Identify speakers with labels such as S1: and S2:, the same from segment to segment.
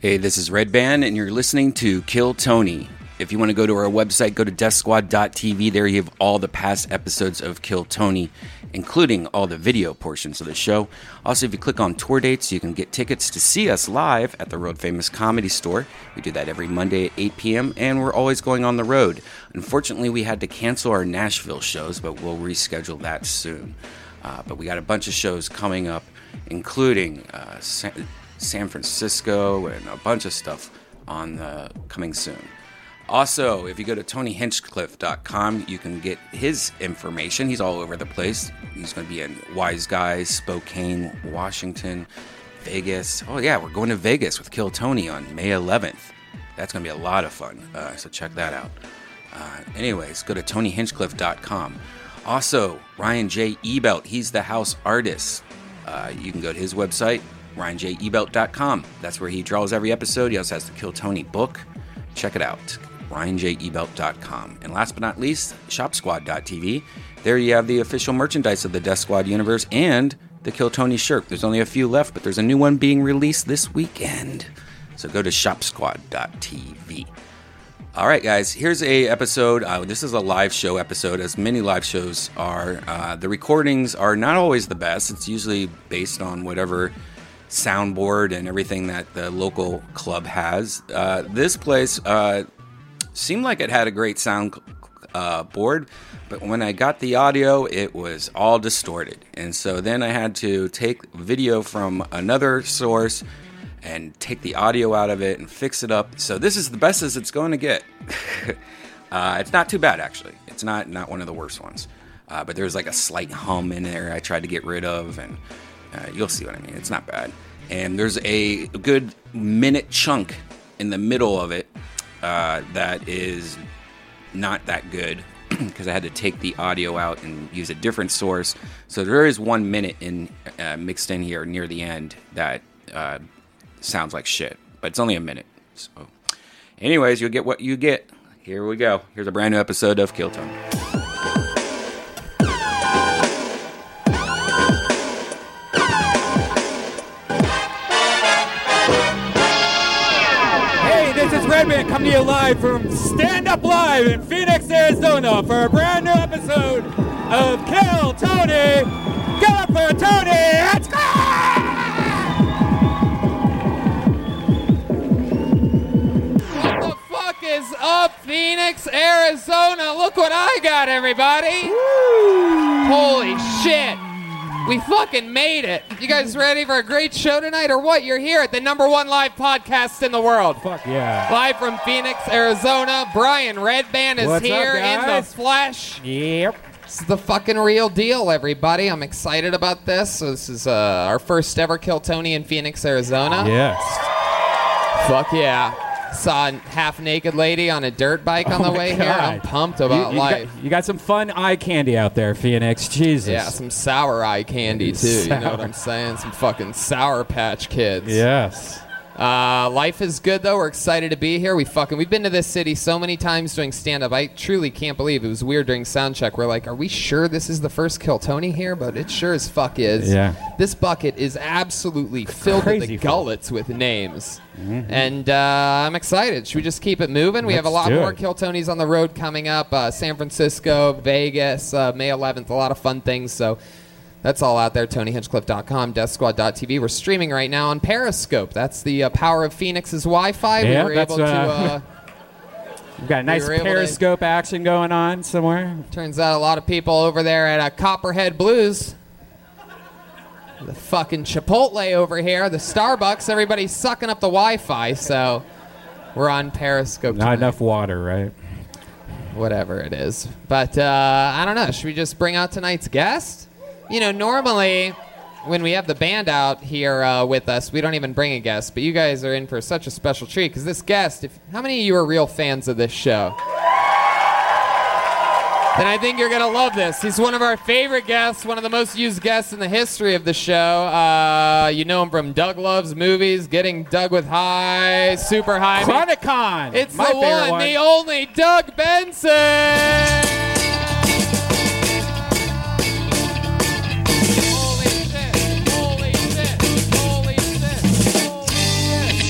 S1: Hey, this is Red Band, and you're listening to Kill Tony. If you want to go to our website, go to DeathSquad.tv. There you have all the past episodes of Kill Tony, including all the video portions of the show. Also, if you click on tour dates, you can get tickets to see us live at the World Famous Comedy Store. We do that every Monday at 8 p.m., and we're always going on the road. Unfortunately, we had to cancel our Nashville shows, but we'll reschedule that soon. Uh, but we got a bunch of shows coming up, including uh, Sa- San Francisco and a bunch of stuff on the coming soon. Also, if you go to TonyHinchcliffe.com, you can get his information. He's all over the place. He's going to be in Wise Guys, Spokane, Washington, Vegas. Oh, yeah, we're going to Vegas with Kill Tony on May 11th. That's going to be a lot of fun. Uh, so check that out. Uh, anyways, go to TonyHinchcliffe.com. Also, Ryan J. Ebelt, he's the house artist. Uh, you can go to his website, RyanJEbelt.com. That's where he draws every episode. He also has the Kill Tony book. Check it out, RyanJEbelt.com. And last but not least, ShopSquad.tv. There you have the official merchandise of the Death Squad universe and the Kill Tony shirt. There's only a few left, but there's a new one being released this weekend. So go to ShopSquad.tv. All right, guys. Here's a episode. Uh, this is a live show episode, as many live shows are. Uh, the recordings are not always the best. It's usually based on whatever soundboard and everything that the local club has. Uh, this place uh, seemed like it had a great sound uh, board, but when I got the audio, it was all distorted, and so then I had to take video from another source and take the audio out of it and fix it up. So this is the best as it's going to get. uh, it's not too bad actually. It's not not one of the worst ones. Uh, but there's like a slight hum in there I tried to get rid of, and uh, you'll see what I mean. It's not bad. And there's a good minute chunk in the middle of it uh, that is not that good because I had to take the audio out and use a different source. So there is one minute in uh, mixed in here near the end that uh, sounds like shit, but it's only a minute. So, anyways, you'll get what you get. Here we go. Here's a brand new episode of Kill Tone.
S2: Hey, this is Redman coming to you live from Stand Up Live in Phoenix, Arizona for a brand new episode of Kill Tony. Go for Tony! Let's What the fuck is up, Phoenix, Arizona? Look what I got, everybody! Holy shit! We fucking made it. You guys ready for a great show tonight or what? You're here at the number one live podcast in the world. Fuck
S3: yeah.
S2: Live from Phoenix, Arizona. Brian Redband is
S3: What's up,
S2: here in the
S3: guys?
S2: flesh.
S3: Yep.
S2: This is the fucking real deal, everybody. I'm excited about this. So this is uh, our first ever Kill Tony in Phoenix, Arizona.
S3: Yes.
S2: Fuck yeah. Saw a half naked lady on a dirt bike on
S3: Oh
S2: the
S3: my
S2: way here. I'm
S3: God.
S2: pumped about
S3: you, you
S2: life.
S3: Got, you got some fun eye candy out there, Phoenix. Jesus.
S2: Yeah, some sour eye candy too. You know what
S3: Sour.
S2: I'm saying? Some fucking sour patch kids.
S3: Yes.
S2: Uh, life is good though. We're excited to be here. We fucking we've been to this city so many times doing stand up. I truly can't believe it was weird during sound check. We're like, are we sure this is the first Kill Tony here? But it sure as fuck is.
S3: Yeah.
S2: This bucket is absolutely filled to the
S3: Crazy full.
S2: gullets with names, and uh, I'm excited. Should we just keep it moving? We have a
S3: Let's
S2: lot
S3: do
S2: more
S3: it.
S2: Kill Tonys on the road coming up. Uh, San Francisco, Vegas, uh, May 11th. A lot of fun things. So that's all out there. TonyHinchcliffe.com, DeathSquad.tv. We're streaming right now on Periscope. That's the uh, power of Phoenix's Wi-Fi.
S3: Yeah,
S2: we were
S3: that's,
S2: able to. Uh,
S3: uh, We've got a nice
S2: were able to-
S3: periscope action going on somewhere.
S2: turns out a lot of people over there at uh, Copperhead Blues. The fucking Chipotle over here, the Starbucks. Everybody's sucking up the Wi-Fi. So we're on Periscope.
S3: Not
S2: tonight.
S3: enough water, right?
S2: whatever it is. But uh, I don't know. Should we just bring out tonight's guest? You know, normally when we have the band out here uh, with us, we don't even bring a guest. But you guys are in for such a special treat because this guest. If how many of you are real fans of this show? Then I think you're gonna love this. He's one of our favorite guests, one of the most used guests in the history of the show. Uh, you know him from Doug Loves Movies, Getting Doug with High, Super High.
S3: Chronicon.
S2: It's
S3: my
S2: the
S3: favorite
S2: one, the only Doug Benson. Holy shit, holy shit, holy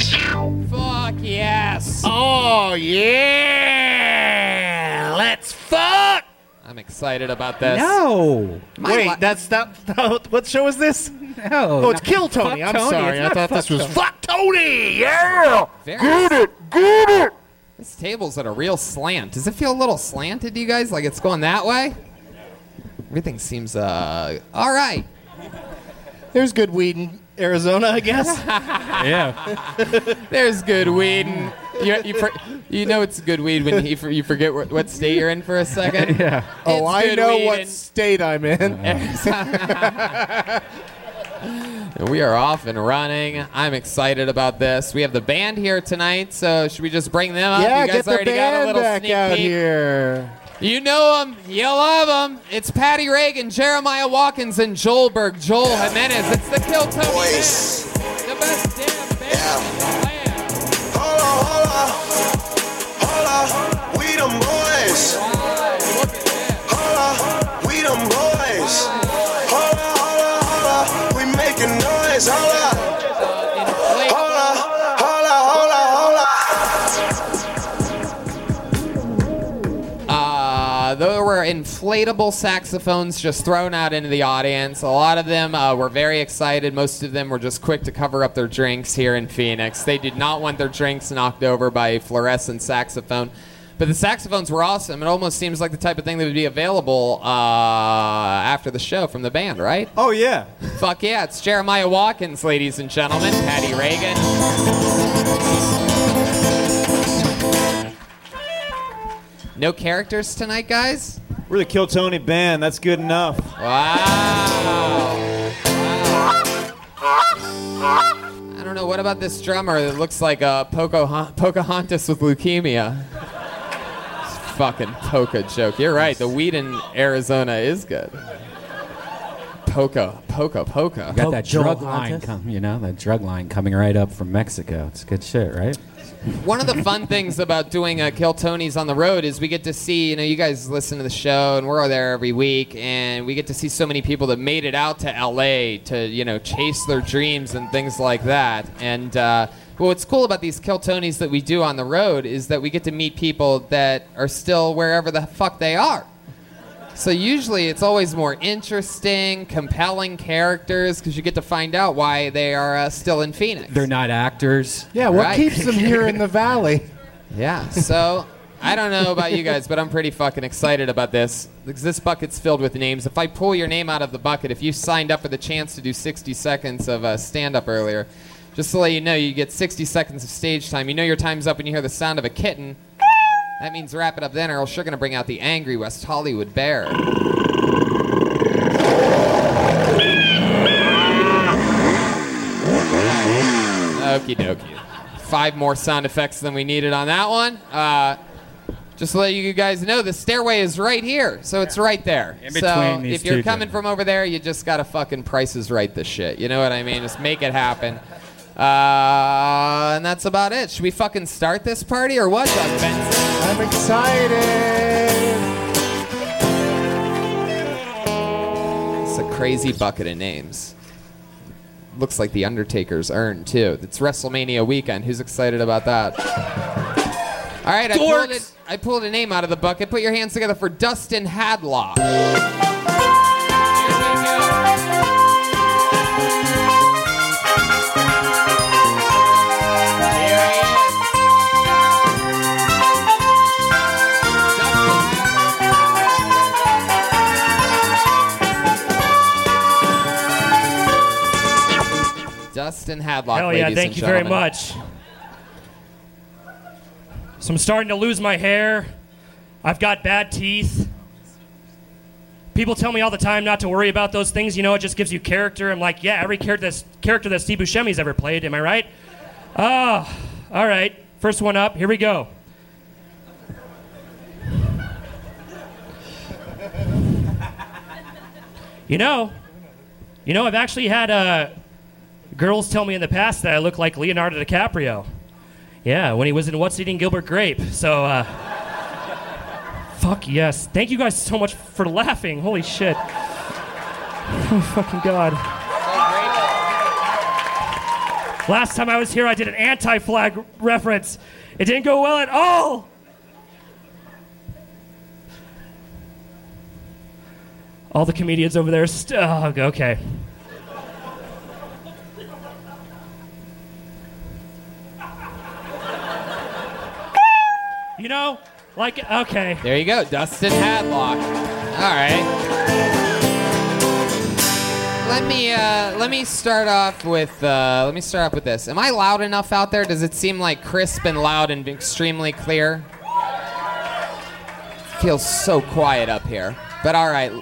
S2: shit, holy shit.
S4: Oh, yeah! Let's fuck!
S2: I'm excited about this.
S1: No.
S2: My
S4: Wait,
S2: li-
S4: that's not. what show is this?
S1: No.
S4: Oh, it's Kill Tony.
S1: Fuck
S4: I'm
S1: Tony.
S4: sorry. I
S1: It's not
S4: thought this
S1: Fuck
S4: was
S1: Tony.
S4: Fuck Tony! Yeah!
S2: Very-
S4: Get it! Get it!
S2: This table's at a real slant. Does it feel a little slanted to you guys? Like it's going that way? Everything seems uh all right.
S4: There's good weed in Arizona, I guess.
S1: yeah.
S2: There's good weed. And you, you, for, you know it's good weed when he, you forget what, what state you're in for a second.
S1: Yeah.
S4: oh,
S2: It's
S4: I
S2: good
S4: know
S2: weed
S4: what
S2: in-
S4: state I'm in.
S2: And we are off and running. I'm excited about this. We have the band here tonight, so should we just bring them up?
S4: yeah,
S2: you guys
S4: get the
S2: already got a
S4: band
S2: little
S4: back
S2: sneak
S4: out
S2: peek.
S4: here.
S2: You know them. You love them. It's Patty Reagan, Jeremiah Watkins, and Joel Berg, Joel Jimenez. It's the Kill Tony
S5: Boys.
S2: Band. The best damn band in the land.
S5: Holla, holla, holla, we them boys.
S2: Look at that.
S5: Holla, we them boys. Holla, holla, holla, we making noise. Holla,
S2: Inflatable.
S5: holla, holla, holla, holla.
S2: Uh, there were inflatable saxophones just thrown out into the audience. A lot of them uh, were very excited. Most of them were just quick to cover up their drinks here in Phoenix. They did not want their drinks knocked over by a fluorescent saxophone. But the saxophones were awesome. It almost seems like the type of thing that would be available uh, after the show from the band, right?
S1: Oh yeah.
S2: Fuck yeah, it's Jeremiah Watkins, ladies and gentlemen. Patty Reagan. No characters tonight, guys?
S6: We're the Kill Tony band. That's good enough.
S2: Wow. I don't know. What about this drummer that looks like uh, Poco- Pocahontas with leukemia? It's a fucking polka joke. You're right. The weed in Arizona is good. Poco, poco, poco.
S1: Got that
S7: Joel
S1: drug line
S7: Hontes.
S1: come, you know, that drug line coming right up from Mexico. It's good shit, right?
S2: One of the fun things about doing uh, Kill Tony's on the road is we get to see, you know, you guys listen to the show and we're there every week, and we get to see so many people that made it out to LA to, you know, chase their dreams and things like that. And uh, well, what's cool about these Kill Tony's that we do on the road is that we get to meet people that are still wherever the fuck they are. So usually it's always more interesting, compelling characters because you get to find out why they are uh, still in Phoenix.
S1: They're not actors.
S4: Yeah, what
S2: Right.
S4: keeps them here in the valley?
S2: Yeah, so I don't know about you guys, but I'm pretty fucking excited about this. Because this bucket's filled with names. If I pull your name out of the bucket, if you signed up for the chance to do 60 seconds of uh, stand up earlier, just to let you know, you get 60 seconds of stage time. You know your time's up when you hear the sound of a kitten. That means wrap it up then, or else you're going to bring out the angry West Hollywood bear. Okie dokie. Five more sound effects than we needed on that one. Uh, just to let you guys know, the stairway is right here, so it's right there.
S1: In
S2: so
S1: between these
S2: if you're
S1: two
S2: coming
S1: buildings.
S2: from over there, you just gotta fucking prices right this shit. You know what I mean? Just make it happen. Uh, and that's about it. Should we fucking start this party or what? Doug Benson?
S4: I'm excited.
S2: It's a crazy bucket of names. Looks like the Undertaker's urn too. It's WrestleMania weekend. Who's excited about that? All right, I pulled, it, I pulled a name out of the bucket. Put your hands together for Dustin Hadlock. Dustin Hadlock.
S7: Hell yeah,
S2: ladies
S7: thank
S2: and
S7: you very
S2: gentlemen.
S7: much. So I'm starting to lose my hair. I've got bad teeth. People tell me all the time not to worry about those things. You know, it just gives you character. I'm like, yeah, every character that's, character that Steve Buscemi's ever played. Am I right? Ah, all right. First one up. Here we go. You know, you know, I've actually had uh, Girls tell me in the past that I look like Leonardo DiCaprio. Yeah, when he was in What's Eating Gilbert Grape. So, uh. fuck yes. Thank you guys so much for laughing. Holy shit. Oh, fucking God. Last time I was here, I did an anti flag reference. It didn't go well at all. All the comedians over there. St- oh, okay. You know, like, okay.
S2: There you go, Dustin Hatlock. All right. Let me uh, let me start off with uh, let me start off with this. Am I loud enough out there? Does it seem like crisp and loud and extremely clear? Feels so quiet up here. But all right,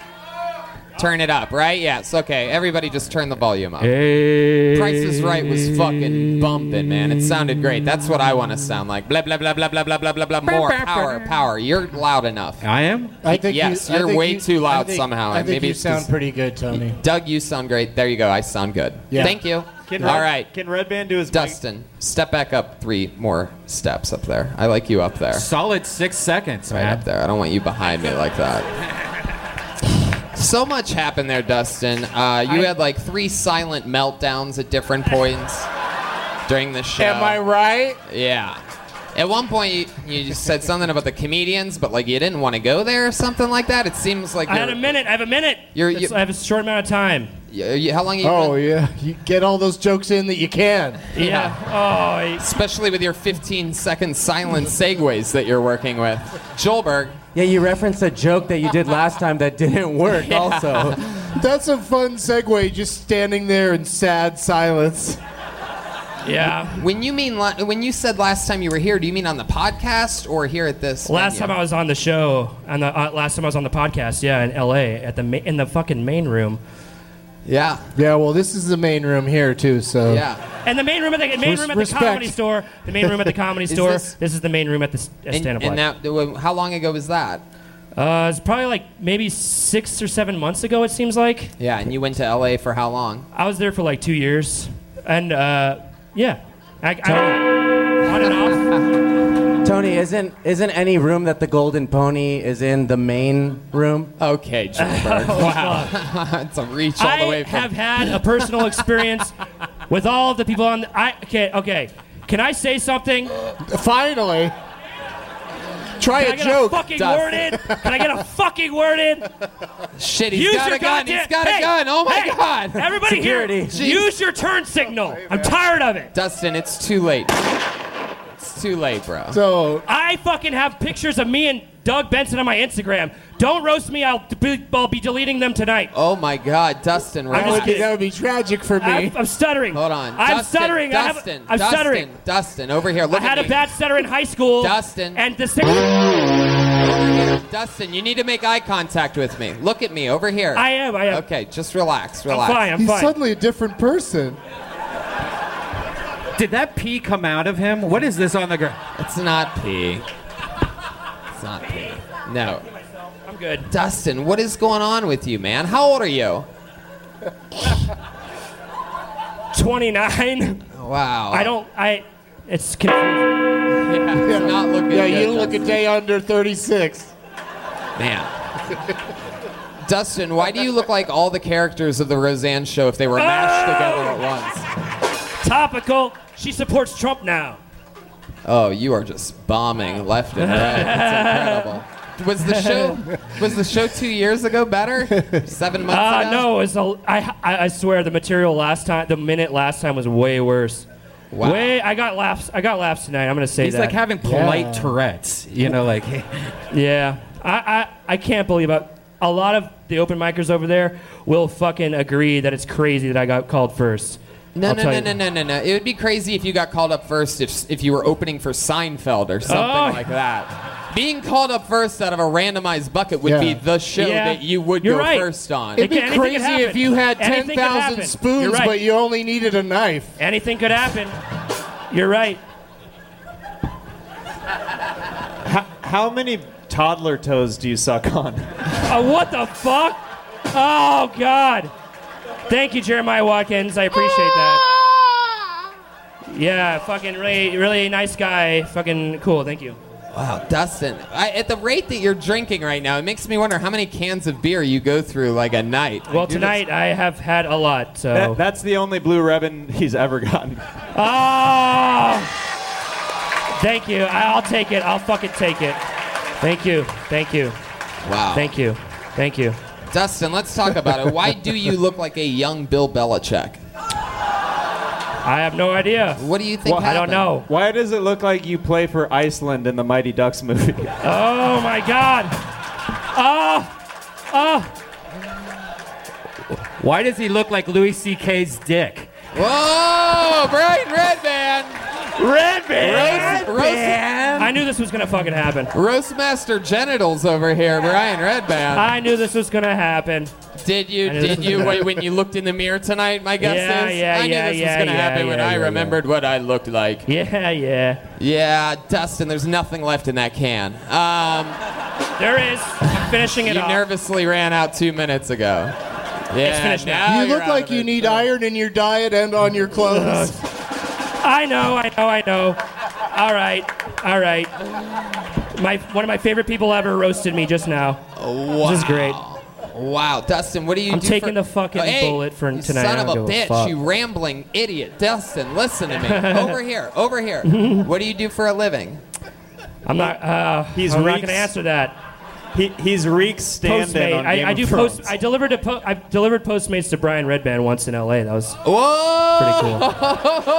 S2: turn it up, right? Yes. Okay. Everybody, just turn the volume up. Price is Right was fucking bumping, man. It sounded great. That's what I want to sound like. Blah blah blah blah blah blah blah blah blah. More power, power. You're loud enough.
S1: I am.
S4: I think
S2: Yes,
S4: you, I
S2: you're
S4: think
S2: way
S4: you-
S2: too loud
S4: I think-
S2: somehow,
S4: I
S2: and
S4: think
S2: maybe
S4: you
S2: it's
S4: sound
S2: just-
S4: pretty good, Tony.
S2: Doug, you sound great. There you go. I sound good.
S4: Yeah.
S2: Thank you.
S6: Can Red,
S2: All right.
S6: Can Red Band do his mic?
S2: Dustin, step back up three more steps up there. I like you up there.
S1: Solid six seconds,
S2: Right
S1: man.
S2: up there. I don't want you behind me like that. So much happened there, Dustin. Uh, you had like three silent meltdowns at different points during the show.
S4: Am I right?
S2: Yeah. At one point, you, you just said something about the comedians, but like you didn't want to go there or something like that. It seems like
S7: I had a
S2: you're-
S7: minute. I have a minute.
S2: You're-
S7: That's-
S2: you-
S7: I have a short amount of time.
S2: you- you- how long? Are you
S4: Oh
S2: gonna-
S4: yeah, you get all those jokes in that you can.
S7: Yeah. Oh, I-
S2: especially with your 15 second silent segues that you're working with. Joelberg,
S8: Yeah, you referenced a joke that you did last time that didn't work. Also,
S4: That's a fun segue. Just standing there in sad silence.
S7: yeah.
S2: when you mean la- when you said last time you were here, do you mean on the podcast or here at this?
S7: Last time I was on the show, on the uh, last time I was on the podcast, yeah, in L.A. at the ma- in the fucking main room,
S2: Yeah,
S4: Yeah, well, this is the main room here too. So
S2: yeah.
S7: and the main room at the main
S4: Res-
S7: room at the
S4: respect.
S7: comedy store, the main room at the comedy store.
S2: this-
S7: This, is the main room at the s- at
S2: And,
S7: stand up.
S2: and
S7: Live.
S2: that, how long ago was that?
S7: uh, it's probably like maybe six or seven months ago. It seems like
S2: Yeah, and you went to LA for how long?
S7: I was there for like two years, and uh, yeah, I, I, on and off.
S8: Tony, isn't isn't any room that the Golden Pony is in the main room?
S2: Okay, Joelberg. wow, it's a reach all the
S7: I
S2: way from.
S7: have had a personal experience with all of the people on. The, I okay, okay. Can I say something?
S4: finally, try
S7: Can
S4: a
S7: I get
S4: joke.
S7: a fucking
S4: Dustin.
S7: word in? Can I get a fucking word in?
S2: Shit, he's
S7: Use
S2: got
S7: your
S2: a gun.
S7: goddamn-
S2: He's got
S7: Hey,
S2: a gun. Oh my
S7: hey,
S2: god.
S7: Everybody here,
S8: Security.
S7: use your turn signal. I'm tired of it.
S2: Dustin, it's too late. It's too late, bro.
S4: So
S7: I fucking have pictures of me and Doug Benson on my Instagram. Don't roast me. I'll be, I'll be deleting them tonight.
S2: Oh my God, Dustin!
S7: I'm
S4: that
S2: relax.
S4: would, be,
S7: kidding.
S4: that would be tragic for me.
S7: I'm, I'm stuttering.
S2: Hold on.
S7: I'm
S2: Dustin,
S7: stuttering. I have,
S2: Dustin,
S7: I'm
S2: Dustin,
S7: stuttering.
S2: Dustin, over here.
S7: I
S2: Look
S7: had
S2: at
S7: a
S2: me.
S7: bad stutter in high school.
S2: Dustin.
S7: And the same.
S2: Dustin, you need to make eye contact with me. Look at me over here.
S7: I am. I am.
S2: Okay, just relax.
S7: I'm
S2: Relax.
S7: fine. I'm
S4: He's
S7: fine.
S4: suddenly a different person.
S1: Did that pee come out of him? What is this on the ground?
S2: It's not pee. It's not pee. No.
S7: I'm good.
S2: Dustin, what is going on with you, man? How old are you?
S7: 29.
S2: Wow.
S7: I don't. I. It's confusing.
S2: It's not looking
S4: Yeah,
S2: good,
S4: you look a
S2: Dustin.
S4: day under 36.
S2: Man. Dustin, why do you look like all the characters of the Roseanne show if they were mashed
S7: Oh!
S2: together at once?
S7: Topical. She supports Trump now.
S2: Oh, you are just bombing left and right. It's incredible. Was the show was the show two years ago better? Seven months
S7: Uh,
S2: ago?
S7: no, it's a, I, I, I swear the material last time, the minute last time was way worse.
S2: Wow.
S7: Way, I got laughs. I got laughs tonight. I'm gonna say
S1: He's
S7: that.
S1: like having polite
S4: Yeah.
S1: Tourette's. You know, like
S7: yeah, I, I, I can't believe it. A lot of the open micers over there will fucking agree that it's crazy that I got called first.
S2: No,
S7: I'll
S2: no,
S7: tell
S2: no,
S7: you.
S2: no, no, no, no. It would be crazy if you got called up first if, if you were opening for Seinfeld or something
S7: Oh.
S2: like that. Being called up first out of a randomized bucket would
S4: Yeah.
S2: be the show
S7: Yeah.
S2: that you would
S7: You're
S2: go
S7: right.
S2: first on.
S7: It-
S4: It'd be
S7: Anything could
S4: crazy if
S7: happen.
S4: you had
S7: Anything could
S4: 10,000
S7: happen.
S4: spoons,
S7: You're right.
S4: but you only needed a knife.
S7: Anything could happen. You're right.
S6: How many toddler toes do you suck on?
S7: Uh, what the fuck? Oh God! Thank you, Jeremiah Watkins. I appreciate that. Yeah, fucking really, really nice guy. Fucking cool. Thank you.
S2: Wow, Dustin, I, at the rate that you're drinking right now, it makes me wonder how many cans of beer you go through like a night.
S7: Well,
S2: Dude,
S7: tonight I have had a lot, so.
S6: That, that's the only blue ribbon he's ever gotten.
S7: Ah! Thank you. I- I'll take it. I'll fucking take it. Thank you. Thank you.
S2: that's- wow.
S7: Thank you. Thank you.
S2: Dustin, let's talk about it. Why do you look like a young Bill Belichick?
S7: I have no idea.
S2: What do you think?
S6: Well,
S7: I don't
S2: happened?
S7: know.
S6: Why does it look like you play for Iceland in the Mighty Ducks movie?
S7: Oh my god. Ah! Ah!
S1: Why does he look like Louis C.K.'s dick?
S2: Whoa, Brian Redman,
S7: Red man!
S2: Roast, roast,
S7: I knew this was gonna fucking happen.
S2: Roastmaster genitals over here, Brian Redman.
S7: I knew this was gonna happen.
S2: Did you?
S7: I knew
S2: Did
S7: this
S2: you?
S7: was
S2: Wait,
S7: gonna-
S2: when you looked in the mirror tonight, my guess
S7: Yeah,
S2: is
S7: yeah,
S2: I knew
S7: yeah,
S2: this
S7: yeah,
S2: was gonna
S7: yeah,
S2: happen when
S7: yeah,
S2: I
S7: yeah, yeah.
S2: remembered what I looked like.
S7: Yeah, yeah.
S2: Yeah, Dustin, there's nothing left in that can. Um,
S7: There is. I'm finishing
S2: you
S7: it off.
S2: nervously ran out two minutes ago. Yeah,
S7: It's finished now.
S4: You
S2: you're
S4: look
S2: out
S4: like
S2: of
S4: you
S2: it.
S4: need iron in your diet and on your clothes.
S7: I know, I know, I know. All right, all right. My one of my favorite people ever roasted me just now.
S2: Wow.
S7: This is great.
S2: Wow, Dustin, what do you?
S7: I'm
S2: do
S7: taking
S2: for-
S7: the fucking
S2: Oh, hey,
S7: bullet for
S2: you
S7: tonight. I
S2: Son of
S7: don't
S2: a
S7: give a
S2: bitch,
S7: fuck.
S2: you rambling idiot, Dustin. Listen to me. over here, over here. what do you do for a living?
S7: I'm not. Uh,
S6: He's
S7: I'm not
S6: reeks-
S7: gonna answer that.
S6: he, he's Reek's stand-in
S7: Postmate.
S6: on Game
S7: I, I
S6: of
S7: do
S6: Thrones.
S7: post. I delivered to. Po- I delivered Postmates to Brian Redman once in L.A. That was pretty
S2: Whoa!
S7: cool.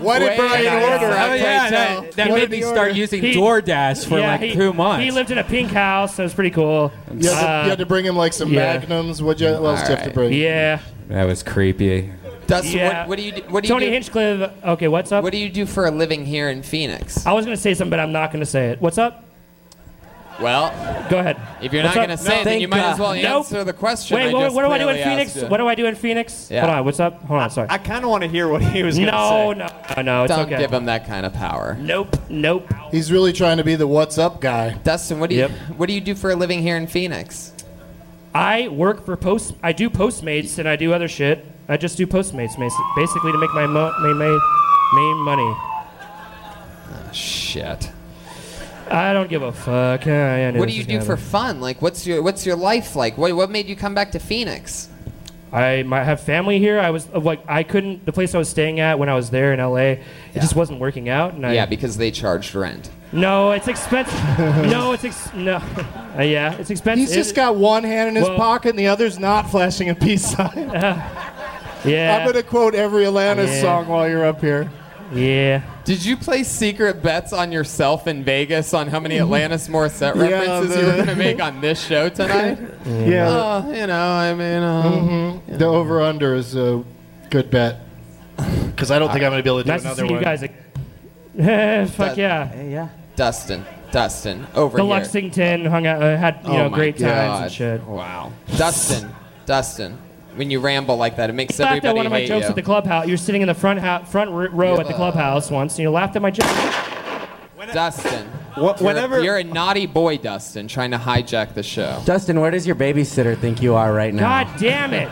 S4: What did
S2: Wait,
S4: Brian
S2: I-
S4: order?
S2: I-
S4: I
S2: Oh,
S4: can't
S2: yeah,
S4: tell.
S1: that, that
S4: What
S1: made
S4: did
S1: me
S4: he
S1: start
S4: order?
S1: using
S7: He-
S1: DoorDash for
S7: yeah,
S1: like
S7: he,
S1: two months.
S7: He lived in a pink house. That was pretty cool.
S4: You had, to, you
S7: Uh,
S4: had to bring him like some
S7: yeah.
S4: magnums. What, you, what else did you have to bring?
S7: yeah.
S9: That was creepy.
S2: Dustin,
S7: Yeah.
S2: what, what do you do? What do you
S7: Tony
S2: do?
S7: Hinchcliffe. Okay, what's up?
S2: What do you do for a living here in Phoenix?
S7: I was gonna say something, but I'm not gonna say it. What's up?
S2: Well,
S7: Go ahead.
S2: if you're
S7: What's
S2: not
S7: up?
S2: going to say it, then
S8: Thank
S2: you might as well
S7: God. Nope.
S2: answer the question.
S7: Wait,
S2: I
S7: what,
S2: just
S7: what do I do in
S2: clearly
S7: Phoenix?
S2: asked you.
S7: What do I do in Phoenix?
S2: Yeah.
S7: Hold on, what's up? Hold on, sorry.
S6: I kind of want to hear what he was going to
S7: no,
S6: say.
S7: no, no, no, it's
S2: Don't
S7: okay.
S2: give him that kind of power.
S7: Nope, nope.
S4: He's really trying to be the what's up guy.
S2: Dustin, what do you
S7: Yep.
S2: what do you do for a living here in Phoenix?
S7: I work for post. I do Postmates and I do other shit. I just do Postmates basi- basically to make my mo- my, my main money.
S2: Ah, Shit.
S7: I don't give a fuck. Yeah, I knew
S2: What do
S7: this
S2: you
S7: was
S2: do
S7: gonna
S2: for
S7: happen.
S2: fun? Like, what's your what's your life like? What what made you come back to Phoenix?
S7: I might have family here. I was uh, like, I couldn't. The place I was staying at when I was there in LA, it just wasn't working out. And I,
S2: Yeah, because they charged rent.
S7: no, it's expensive. no, it's ex- no. Uh, yeah, it's expensive.
S4: He's just got one hand in his
S7: Well-
S4: pocket and the other's not flashing a peace sign.
S7: Yeah.
S4: I'm going to quote every Alanis
S7: Yeah.
S4: song while you're up here.
S7: yeah.
S2: Did you place secret bets on yourself in Vegas on how many Atlantis Morissette
S4: Yeah,
S2: references you were
S4: the-
S2: going to make on this show tonight?
S4: Yeah, Mm-hmm.
S2: uh, you know, I mean, uh,
S4: the, the over under is a good bet. Because I don't think I'm going to be able to do
S7: Nice to
S4: another
S7: see
S4: one.
S7: you guys. ag- Fuck
S2: That-
S7: yeah.
S2: Dustin, Dustin, over
S7: The
S2: here.
S7: Lexington hung out, uh, had you know
S2: Oh my
S7: great times
S2: God.
S7: and shit.
S2: Wow. Dustin, Dustin, when you ramble like that, it makes
S7: You laughed at
S2: everybody
S7: one of my
S2: hate
S7: jokes
S2: you.
S7: at the clubhouse. You were sitting in the front ho- front r- row at the
S2: Yeah.
S7: clubhouse once, and you laughed at my joke.
S2: Dustin,
S6: Wh-
S2: you're-
S6: whenever-
S2: you're, a naughty boy, Dustin, trying to hijack the show.
S8: Dustin, where does your babysitter think you are right now?
S7: God damn it!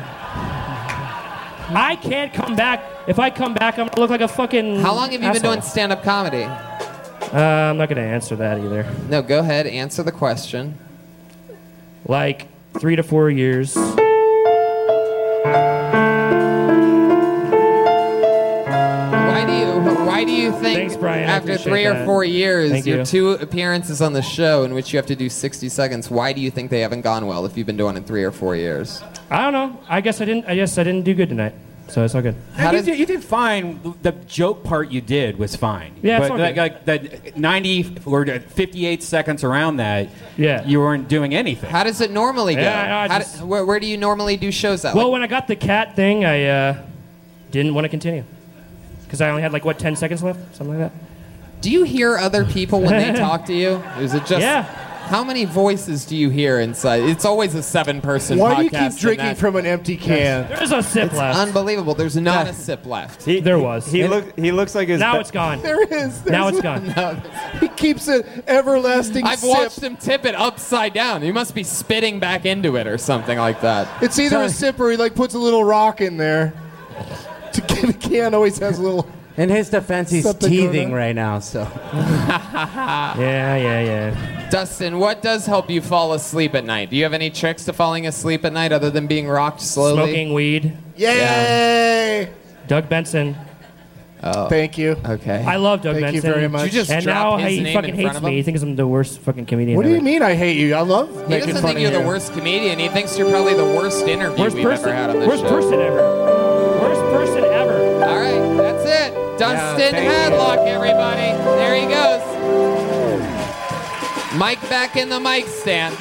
S7: I can't come back. If I come back, I'm gonna look like a fucking.
S2: How long have you been
S7: asshole.
S2: doing stand-up comedy?
S7: Uh, I'm not gonna answer that either.
S2: No, go ahead, answer the question.
S7: Like three to four years.
S2: Why do you why do you think
S7: Thanks, Brian. I
S2: after
S7: appreciate
S2: three or
S7: that.
S2: four years,
S7: Thank
S2: your
S7: you.
S2: two appearances on the show in which you have to do 60 seconds, why do you think they haven't gone well if you've been doing it three or four years?
S7: I don't know. I guess I didn't. I guess I didn't do good tonight, so it's all good.
S2: How
S1: you,
S2: does-
S1: did, you did fine. The joke part you did was fine.
S7: Yeah, it's
S1: but
S7: okay.
S1: like, like the 90 or the 58 seconds around that,
S7: Yeah.
S1: you weren't doing anything.
S2: How does it normally go?
S7: Yeah, I know, I
S2: How
S7: just-
S2: do- where, where do you normally do shows at?
S7: Well,
S2: Like,
S7: when I got the cat thing, I uh, didn't want to continue because I only had like what ten seconds left, something like that.
S2: do you hear other people when they talk to you? Is it just
S7: Yeah.
S2: How many voices do you hear inside? It's always a seven-person
S4: Why
S2: podcast.
S4: do you keep
S2: and
S4: drinking
S2: that-
S4: from an empty can?
S7: There's a sip left.
S2: Unbelievable. There's not a sip left.
S6: He,
S7: There was.
S6: He, look, he looks like his.
S7: now
S6: ba-
S7: it's gone.
S4: There is.
S7: Now
S4: there's
S7: it's
S4: one.
S7: gone.
S4: He keeps an everlasting
S2: I've
S4: sip.
S2: watched him tip it upside down. He must be spitting back into it or something like that.
S4: It's either a sip or he like puts a little rock in there. To get a can always has a little.
S8: In his defense, he's
S4: South Dakota.
S8: teething right now, so.
S7: Yeah, yeah, yeah.
S2: Ah. Dustin, what does help you fall asleep at night? Do you have any tricks to falling asleep at night other than being rocked slowly?
S7: Smoking weed.
S4: Yay!
S7: Doug Benson.
S4: Thank you.
S2: Oh. Okay.
S7: I love Doug
S4: Thank you
S7: Benson.
S4: very much.
S2: Did you just
S7: And now
S2: drop his
S7: he
S2: name
S7: fucking
S2: in front
S7: hates
S2: of
S7: me.
S2: him?
S7: He thinks I'm the worst fucking comedian.
S4: What do
S7: ever.
S4: you mean I hate you? I love
S2: He
S4: making
S2: doesn't
S4: fun
S2: think
S4: of
S2: you're
S4: you.
S2: the worst comedian. He thinks you're probably the worst interview
S7: Worst
S2: we've
S7: person.
S2: ever had on this
S7: Worst
S2: show.
S7: person ever. Worst person ever.
S2: All right, that's it. Dustin Hadlock, everybody. There he goes. Mike back in the mic stand.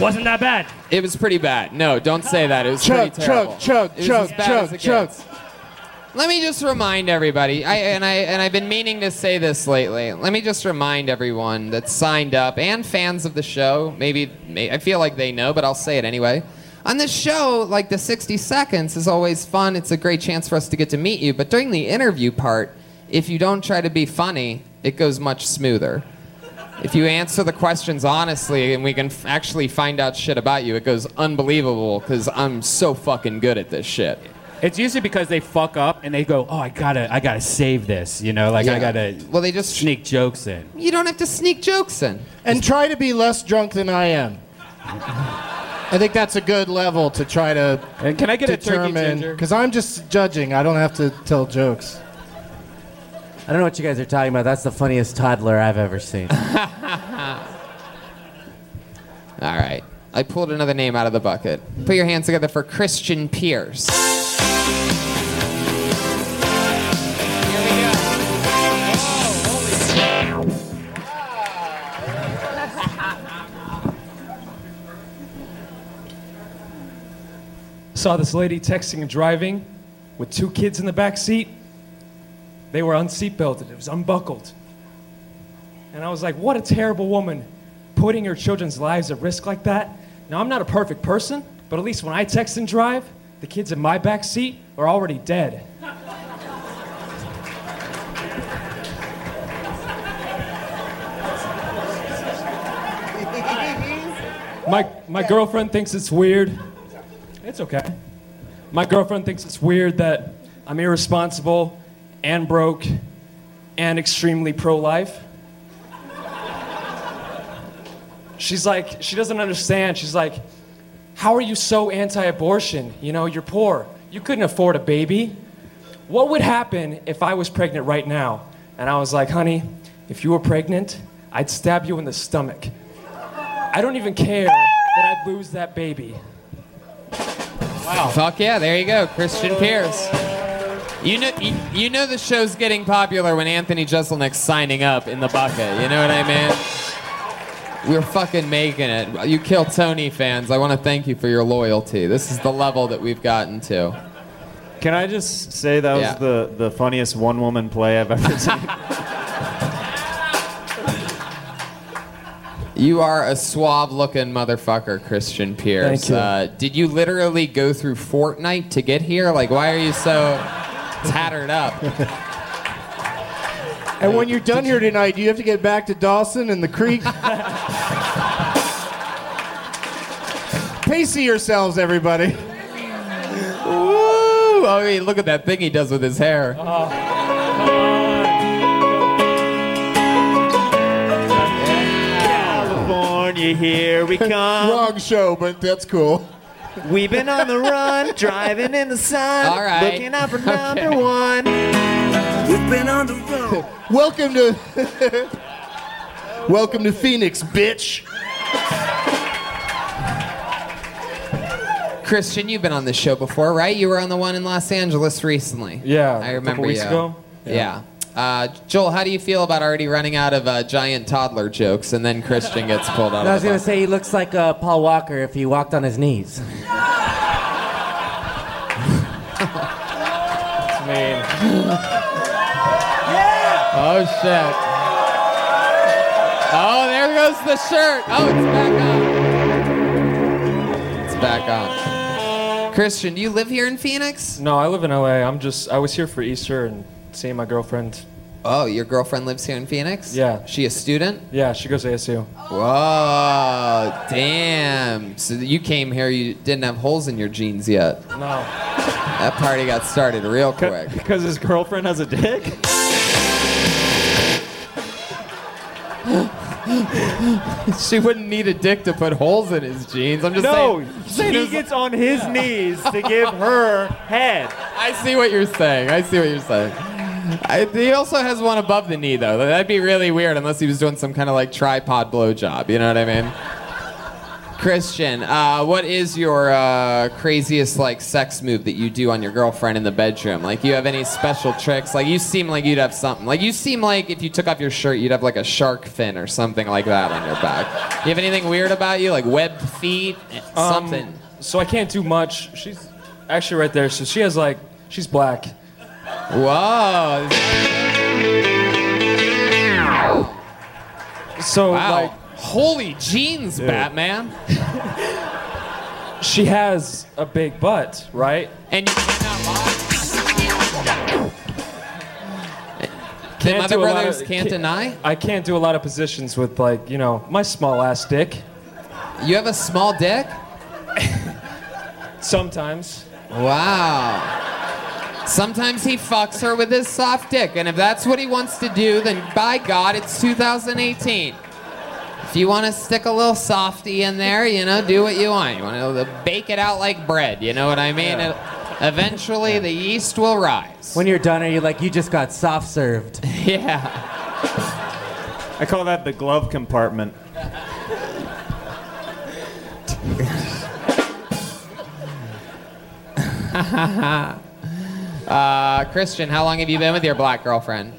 S7: Wasn't that bad.
S2: It was pretty bad. No, don't say that. It was
S4: Chug,
S2: pretty terrible.
S4: chug, chug,
S2: It was
S4: chug,
S2: as bad
S4: chug,
S2: as it
S4: chug.
S2: gets. Let me just remind everybody, I, and I and I've been meaning to say this lately. Let me just remind everyone that's signed up and fans of the show. Maybe may, I feel like they know, but I'll say it anyway. On this show, like the 60 seconds is always fun. It's a great chance for us to get to meet you. But during the interview part, if you don't try to be funny, it goes much smoother. If you answer the questions honestly and we can f- actually find out shit about you, it goes unbelievable because I'm so fucking good at this shit.
S1: It's usually because they fuck up and they go, "Oh, I gotta, I gotta save this," you know, like
S2: Yeah.
S1: I gotta
S2: Well, they just
S1: sneak jokes in.
S2: You don't have to sneak jokes in.
S4: And try to be less drunk than I am. I think that's a good level to try to
S1: And can I get a turkey
S4: determine.
S1: ginger?
S4: Because I'm just judging. I don't have to tell jokes.
S8: I don't know what you guys are talking about. That's the funniest toddler I've ever seen.
S2: All right. I pulled another name out of the bucket. Put your hands together for Christian Pierce. Here we go. Whoa, holy shit.
S10: Saw this lady texting and driving with two kids in the back seat. They were unseatbelted, it was unbuckled. And I was like, what a terrible woman putting her children's lives at risk like that. Now, I'm not a perfect person, but at least when I text and drive, the kids in my back seat are already dead. My, my girlfriend thinks it's weird. It's okay. My girlfriend thinks it's weird that I'm irresponsible and broke and extremely pro life. She's like, she doesn't understand. She's like, how are you so anti abortion? You know, you're poor. You couldn't afford a baby. What would happen if I was pregnant right now? And I was like, honey, if you were pregnant, I'd stab you in the stomach. I don't even care that I'd lose that baby.
S2: Fuck yeah, there you go, Christian Pierce. You know, you, you know the show's getting popular when Anthony Jeselnik's signing up in the bucket. You know what I mean? We're fucking making it. You kill Tony fans. I want to thank you for your loyalty. This is the level that we've gotten to.
S3: Can I just say that was
S2: Yeah.
S3: the, the funniest one woman play I've ever seen?
S2: You are a suave looking motherfucker, Christian Pierce.
S10: Thank you.
S2: Uh, did you literally go through Fortnite to get here? Like, why are you so tattered up?
S4: And when you're done here tonight, do you have to get back to Dawson and the creek? Pace yourselves, everybody.
S2: Woo! I mean, look at that thing he does with his hair.
S10: Oh,
S3: California, here we come.
S4: Wrong show, but that's cool.
S3: We've been on the run, driving in the sun,
S2: All right.
S3: looking out for number one.
S11: We've been on the road.
S4: Welcome to Welcome to Phoenix, bitch.
S2: Christian, you've been on this show before, right? You were on the one in Los Angeles recently.
S10: Yeah, a
S2: I
S10: couple
S2: remember
S10: weeks
S2: you.
S10: ago.
S2: Yeah. Uh, Joel, how do you feel about already running out of uh, giant toddler jokes and then Christian gets pulled out?
S8: I
S2: of
S8: was
S2: the
S8: gonna
S2: box?
S8: say he looks like uh, Paul Walker if he walked on his knees.
S2: Oh shit. Oh, there goes the shirt. Oh, it's back on. It's back on. Christian, do you live here in Phoenix?
S10: No, I live in LA. I'm just I was here for Easter and seeing my girlfriend.
S2: Oh, your girlfriend lives here in Phoenix?
S10: Yeah.
S2: She a student?
S10: Yeah, she goes to ASU.
S2: Whoa, damn. So you came here, you didn't have holes in your jeans yet.
S10: No.
S12: That party got started real quick.
S6: Because his girlfriend has a dick?
S2: she wouldn't need a dick to put holes in his jeans. I'm just
S6: no,
S2: saying. saying
S6: he
S2: it's-
S6: gets on his knees to give her head.
S2: I see what you're saying. I see what you're saying. I, he also has one above the knee though. That'd be really weird unless he was doing some kind of like tripod blowjob. You know what I mean? Christian, uh, what is your uh, craziest like sex move that you do on your girlfriend in the bedroom? Like, you have any special tricks? Like, you seem like you'd have something. Like, you seem like if you took off your shirt, you'd have like a shark fin or something like that on your back. You have anything weird about you? Like webbed feet, something?
S10: Um, So I can't do much. She's actually right there. So she has like, she's black.
S2: Whoa.
S10: So
S2: Wow.
S10: like,
S2: holy jeans, Batman.
S10: she has a big butt, right?
S2: And you cannot
S10: lie.
S2: Can other brothers can't deny?
S10: I can't do a lot of positions with like, you know, my small ass dick.
S2: You have a small dick?
S10: Sometimes.
S2: Wow. Sometimes he fucks her with his soft dick, and if that's what he wants to do, then by God, it's 2018. If you want to stick a little softy in there, you know, do what you want. You want to bake it out like bread, you know what I mean? It- eventually, the yeast will rise.
S8: When you're done, are you like, you just got soft served?
S2: Yeah.
S6: I call that the glove compartment.
S2: uh, Christian, how long have you been with your black girlfriend?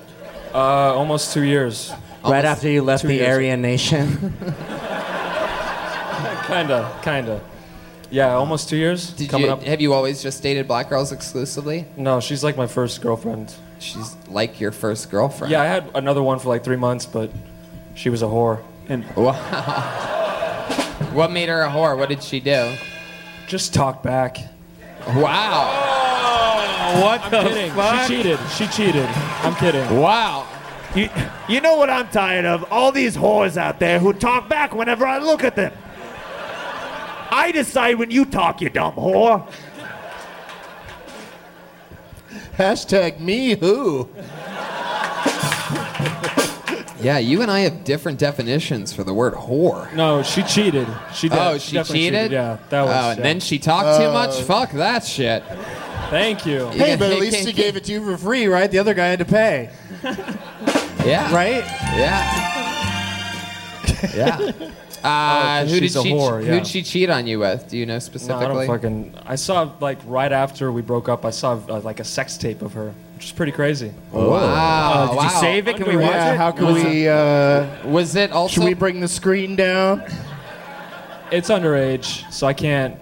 S10: Uh, almost two years.
S8: Right after you left
S10: Two
S8: the
S10: years.
S8: Aryan nation.
S10: Kinda, kinda. Yeah, almost two years.
S2: Did
S10: coming
S2: you,
S10: up.
S2: Have you always just dated black girls exclusively?
S10: No, she's like my first girlfriend.
S2: She's like your first girlfriend.
S10: Yeah, I had another one for like three months, but she was a whore.
S6: And
S2: Wow. What made her a whore? What did she do?
S10: Just talk back.
S2: Wow.
S4: Oh,
S6: What
S10: I'm
S6: the
S10: kidding.
S6: fuck?
S10: She cheated. She cheated. I'm kidding.
S2: Wow.
S6: You, you know what I'm tired of? All these whores out there who talk back whenever I look at them. I decide when you talk, you dumb whore.
S4: Hashtag me who.
S2: Yeah, you and I have different definitions for the word whore.
S10: No, she cheated. She did.
S2: Oh, she
S10: definitely
S2: cheated?
S10: Yeah, that was.
S2: Oh, and
S10: yeah.
S2: then she talked too much?
S4: Oh.
S2: Fuck that shit.
S10: Thank you.
S4: Hey, but at least he gave it to you for free, right? The other guy had to pay.
S2: Yeah.
S4: Right?
S2: Yeah. Yeah. Uh,
S10: Oh, 'cause
S2: who did
S10: she's
S2: she
S10: a whore, yeah.
S2: who'd she cheat on you with? Do you know
S10: No, I
S2: specifically?
S10: don't fucking. I saw like right after we broke up, I saw uh, like a sex tape of her, which is pretty crazy.
S2: Wow.
S10: Uh, did you
S2: wow.
S10: save it? Can we watch
S4: Yeah,
S10: it?
S4: how can
S10: Was
S4: we. Uh,
S2: Was it also?
S4: should we bring the screen down?
S10: It's underage, so I can't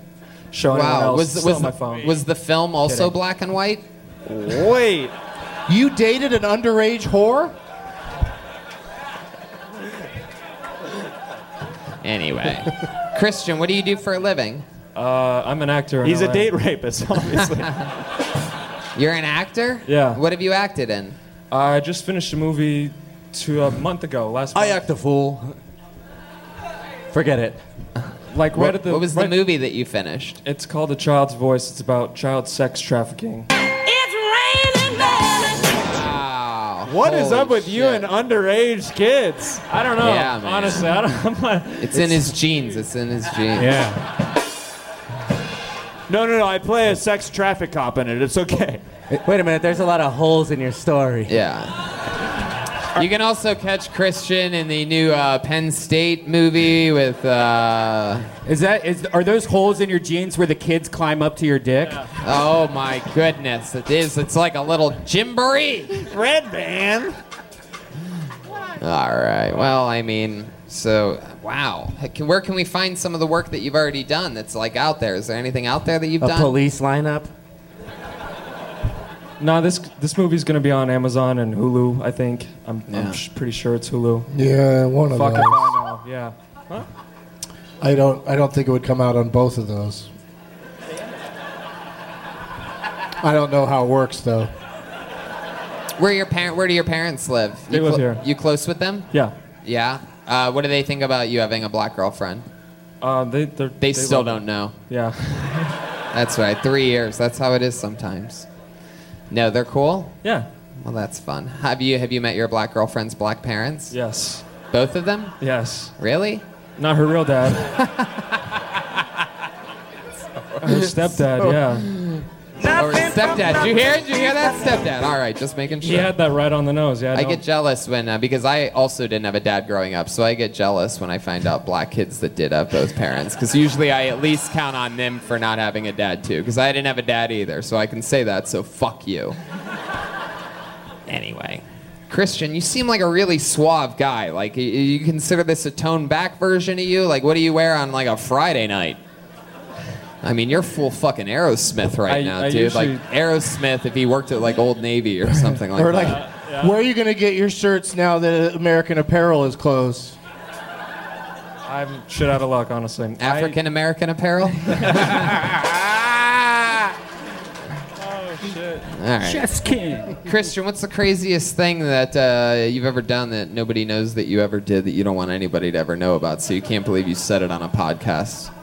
S10: show anyone
S2: Wow.
S10: else.
S2: Was,
S10: It's still
S2: was,
S10: on my phone.
S2: was the film also
S10: Kidding.
S2: black and white?
S6: Wait.
S4: You dated an underage whore?
S2: Anyway, Christian, what do you do for a living?
S10: Uh, I'm an actor. in
S6: He's a
S10: LA.
S6: date rapist, obviously.
S2: You're an actor?
S10: Yeah.
S2: What have you acted in?
S10: I just finished a movie two a month ago. Last month.
S8: I act a fool. Forget it.
S10: like right
S2: What,
S10: at the.
S2: what was the
S10: right-
S2: movie that you finished?
S10: It's called A Child's Voice. It's about child sex trafficking.
S2: Wow.
S6: What is
S2: Holy
S6: up with you
S2: shit.
S6: and underage kids?
S10: I don't know.
S2: Yeah, man.
S10: Honestly, I don't. I'm not,
S2: It's, in his jeans. It's in his jeans.
S13: Yeah.
S6: No, no, no. I play a sex traffic cop in it. It's okay.
S8: Wait a minute, there's a lot of holes in your story.
S2: Yeah. You can also catch Christian in the new uh, Penn State movie with. Uh,
S13: Is that is are those holes in your jeans where the kids climb up to your dick?
S2: oh my goodness! It is. It's like a little gymboree.
S6: Red man.
S2: All right. Well, I mean, so wow. Heck, Where can we find some of the work that you've already done that's like out there? Is there anything out there that you've
S8: A
S2: done?
S8: police lineup.
S10: No, this this movie's gonna be on Amazon and Hulu. I think. I'm,
S2: Yeah.
S10: I'm sh- pretty sure it's Hulu.
S4: Yeah, one of
S10: Fuck if
S4: those.
S10: I know. Yeah.
S4: I don't. I don't think it would come out on both of those. I don't know how it works though.
S2: Where your parent? Where do your parents live?
S10: They
S2: you
S10: live here.
S2: You close with them?
S10: Yeah.
S2: Yeah. Uh, what do they think about you having a black girlfriend?
S10: Uh, they they're,
S2: They, still
S10: love-
S2: don't know.
S10: Yeah.
S2: That's right. Three years. That's how it is sometimes. No, they're cool.
S10: Yeah.
S2: Well, that's fun. Have you have you met your black girlfriend's black parents?
S10: Yes.
S2: Both of them?
S10: Yes.
S2: Really?
S10: Not her real dad. her stepdad,
S2: So-
S10: yeah.
S2: Or stepdad. Did you hear it? Did you hear that? Stepdad. All right, just making
S10: He
S2: sure.
S10: had that right on the nose. Yeah.
S2: I
S10: no.
S2: get jealous when uh, because I also didn't have a dad growing up, so I get jealous when I find out black kids that did have both parents. Because usually I at least count on them for not having a dad too. Because I didn't have a dad either, so I can say that. So fuck you. anyway, Christian, you seem like a really suave guy. Like y- you consider this a toned back version of you. Like what do you wear on like a Friday night? I mean, you're full fucking Aerosmith right
S10: I-
S2: now,
S10: I
S2: dude.
S10: usually-
S2: Like Aerosmith, if he worked at like Old Navy or something like
S4: or
S2: that.
S4: like, where are you gonna get your shirts now that American Apparel is closed?
S10: I'm shit out of luck, honestly.
S2: African American apparel. Ah!
S10: Oh shit.
S2: All right.
S10: Just kidding.
S2: Christian, what's the craziest thing that uh, you've ever done that nobody knows that you ever did that you don't want anybody to ever know about? So you can't believe you said it on a podcast.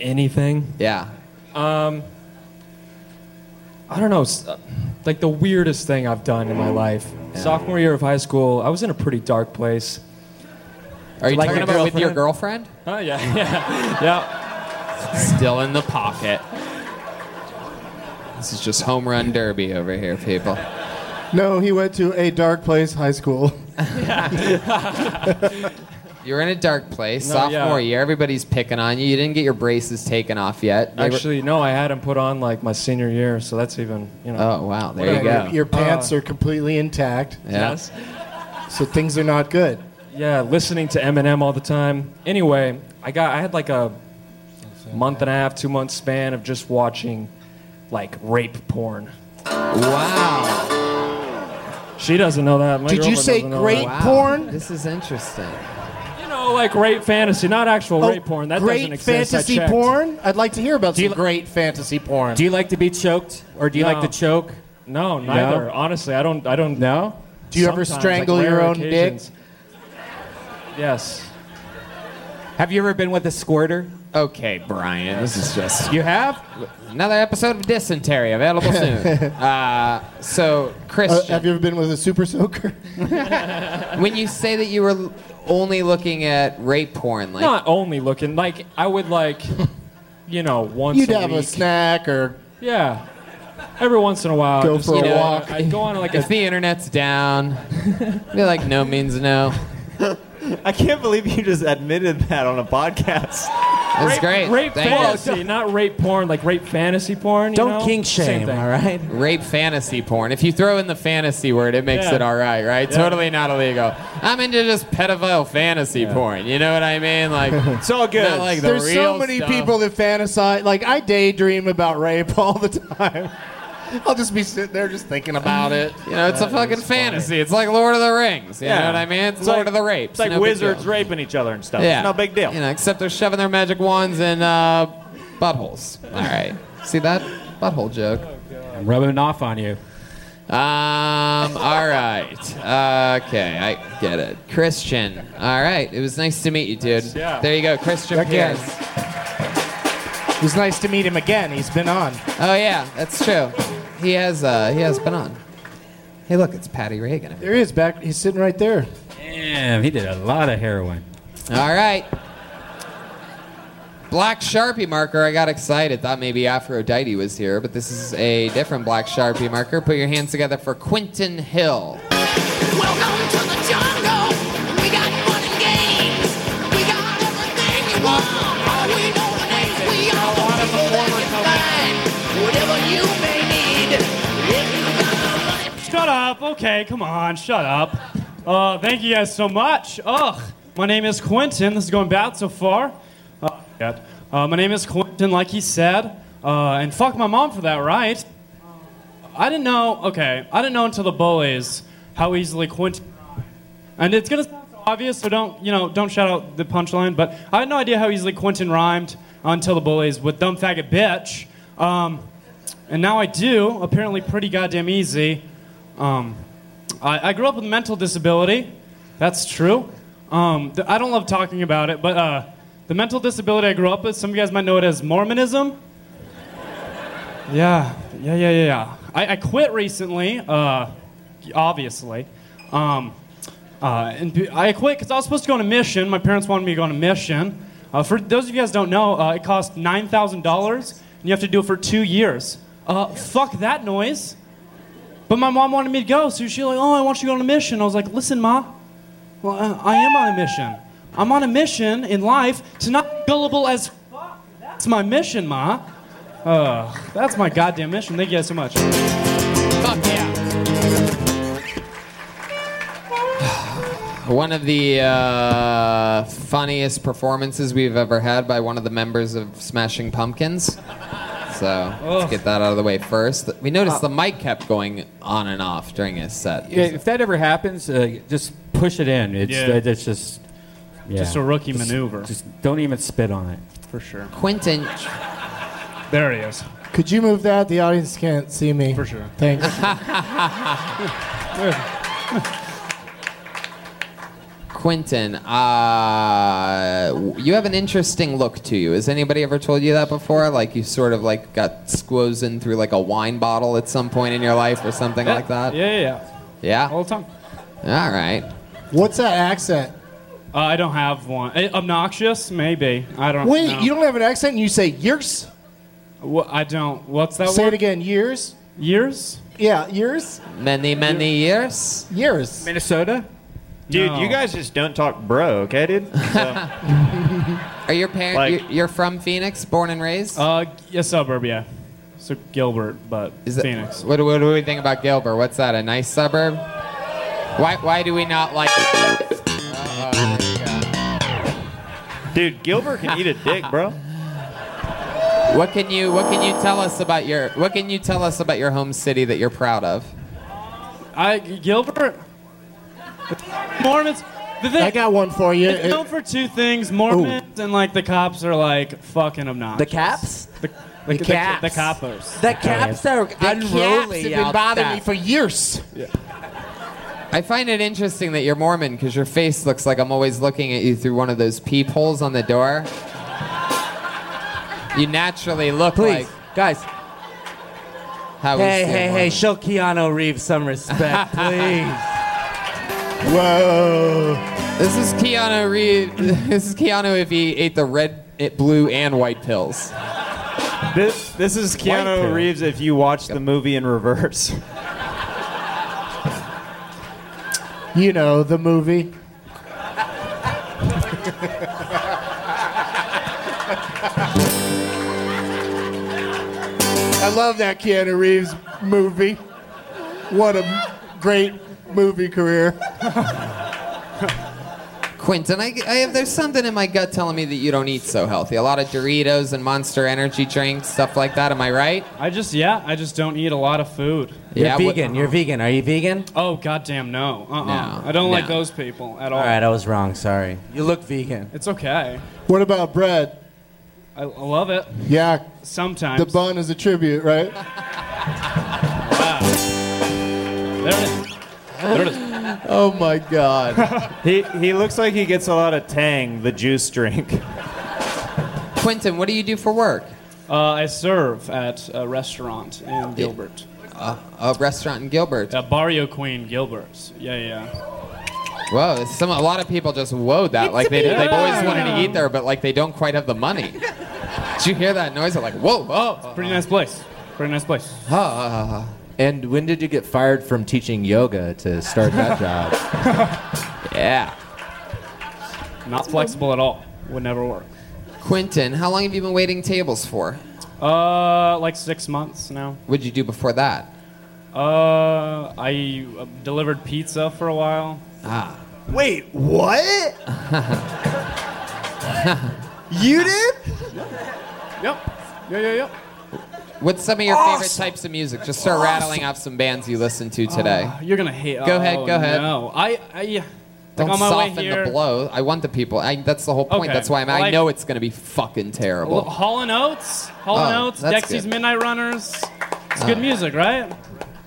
S10: Anything?
S2: Yeah.
S10: Um, I don't know. s- uh, Like the weirdest thing I've done in my
S2: Mm.
S10: life. Sophomore year of high school, I was in a pretty dark place.
S2: Are you
S10: Like
S2: talking
S10: your
S2: about with your
S10: girlfriend?
S2: girlfriend?
S10: Oh yeah, yeah, yeah.
S2: Still in the pocket. This is just home run derby over here, people.
S4: No, he went to a dark place high school.
S2: You're in a dark place.
S10: No,
S2: sophomore
S10: yeah.
S2: year, everybody's picking on you. You didn't get your braces taken off yet. They were-
S10: Actually, no, I had them put on like my senior year, so that's even you know.
S2: Oh, wow, there
S4: Whatever. Your, your pants are completely intact.
S10: Yeah. Yes.
S4: So things are not good.
S10: Yeah, listening to Eminem all the time. Anyway, I got I had like a month and a half, two month span of just watching like rape porn.
S2: Wow.
S10: She doesn't know that. My
S4: Did you
S10: girlfriend
S4: say
S10: doesn't know
S4: great
S10: that.
S4: porn?
S2: This is interesting.
S10: You know, like rape fantasy, not actual rape porn. That
S4: Oh, great
S10: doesn't exist. I
S4: fantasy
S10: checked.
S4: porn? I'd like to hear about some great fantasy porn.
S10: Do
S1: you like to be choked, or do you like
S10: No.
S1: to choke?
S10: No, neither.
S1: No?
S10: Honestly, I don't. I don't.
S1: No.
S4: Do you ever
S10: Sometimes,
S4: strangle
S10: like,
S4: your
S10: rare
S4: own
S10: occasions.
S4: dick? Uh,
S10: Yes.
S1: Have you ever been with a squirter?
S2: Okay, Brian, this is just.
S1: You have?
S2: Another episode of Dysentery available soon. uh, so,
S4: Uh,
S2: Christian,
S4: have you ever been with a super soaker?
S2: when you say that you were l- only looking at rape porn, like
S10: Not only looking like I would like, you know, once
S4: You'd
S10: a
S4: have a
S10: week.
S4: snack or
S10: yeah. Every once in a while,
S4: Go
S10: just,
S4: for
S10: you
S4: a
S10: know,
S4: walk.
S10: I'd go on like a
S2: if the internet's down, be like no means no.
S6: I can't believe you just admitted that on a podcast.
S2: That's great.
S10: Rape
S2: Thank you.
S10: fantasy, not rape porn, like rape fantasy porn. you
S2: Don't
S10: know?
S2: kink
S10: Same
S2: shame,
S10: thing.
S2: all right? Rape fantasy porn. If you throw in the fantasy word, it makes
S10: Yeah.
S2: it all right, right?
S10: Yeah.
S2: Totally not illegal. I'm into just pedophile fantasy porn. You know what I mean? Like it's all
S6: good.
S2: Not like the
S4: There's
S2: real
S4: so many
S2: stuff.
S4: people that fantasize. Like I daydream about rape all the time. I'll just be sitting there just thinking about it.
S2: You know, it's a fucking fantasy. It's like Lord of the Rings. You know
S6: Yeah.
S2: what I mean? It's,
S6: It's
S2: Lord
S6: like-
S2: of the Rapes.
S6: It's like
S2: no big
S6: wizards
S2: deal.
S6: raping each other and stuff.
S2: Yeah.
S6: It's no big deal.
S2: You know, except they're shoving their magic wands in uh, buttholes. All right. See that butthole joke?
S1: I'm rubbing off on you.
S2: Um. All right. Okay, I get it. Christian. All right. It was nice to meet you, dude.
S4: Yeah.
S2: There you go, Christian
S4: Again.
S2: Pierce.
S4: It was nice to meet him again. He's been on.
S2: Oh yeah, that's true. He has. Uh, he has been on. Hey, look, it's Patty Reagan.
S4: There he is back. He's sitting right there.
S1: Damn, he did a lot of heroin.
S2: All right. Black Sharpie marker. I got excited. Thought maybe Aphrodite was here, but this is a different black Sharpie marker. Put your hands together for Quentin Hill.
S3: Welcome to the jungle. We got fun and games. We got everything you want. All we donate, we are the people that can find whatever you may need.
S7: Shut up. Okay, come on. Shut up. Uh, thank you guys so much. Ugh. My name is Quentin. This is going bad so far. Uh, yeah. Uh, my name is Quentin, like he said. Uh, and fuck my mom for that, right? I didn't know. Okay, I didn't know until the bullies how easily Quentin. And it's gonna sound so obvious, so don't you know? Don't shout out the punchline. But I had no idea how easily Quentin rhymed until the bullies with "dumb faggot bitch," um, and now I do. Apparently, pretty goddamn easy. Um, I, I grew up with a mental disability. That's true. Um, th- I don't love talking about it, but uh,
S14: The mental disability I grew up with, some of you guys might know it as Mormonism. Yeah, yeah, yeah, yeah, yeah. I, I quit recently, uh, obviously. Um, uh, and be- I quit because I was supposed to go on a mission. My parents wanted me to go on a mission. Uh, for those of you guys who don't know, uh, it costs $9,000 and you have to do it for two years. Uh, fuck that noise. But my mom wanted me to go, so she was like, oh, I want you to go on a mission. I was like, listen, ma, well, uh, I am on a mission. I'm on a mission in life to not be gullible as fuck. That's my mission, ma. Uh, that's my goddamn mission. Thank you guys so much.
S2: One of the uh, funniest performances we've ever had by one of the members of Smashing Pumpkins. So let's get that out of the way first. We noticed the mic kept going on and off during his set.
S1: Yeah, if that ever happens, uh, just push it in. It's
S2: Yeah.
S1: that, that's just yeah.
S14: Just a rookie
S1: Just-
S14: maneuver.
S1: Just don't even spit on it.
S14: For sure.
S2: Quentin.
S14: There he is.
S4: Could you move that? The audience can't see me. For sure. Thanks.
S14: Uh,
S2: Quentin, uh, w- you have an interesting look to you. Has anybody ever told you that before? Like you sort of like got squozen through like a wine bottle at some point in your life or something like that?
S14: Yeah, yeah, yeah.
S2: Yeah.
S14: All the time.
S2: All right.
S4: What's that accent?
S14: Uh, I don't have one. Eh, obnoxious? Maybe. I don't
S4: Wait,
S14: know.
S4: you don't have an accent and you say years?
S14: Wha- I don't. What's that
S4: Say
S14: word?
S4: it again. Years?
S14: Years?
S4: Yeah, years?
S2: Many, many years?
S4: Years.
S1: Minnesota?
S6: Dude,
S4: No.
S6: you guys just don't talk bro, okay, dude? So,
S2: Are your parents?
S6: Like-
S2: you're, you're from Phoenix, born and raised?
S14: Uh, yeah, suburb, yeah. So Gilbert, but
S2: Is that,
S14: Phoenix.
S2: What, what do we think about Gilbert? What's that? A nice suburb? Why, why do we not like? Oh,
S6: dude, Gilbert can eat a dick, bro.
S2: What can you What can you tell us about your What can you tell us about your home city that you're proud of?
S14: I Gilbert. Mormons. The thing,
S4: I got one for you.
S14: It's known for two things: Mormons
S4: Oh.
S14: and like the cops are like fucking obnoxious.
S4: The caps?
S14: The,
S4: The
S14: the, the,
S4: caps.
S14: the coppers.
S4: The caps
S15: are
S4: The caps have been bothering me for years.
S2: I find it interesting that you're Mormon because your face looks like I'm always looking at you through one of those peepholes on the door. You naturally look
S15: Please,
S2: like
S15: guys.
S2: how we
S15: hey,
S2: see a
S15: hey, hey!
S2: Mormon.
S15: Show Keanu Reeves some respect, please.
S2: Whoa. uh-huh. This is Keanu Reeves. This is Keanu if he ate the red, it, blue, and white pills.
S6: This this is
S2: White
S6: Keanu
S2: pill.
S6: Reeves if you watch the movie in reverse.
S4: You know, the movie. I love that Keanu Reeves movie. What a great movie career.
S2: Quentin, I, I have, there's something in my gut telling me that you don't eat so healthy. A lot of Doritos and Monster Energy drinks, stuff like that. Am I right?
S14: I just yeah, I just don't eat a lot of food.
S2: You're Yeah, what- vegan.
S15: You're vegan. Are you vegan?
S14: Oh goddamn no. Uh uh
S15: No,
S14: I don't like
S15: no.
S14: those people at all.
S15: All right, I was wrong. Sorry. You look vegan.
S14: It's okay.
S4: What about bread?
S14: I, I love it.
S4: Yeah.
S14: Sometimes.
S4: The bun is a tribute, right?
S14: There it is. There it is.
S4: Oh my god.
S6: he he looks like he gets a lot of tang, the juice drink.
S2: Quentin, what do you do for work?
S14: Uh, I serve at a restaurant in Gilbert.
S2: Uh, a restaurant in Gilbert.
S14: Uh, Barrio Queen Gilbert's. Yeah, yeah.
S2: Whoa, some a lot of people just whoa that like they
S14: me.
S2: they've always wanted
S14: Yeah.
S2: to eat there, but like they don't quite have the money. Did you hear that noise? They're like whoa, whoa.
S14: Pretty nice place. Pretty nice place.
S8: And when did you get fired from teaching yoga to start that job?
S2: yeah.
S14: Not flexible at all. Would never work.
S2: Quentin, how long have you been waiting tables for?
S14: Uh, like six months now.
S2: What'd you do before that?
S14: Uh, I uh, delivered pizza for a while.
S2: Ah.
S14: Wait,
S6: what? you did?
S14: Yep. Yeah, yeah, yeah.
S2: What's some of your favorite
S14: Awesome.
S2: types of music? Just start
S14: Awesome.
S2: rattling off some bands you listen to today.
S14: Ah, you're gonna hate.
S2: Go ahead,
S14: oh,
S2: go ahead.
S14: No, I, I yeah.
S2: Don't
S14: like on my
S2: soften
S14: way here,
S2: the blow. I want the people. I, that's the whole point.
S14: Okay.
S2: That's why I'm, I
S14: Like-
S2: know it's going to be fucking
S14: Well,
S2: terrible.
S14: Hall and Oates, Hall and
S2: Oh,
S14: Oates,
S2: that's
S14: Dexy's
S2: good.
S14: Midnight Runners. It's
S2: Ah.
S14: good music, right?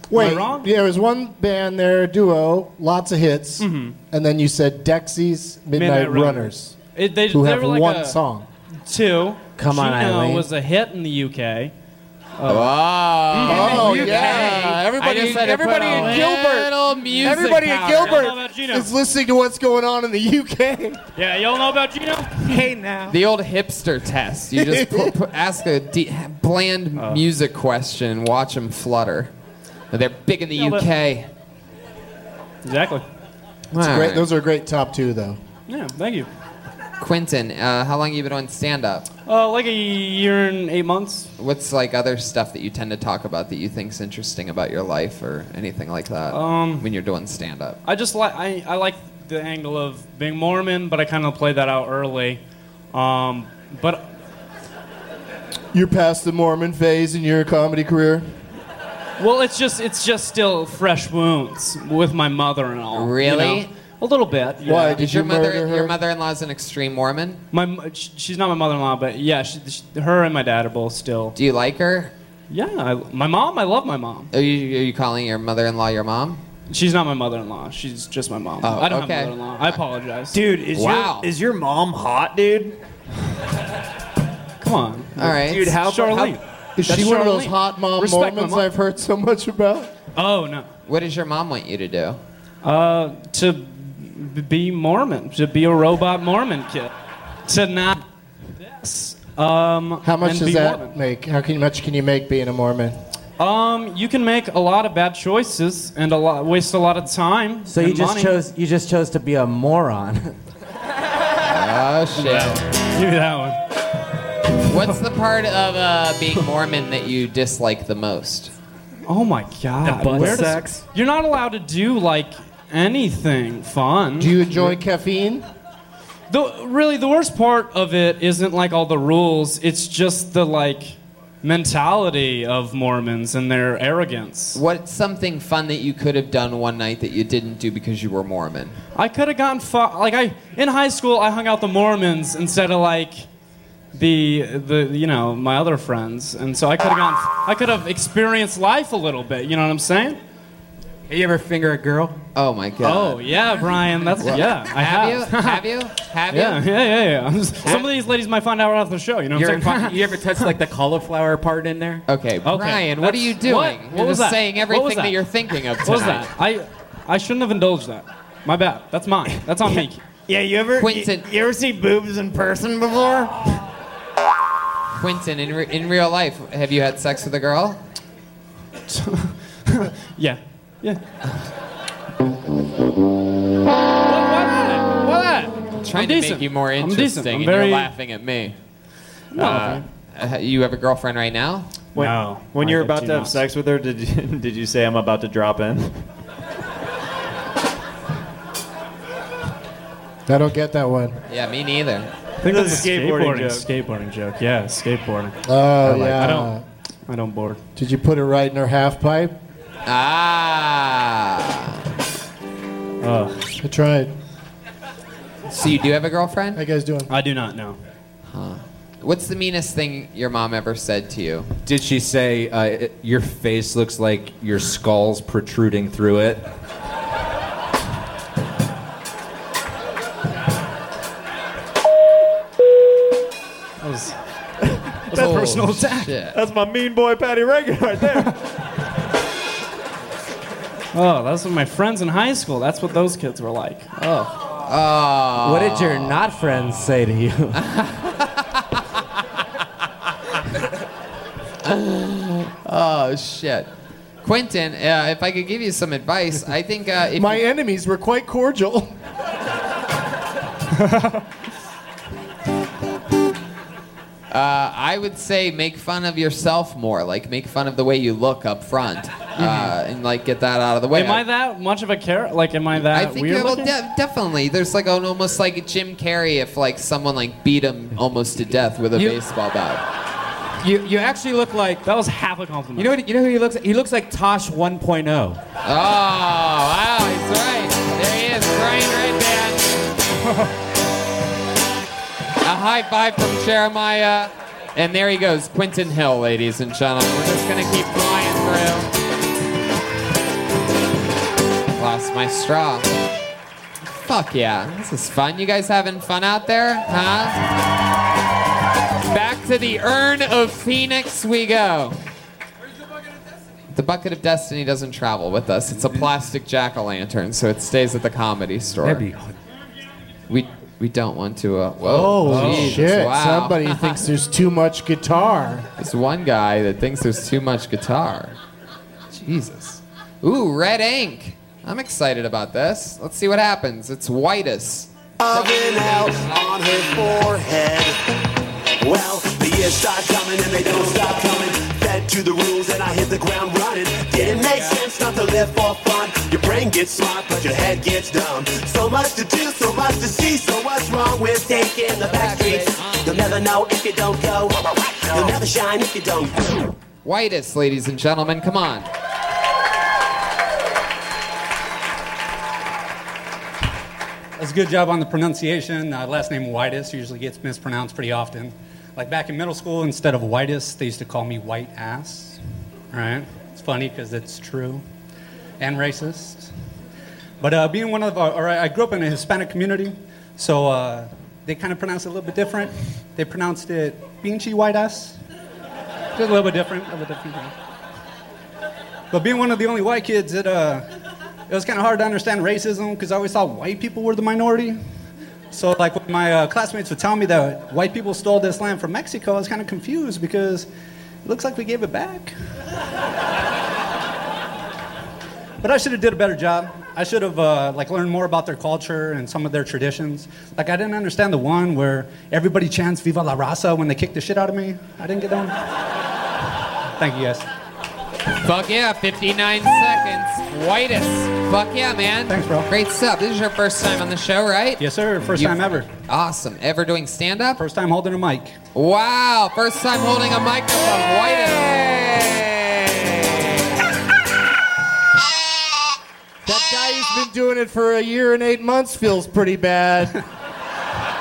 S4: Wait,
S14: Am I wrong?
S4: yeah, there was one band there, duo, lots of hits,
S14: Mhm.
S4: and then you said Dexy's Midnight,
S14: Midnight Runners.
S4: Runners.
S14: It, they,
S4: Who
S14: they
S4: have
S14: were like
S4: one
S14: a-
S4: song.
S14: Two.
S4: Come on,
S14: Juno
S4: Eileen.
S14: was a hit in the UK. Uh,
S4: Oh,
S14: Mhm.
S4: yeah. Everybody, everybody in
S16: Little
S4: Gilbert,
S16: music
S4: everybody in
S16: power. Y'all know
S4: Gilbert
S16: about Gino.
S4: is listening to what's going on in the UK.
S14: Yeah, y'all know about Gino? Hey, now.
S2: The old hipster test. You just pu- pu- ask a de- bland
S14: Uh.
S2: music question and watch them flutter. They're big in the
S14: Yeah, but-
S2: UK.
S14: Exactly.
S4: That's
S2: All
S4: great.
S2: right.
S4: Those are great top two, though.
S14: Yeah, thank you.
S2: Quentin, uh, how long you been on stand up?
S14: Uh, like a year and eight months.
S2: What's like other stuff that you tend to talk about that you think's interesting about your life or anything like that
S14: Um,
S2: when you're doing stand up?
S14: I just like I, I like the angle of being Mormon, but I kind of played that out early. Um, but
S4: You're past the Mormon phase in your comedy career.
S14: well, it's just it's just still fresh wounds with my mother and all. you
S2: Really?
S14: know? A little bit. yeah.
S2: Is your mother, Your mother-in-law's an extreme Mormon.
S14: My m- Um, sh- she's not my mother-in-law, but yeah, she, she, her and my dad are both still.
S2: Do you like her?
S14: Yeah, I, my mom. I love my mom.
S2: Are you, are you calling your mother-in-law your mom?
S14: She's not my mother-in-law. She's just my mom.
S2: Oh,
S14: I don't
S2: okay.
S14: have a mother-in-law. I apologize.
S17: Dude, is your is your mom hot, dude?
S14: Come on.
S2: All right.
S17: Dude, how
S14: Charlene.
S17: How,
S4: Is
S2: That's
S4: she one of those
S2: Charlene.
S4: hot mom
S2: Respect my
S4: Mormons
S2: mom.
S4: I've heard so much about?
S14: Oh no.
S2: What does your mom want you to do?
S14: Uh, to b- be Mormon, to be a robot Mormon kid, to not this. Um,
S4: How much
S14: and
S4: does
S14: be
S4: that
S14: Mormon.
S4: make? How can, much can you make being a Mormon?
S14: Um, you can make a lot of bad choices and a lot waste a lot of time.
S15: So you
S14: and
S15: just
S14: money.
S15: chose you just chose to be a moron.
S2: oh shit.
S14: Give me that one.
S2: What's the part of uh, being Mormon that you dislike the most?
S14: Oh my god!
S2: The butt
S14: Where does-
S2: sex.
S14: you're not allowed to do like anything fun.
S4: Do you enjoy caffeine?
S14: The really the worst part of it isn't like all the rules. It's just the like mentality of Mormons and their arrogance.
S2: What's something fun that you could have done one night that you didn't do because you were Mormon?
S14: I could have gotten fu- like I in high school I hung out with the Mormons instead of like the the you know my other friends, and so I could have gone I could have experienced life a little bit. You know what I'm saying?
S2: Have you ever finger a girl? Oh my god.
S14: Oh yeah, Brian. That's
S2: Well,
S14: yeah. I
S2: have
S14: have.
S2: you? Have you? Have you?
S14: yeah, yeah, yeah, yeah. Some of these ladies might find out right off the show. You know what
S1: You're
S14: I'm saying?
S1: you ever touch like the cauliflower part in there?
S2: Okay, Brian, what are
S14: that's-
S2: you doing?
S14: What,
S2: You're
S14: What was
S2: just
S14: that?
S2: saying
S14: What
S2: everything
S14: was
S2: that? you're thinking of
S14: What was
S2: tonight.
S14: that? I, I shouldn't have indulged that. My bad. That's mine. That's on me.
S17: Yeah, you ever
S2: Quentin.
S17: You, you ever see boobs in person before?
S2: Quentin, in, re- in real life, have you had sex with a girl?
S14: yeah. Yeah. What that?
S2: I'm trying to make you more
S14: I'm
S2: interesting,
S14: decent. I'm
S2: and
S14: very-
S2: you're laughing at me.
S14: No.
S2: Uh, uh, you have a girlfriend right now?
S17: When, When you're
S2: I
S17: about
S2: do
S17: to have
S2: not.
S17: sex with her, did you, did you say I'm about to drop in?
S4: I don't get that one.
S2: Yeah, me neither.
S14: I think
S17: This
S14: that's a
S17: is skateboarding
S14: skateboarding, skateboarding joke. Yeah, skateboarding.
S4: Oh,
S14: I like-
S4: yeah.
S14: I don't. I don't board.
S4: Did you put it right in her half pipe?
S2: Ah.
S4: I tried.
S2: So you do have a girlfriend?
S4: How you guys doing?
S14: I do not know.
S2: Huh. What's the meanest thing your mom ever said to you?
S8: Did she say uh, it- your face looks like your skull's protruding through it?
S14: That was,
S17: That's a
S2: Oh,
S17: personal attack. That's my mean boy Patty Reagan right there.
S14: Oh, that's what my friends in high school. That's what those kids were like. Oh.
S2: Oh.
S15: What did your not friends say to you?
S2: oh shit. Quentin, uh, if I could give you some advice, I think uh, if
S4: My
S2: you-
S4: enemies were quite cordial.
S2: Uh, I would say make fun of yourself more. Like make fun of the way you look up front,
S4: Mm-hmm.
S2: uh, and like get that out of the way.
S14: am I that much of a carrot? Like, am I that
S2: I think
S14: weird
S2: yeah, well,
S14: looking?
S2: de- definitely. There's like an almost like a Jim Carrey if like someone like beat him almost to death with a
S1: You-
S2: baseball bat.
S1: You you actually look like
S14: that was half a compliment.
S1: You know what, you know who he looks like? He looks like Tosh 1.0.
S2: Oh wow, he's right. There he is, Brian Redband. a high five from Jeremiah, and there he goes, Quentin Hill, ladies and gentlemen. We're just gonna keep flying through. Lost my straw. Fuck yeah. This is fun. You guys having fun out there? Huh? Back to the urn of Phoenix we go. The bucket of destiny doesn't travel with us. It's a plastic jack o' lantern, so it stays at the comedy store.
S4: That'd be-
S2: We we don't want to. Uh, whoa!
S4: Oh
S2: Jeez,
S4: shit!
S2: Wow.
S4: Somebody thinks there's too much guitar.
S2: There's one guy that thinks there's too much guitar. Jesus. Ooh, red ink. I'm excited about this. Let's see what happens. It's whitest.
S3: Oven out on her forehead. Well, the years start coming and they don't stop coming. Fed to the rules and I hit the ground running. Didn't make sense not to live for fun. Your brain gets smart, but your head gets dumb. So much to do, so much to see. So what's wrong with taking the back streets? You'll never know if you don't go. You'll never shine if you don't.
S2: Whitest, ladies and gentlemen, come on.
S18: That's a good job on the pronunciation. Uh, last name Whitus usually gets mispronounced pretty often. Like back in middle school, instead of Whitus, they used to call me White Ass. Right? It's funny because it's true and racist. But uh, being one of our, or I I grew up in a Hispanic community, so uh, they kind of pronounce it a little bit different. They pronounced it Pinchy White Ass. Just a little bit different, a little bit different. But being one of the only white kids, it, uh, it was kind of hard to understand racism because I always thought white people were the minority. So, like, when my uh, classmates would tell me that white people stole this land from Mexico, I was kind of confused because it looks like we gave it back. but I should have did a better job. I should have uh, like learned more about their culture and some of their traditions. Like, I didn't understand the one where everybody chants "Viva la raza" when they kick the shit out of me. I didn't get that one. Thank you guys.
S2: Fuck yeah, 59 seconds. Whitest. Fuck yeah, man. Thanks, bro. Great stuff. This is your first time on the show, right?
S18: Yes, sir. First time ever.
S2: Awesome. Ever doing stand up?
S18: First time holding a mic.
S2: Wow. First time holding a microphone. Whitest.
S4: That guy who's been doing it for a year and eight months feels pretty bad.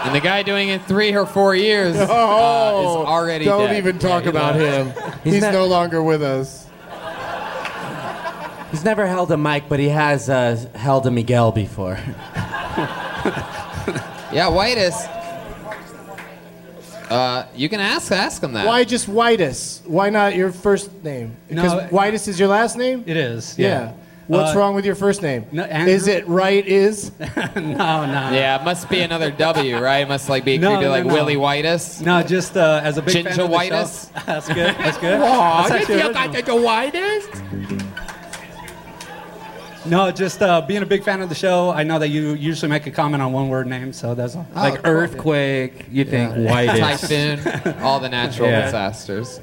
S2: And the guy doing it three or four years uh, is
S4: Oh,
S2: already
S4: Don't
S2: dead.
S4: even talk
S2: Yeah,
S4: about
S2: you know.
S4: him. He's, no longer with us.
S15: He's never held a mic, but he has uh, held a Miguel before.
S2: Yeah, whitest. Uh, you can ask ask him that.
S4: Why just Whitus? Why not your first name? Because
S18: No,
S4: Whitus is your last name.
S18: It is.
S4: Yeah.
S18: Yeah.
S4: What's
S18: Uh,
S4: wrong with your first name?
S18: No, Andrew-
S4: is it right? Is
S18: no, no.
S2: Yeah, it must be another W, right? It must like be it could
S18: No,
S2: be
S18: no,
S2: like
S18: no.
S2: Willie Whitus.
S18: No, just uh, as a big fan
S2: Ginger
S18: of the
S2: Whitus?
S18: show- That's good. That's good.
S2: Aw,
S18: That's
S2: you
S18: actually
S2: feel
S18: original.
S2: like the whitest?
S18: No, just uh, being a big fan of the show. I know that you usually make a comment on one word name, so that's all.
S2: Like cool.
S18: earthquake. You think
S2: Typhoon, all the natural
S18: Yeah.
S2: disasters.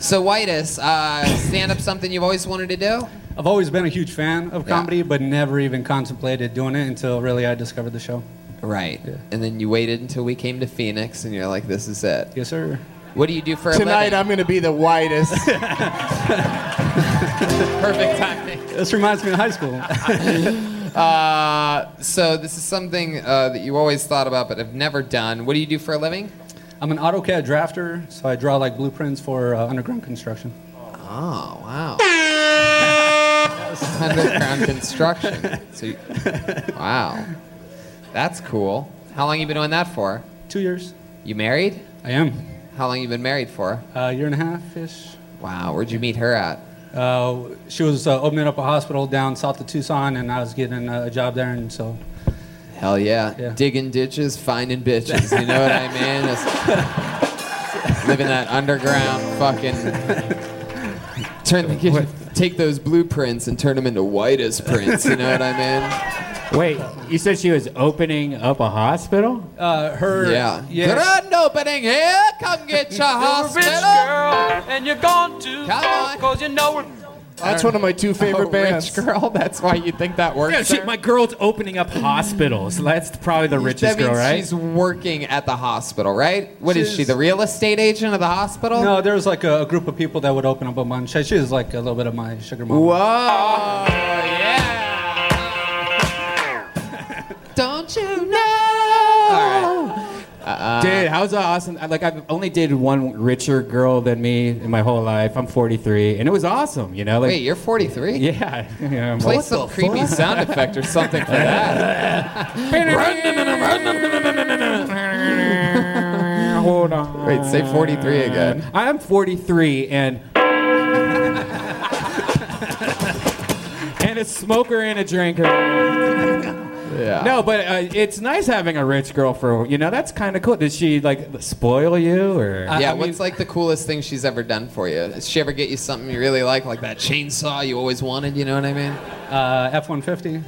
S2: So Whitus, uh, stand up something you've always wanted to do?
S18: I've always been a huge fan of comedy, but never even contemplated doing it until really I discovered the show.
S2: Right. And then you waited until we came to Phoenix and you're like, this is it.
S18: Yes, sir.
S2: What do you do for a
S4: tonight?
S2: living?
S4: I'm going to be the whitest.
S2: Perfect timing.
S18: This reminds me of high school.
S2: uh, so this is something uh, that you always thought about but have never done. What do you do for a living?
S18: I'm an AutoCAD drafter, so I draw like blueprints for uh, underground construction.
S2: Oh, wow. Underground construction. So, you- wow, that's cool. How long you been doing that for?
S18: Two years.
S2: You married?
S18: I am.
S2: How long you been married for?
S18: A year and a half ish.
S2: Wow, where'd you meet her at?
S18: Uh, she was uh, opening up a hospital down south of Tucson, and I was getting uh, a job there, and so
S2: Hell yeah. Digging ditches, finding bitches. You know what I mean? Just living that underground fucking. Turn the, take those blueprints and turn them into whitest prints. You know what I mean?
S1: Wait, you said she was opening up a hospital?
S18: Uh, her.
S1: Yeah.
S2: Grand opening here. Come get your hospital.
S3: and you're gone to Come on. Cause you know it.
S4: That's one of my two favorite
S2: Oh,
S4: bands.
S2: Rich girl, that's why you think that works.
S1: Yeah, shit,
S2: there?
S1: my girl's opening up hospitals. That's probably the richest
S2: that means
S1: girl, right?
S2: she's working at the hospital, right? What is she, the real estate agent of the hospital?
S18: No, there was like a, a group of people that would open up a munch. She was like a little bit of my sugar mama.
S2: Whoa! Yeah. Don't you know? All right. Uh, uh,
S1: Dude, how's that awesome? I- Like I've only dated one richer girl than me in my whole life. I'm 43, and it was awesome. You know, like
S2: Wait, you're 43?
S1: Yeah. yeah I'm
S2: Play
S1: old.
S2: some creepy sound effect or something for that.
S1: Hold on.
S2: Wait, say 43 again.
S1: I'm 43, and and a smoker and a drinker.
S2: Yeah.
S1: No, but uh, it's nice having a rich girl for you know that's kind of cool. Did she like spoil you or?
S18: Uh,
S2: yeah, what's like the coolest thing she's ever done for you? Does she ever get you something you really like, like that chainsaw you always wanted? You know what I mean?
S18: Uh, F one fifty.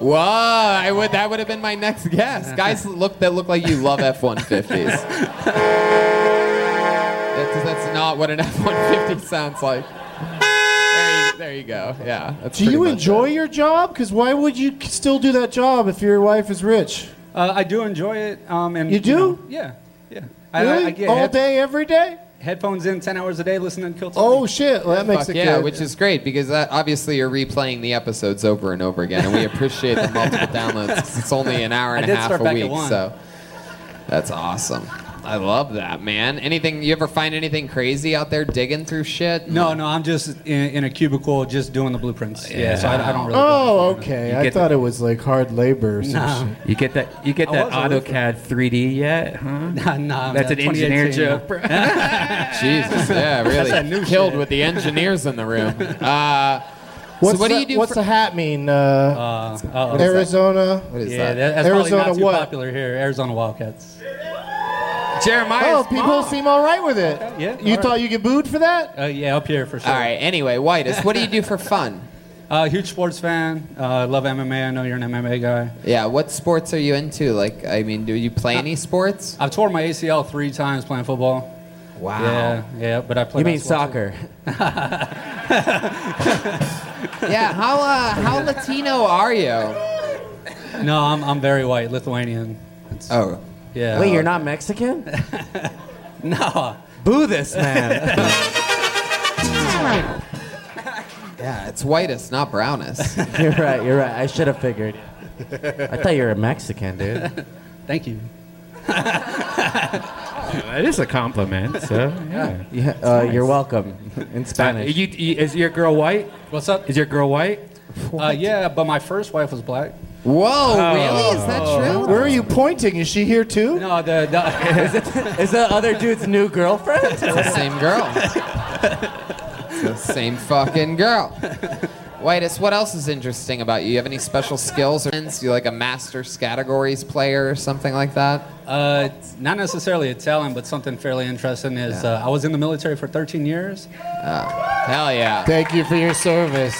S2: Whoa! I would that would have been my next guess. Guys, look that look like you love F one fifties. That's that's not what an F one fifty sounds like. There you, there you go. Yeah. That's
S4: Do
S2: pretty
S4: you
S2: much
S4: enjoy your job? Because why would you k- still do that job if your wife is rich?
S18: Uh, I do enjoy it. Um, and
S4: You do?
S18: know, yeah, yeah. I, I-
S4: really?
S18: I get
S4: All
S18: head-
S4: day, every day?
S18: Headphones in, ten hours a day, listening to Kill.
S4: Oh, shit. Well, that makes it
S2: Fuck yeah,
S4: good.
S2: which is great because that, obviously you're replaying the episodes over and over again, and we appreciate the multiple downloads. 'cause It's only an hour
S18: I
S2: and a
S18: did
S2: half
S18: start
S2: a
S18: back at
S2: week,
S18: one.
S2: so that's awesome. I love that, man. Anything you ever find anything crazy out there digging through shit?
S18: No, no, I'm just in, in a cubicle, just doing the blueprints. Yeah, so I, I don't really.
S4: Oh, okay.
S18: You
S4: I
S18: get
S4: thought it was like hard labor. or some
S18: Nah.
S4: shit.
S1: You get that? You get
S18: uh, I
S1: that
S18: was a roofer.
S1: AutoCAD 3D yet? Huh?
S18: Nah, nah,
S1: That's an
S18: man, 2018,
S1: engineer joke.
S18: bro.
S2: Jesus, yeah, really
S18: That's that new
S2: killed
S18: shit.
S2: with the engineers in the room. Uh,
S4: What's
S2: so
S4: the,
S2: what do you do?
S4: What's
S2: for-
S4: the hat mean? Uh,
S18: uh-oh.
S4: Arizona.
S2: What is
S18: yeah,
S2: that?
S18: that- that's
S4: Arizona
S18: probably not too
S4: what?
S18: popular here. Arizona Wildcats.
S4: Oh, people seem all right with it.
S18: yeah,
S4: you
S18: all
S4: thought
S18: right.
S4: you get booed for that?
S18: Uh, yeah, up here for sure.
S2: All right. Anyway, Whitus, what do you do for fun?
S18: Uh, huge sports fan. Uh, love MMA. I know you're an MMA guy.
S2: Yeah, what sports are you into? Like, I mean, do you play any sports?
S18: I've torn my ACL three times playing football.
S2: Wow.
S18: Yeah, yeah, but I play.
S2: You mean
S18: soccer?
S2: yeah, how uh, how Latino are you?
S18: No, I'm, I'm very white, Lithuanian.
S2: oh.
S18: Yeah.
S15: Wait, you're not Mexican?
S18: no.
S15: Boo this man.
S2: yeah, it's whitest, not brownest.
S15: you're right. You're right. I should have figured. I thought you were a Mexican, dude.
S18: Thank you.
S1: That is a compliment. So yeah.
S15: Yeah,
S1: It's
S15: uh,
S1: nice.
S15: You're welcome. In Spanish.
S1: You- you- is your girl white?
S18: What's up?
S1: Is your girl white?
S18: Uh, yeah, but my first wife was black.
S2: Whoa,
S4: really? Is that true? Oh. Where are you pointing? Is she here too?
S18: No, the, the
S15: is, it, is the other dude's new girlfriend?
S2: It's the same girl. It's the same fucking girl. Whitest, what else is interesting about you? You have any special skills or you like a master's categories player or something like that?
S18: Uh, not necessarily a talent, but something fairly interesting is uh, I was in the military for 13 years.
S2: Uh, hell yeah.
S4: Thank you for your service.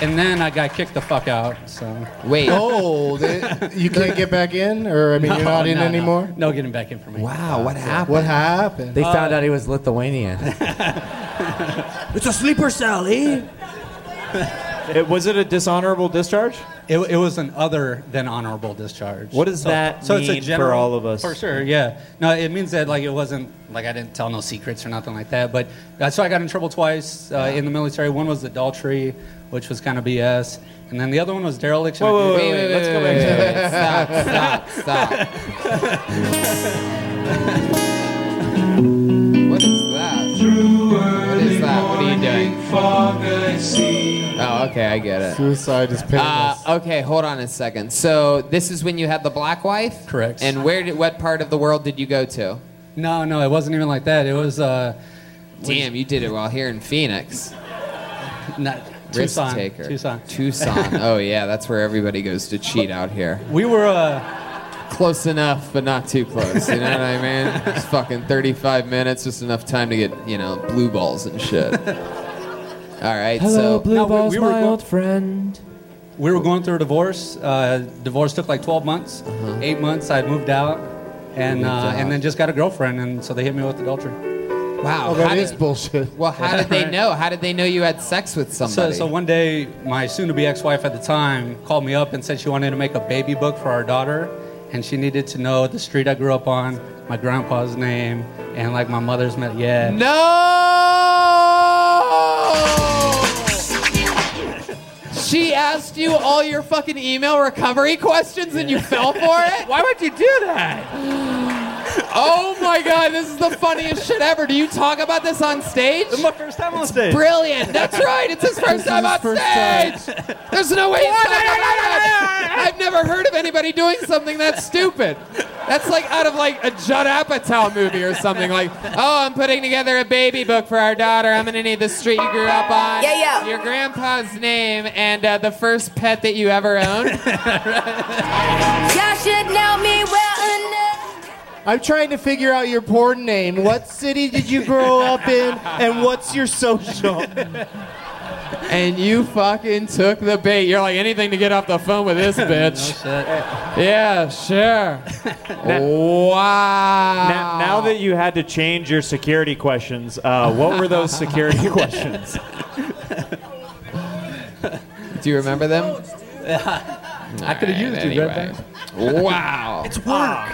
S18: And then I got kicked the fuck out. So
S2: Wait.
S4: Oh, they- you can't get back in, or I mean, you're
S18: No,
S4: not in
S18: no, no.
S4: anymore.
S18: No, getting back in for me.
S15: Wow, what happened?
S4: What happened?
S15: They found out he was Lithuanian. it's a sleeper cell, eh?
S6: It, was it a dishonorable discharge?
S18: It, it was an other than honorable discharge.
S6: What does that mean for all of us?
S18: For sure, yeah. No, it means that like it wasn't like I didn't tell no secrets or nothing like that. But that's why I got in trouble twice uh, in the military. One was adultery, which was kind of BS, and then the other one was dereliction. of duty.
S2: let's go back Stop, stop, stop. what is that? What is that? What are you doing? Oh, okay, I get it.
S4: Suicide is painless.
S2: Uh, okay, hold on a second. So this is when you had the black wife,
S18: Correct.
S2: And where did what part of the world did you go to?
S18: No, no, it wasn't even like that. It was uh,
S2: Damn, you did it while here in Phoenix.
S18: not
S2: Risk
S18: Tucson.
S2: taker.
S18: Tucson.
S2: Tucson. oh yeah, that's where everybody goes to cheat out here.
S18: We were uh,
S2: Close enough, but not too close. You know what I mean? It's fucking 35 minutes, just enough time to get you know blue balls and shit. All right,
S8: Hello,
S2: so
S8: Blue
S18: No, we-
S8: Balls,
S18: we were
S8: my
S18: go-
S8: old friend.
S18: we were going through a divorce. Uh, divorce took like 12 months. Eight months, I'd moved out, and
S2: Uh-huh. Moved
S18: uh,
S2: out.
S18: and then just got a girlfriend, and so they hit me with adultery.
S2: wow,
S4: Oh, that
S2: how
S4: is
S2: did,
S4: bullshit.
S2: well, how did they know? How did they know you had sex with
S18: So,
S2: somebody?
S18: so one day, my soon-to-be ex-wife at the time called me up and said she wanted to make a baby book for our daughter, and she needed to know the street I grew up on, my grandpa's name, and like my mother's met. Yeah.
S2: Oh!
S16: She asked you all your fucking email recovery questions and you fell for it?
S18: Why would you do that?
S1: Oh my god, this is the funniest shit ever. Do you talk about this on stage? It's my
S19: first time on stage.
S1: Brilliant. That's right. It's his first time on stage. There's no way he's talking about that. I've never heard of anybody doing something that stupid. That's like out of like a Judd Apatow movie or something. Like, oh, I'm putting together a baby book for our daughter. I'm gonna need the street you grew up on.
S20: Yeah, yeah.
S1: Your grandpa's name and uh, the first pet that you ever owned.
S20: Y'all should know me well enough.
S4: I'm trying to figure out your porn name. What city did you grow up in, and what's your social?
S1: and you fucking took the bait. You're like anything to get off the phone with this bitch. Yeah, sure. wow.
S6: Now, now that you had to change your security questions, uh, what were those security questions?
S2: Do you remember them?
S6: I could've used you, Red
S2: Wow. It's work.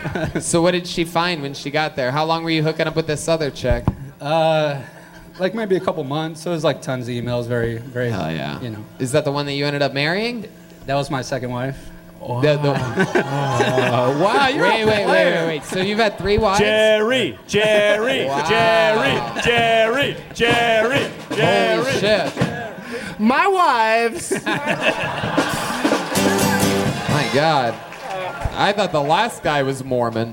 S2: so what did she find when she got there? How long were you hooking up with this other chick?
S18: Uh, like maybe a couple months. So it was like tons of emails. Very, very. Hell yeah. You know.
S2: Is that the one that you ended up marrying?
S18: That was my second wife.
S2: The- the-
S1: wow, you're a
S20: wait, wait, wait,
S1: player.
S20: wait,
S1: wait. So you've had three wives?
S6: Jerry, Jerry, Jerry, Jerry, Jerry, Jerry.
S1: Holy shit.
S4: My wives.
S2: My God. I thought the last guy was Mormon.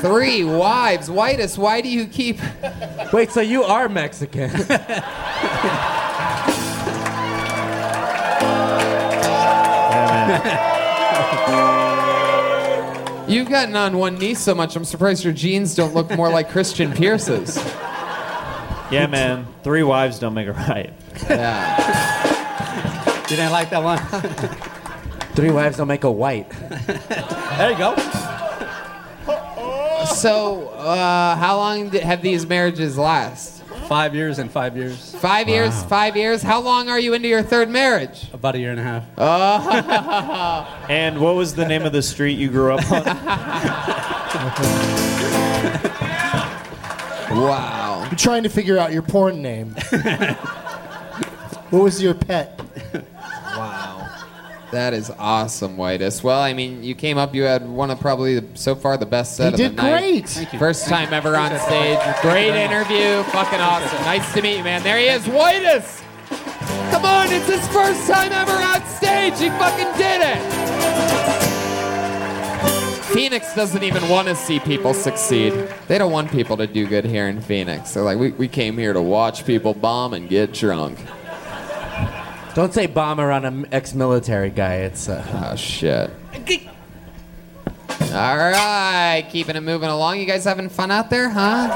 S2: Three wives. Whitus, why do you keep.
S8: Wait, so you are Mexican?
S2: You've gotten on one knee so much, I'm surprised your jeans don't look more like Christian Pierce's.
S6: Yeah, man. Three wives don't make a right.
S2: Yeah.
S18: You didn't like that one.
S8: Three wives don't make a white.
S18: there you go.
S2: So, uh, how long did, have these marriages last?
S18: Five years and five years.
S2: Five years,
S18: Wow.
S2: five years. How long are you into your third marriage?
S18: About a year and a half.
S2: Uh,
S6: And what was the name of the street you grew up on?
S2: wow.
S4: I'm trying to figure out your porn name. what was your pet?
S2: That is awesome, Whitus. Well, I mean, you came up. You had one of probably the, so far the best set
S4: He
S2: of
S4: did
S2: the night.
S4: great. Thank you.
S2: First
S4: Thank
S2: time ever on stage.
S1: Great
S2: Great
S1: interview. Fucking awesome. Nice to meet you, man. There he is, Whitus. Come on, it's his first time ever on stage. He fucking did it.
S2: Phoenix doesn't even want to see people succeed. They don't want people to do good here in Phoenix. They're like, we, we came here to watch people bomb and get drunk.
S8: Don't say bomber on an ex-military guy. It's uh,
S15: Ah,
S2: oh shit. All right, keeping it moving along. You guys having fun out there, huh?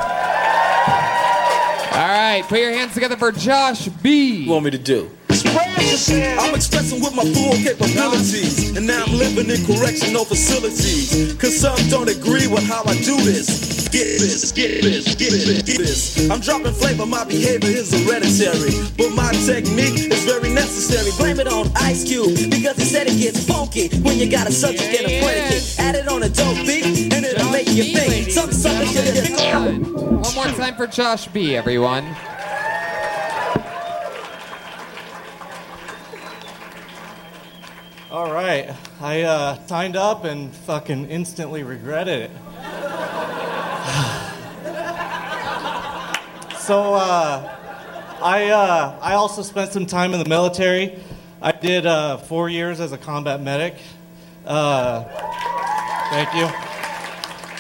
S2: All right, put your hands together for Josh B. want me to do?
S3: I'm expressing with my full capabilities, and now I'm living in correctional facilities. Cause some don't agree with how I do this. Get this, get this, get this, get this. I'm dropping flavor, my behavior is hereditary. But my technique is very necessary. Blame it on Ice Cube, because he said it gets funky when you got a subject and a predicate. Add it on a dope beat, and it'll make you think. Some suckers get
S2: One more time for Josh B, everyone.
S21: All right. I uh, signed up and fucking instantly regretted it. so uh, I uh, I also spent some time in the military. I did uh, four years as a combat medic. Uh, thank you.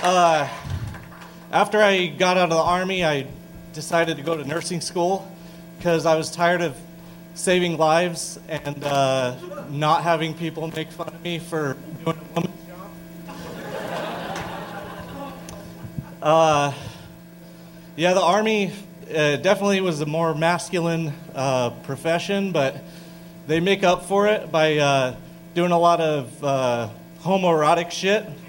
S21: Uh, after I got out of the army, I decided to go to nursing school because I was tired of saving lives and uh, not having people make fun of me for doing a woman's job. Uh, yeah, the army uh, definitely was a more masculine uh, profession, but they make up for it by uh, doing a lot of uh, homoerotic shit.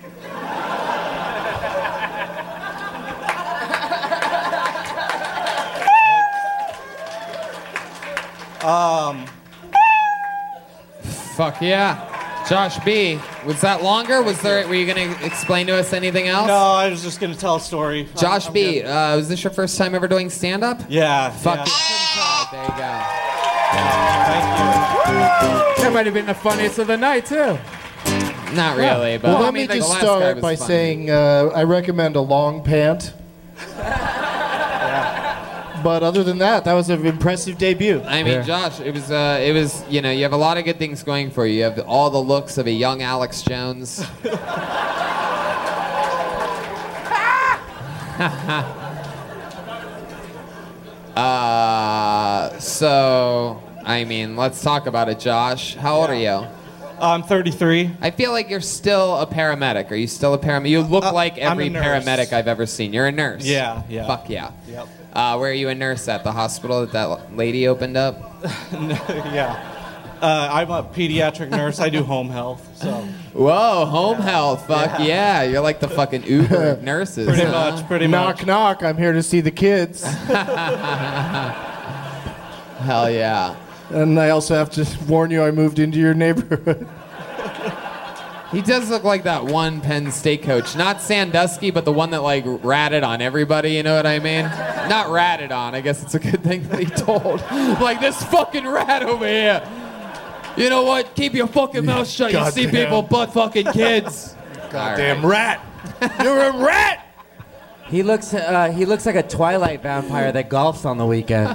S2: Um. Fuck yeah, Josh B. Was that longer? Was there? Were you gonna explain to us anything else?
S21: No, I was just gonna tell a story.
S2: Josh
S21: I'm
S2: B.
S21: good.
S2: Uh, was this your first time ever doing stand-up?
S21: Yeah.
S2: Fuck
S1: There
S2: you go.
S1: That might have been the funniest of the night, too.
S2: Not really, but
S4: well, let
S2: I
S4: me
S2: mean, like, the
S4: just
S2: last guy
S4: start
S2: was
S4: by
S2: fun.
S4: saying uh, I recommend a long pant. But other than that, that was an impressive debut.
S2: I mean, Josh, it was, uh, it was, you know, you have a lot of good things going for you. You have all the looks of a young Alex Jones. uh, so, I mean, let's talk about it, Josh. How old are you?
S21: I'm 33.
S2: I feel like you're still a paramedic. Are you still a paramedic? You look like
S21: Uh, I'm
S2: every
S21: a nurse.
S2: paramedic I've ever seen. You're a nurse.
S21: Yeah, yeah.
S2: Fuck yeah.
S21: Yep.
S2: Uh, where are you a nurse at? The hospital that that lady opened up?
S21: yeah. Uh, I'm a pediatric nurse. I do home health. So
S2: Whoa, home health. Fuck
S21: Yeah.
S2: yeah. You're like the fucking Uber of nurses.
S21: Pretty
S2: huh?
S21: much, pretty
S4: knock,
S2: much.
S4: knock. I'm here to see the kids.
S2: Hell yeah.
S4: And I also have to warn you, I moved into your neighborhood.
S2: He does look like that one Penn State coach. Not Sandusky, but the one that like ratted on everybody, you know what I mean? Not ratted on. I guess it's a good thing that he told. like this fucking rat over here. You know what? Keep your fucking mouth shut. you see
S3: Goddamn.
S2: people butt fucking kids.
S4: Goddamn
S2: rat. You're a rat.
S15: He looks. Uh, he looks like a Twilight vampire that golfs on the weekend.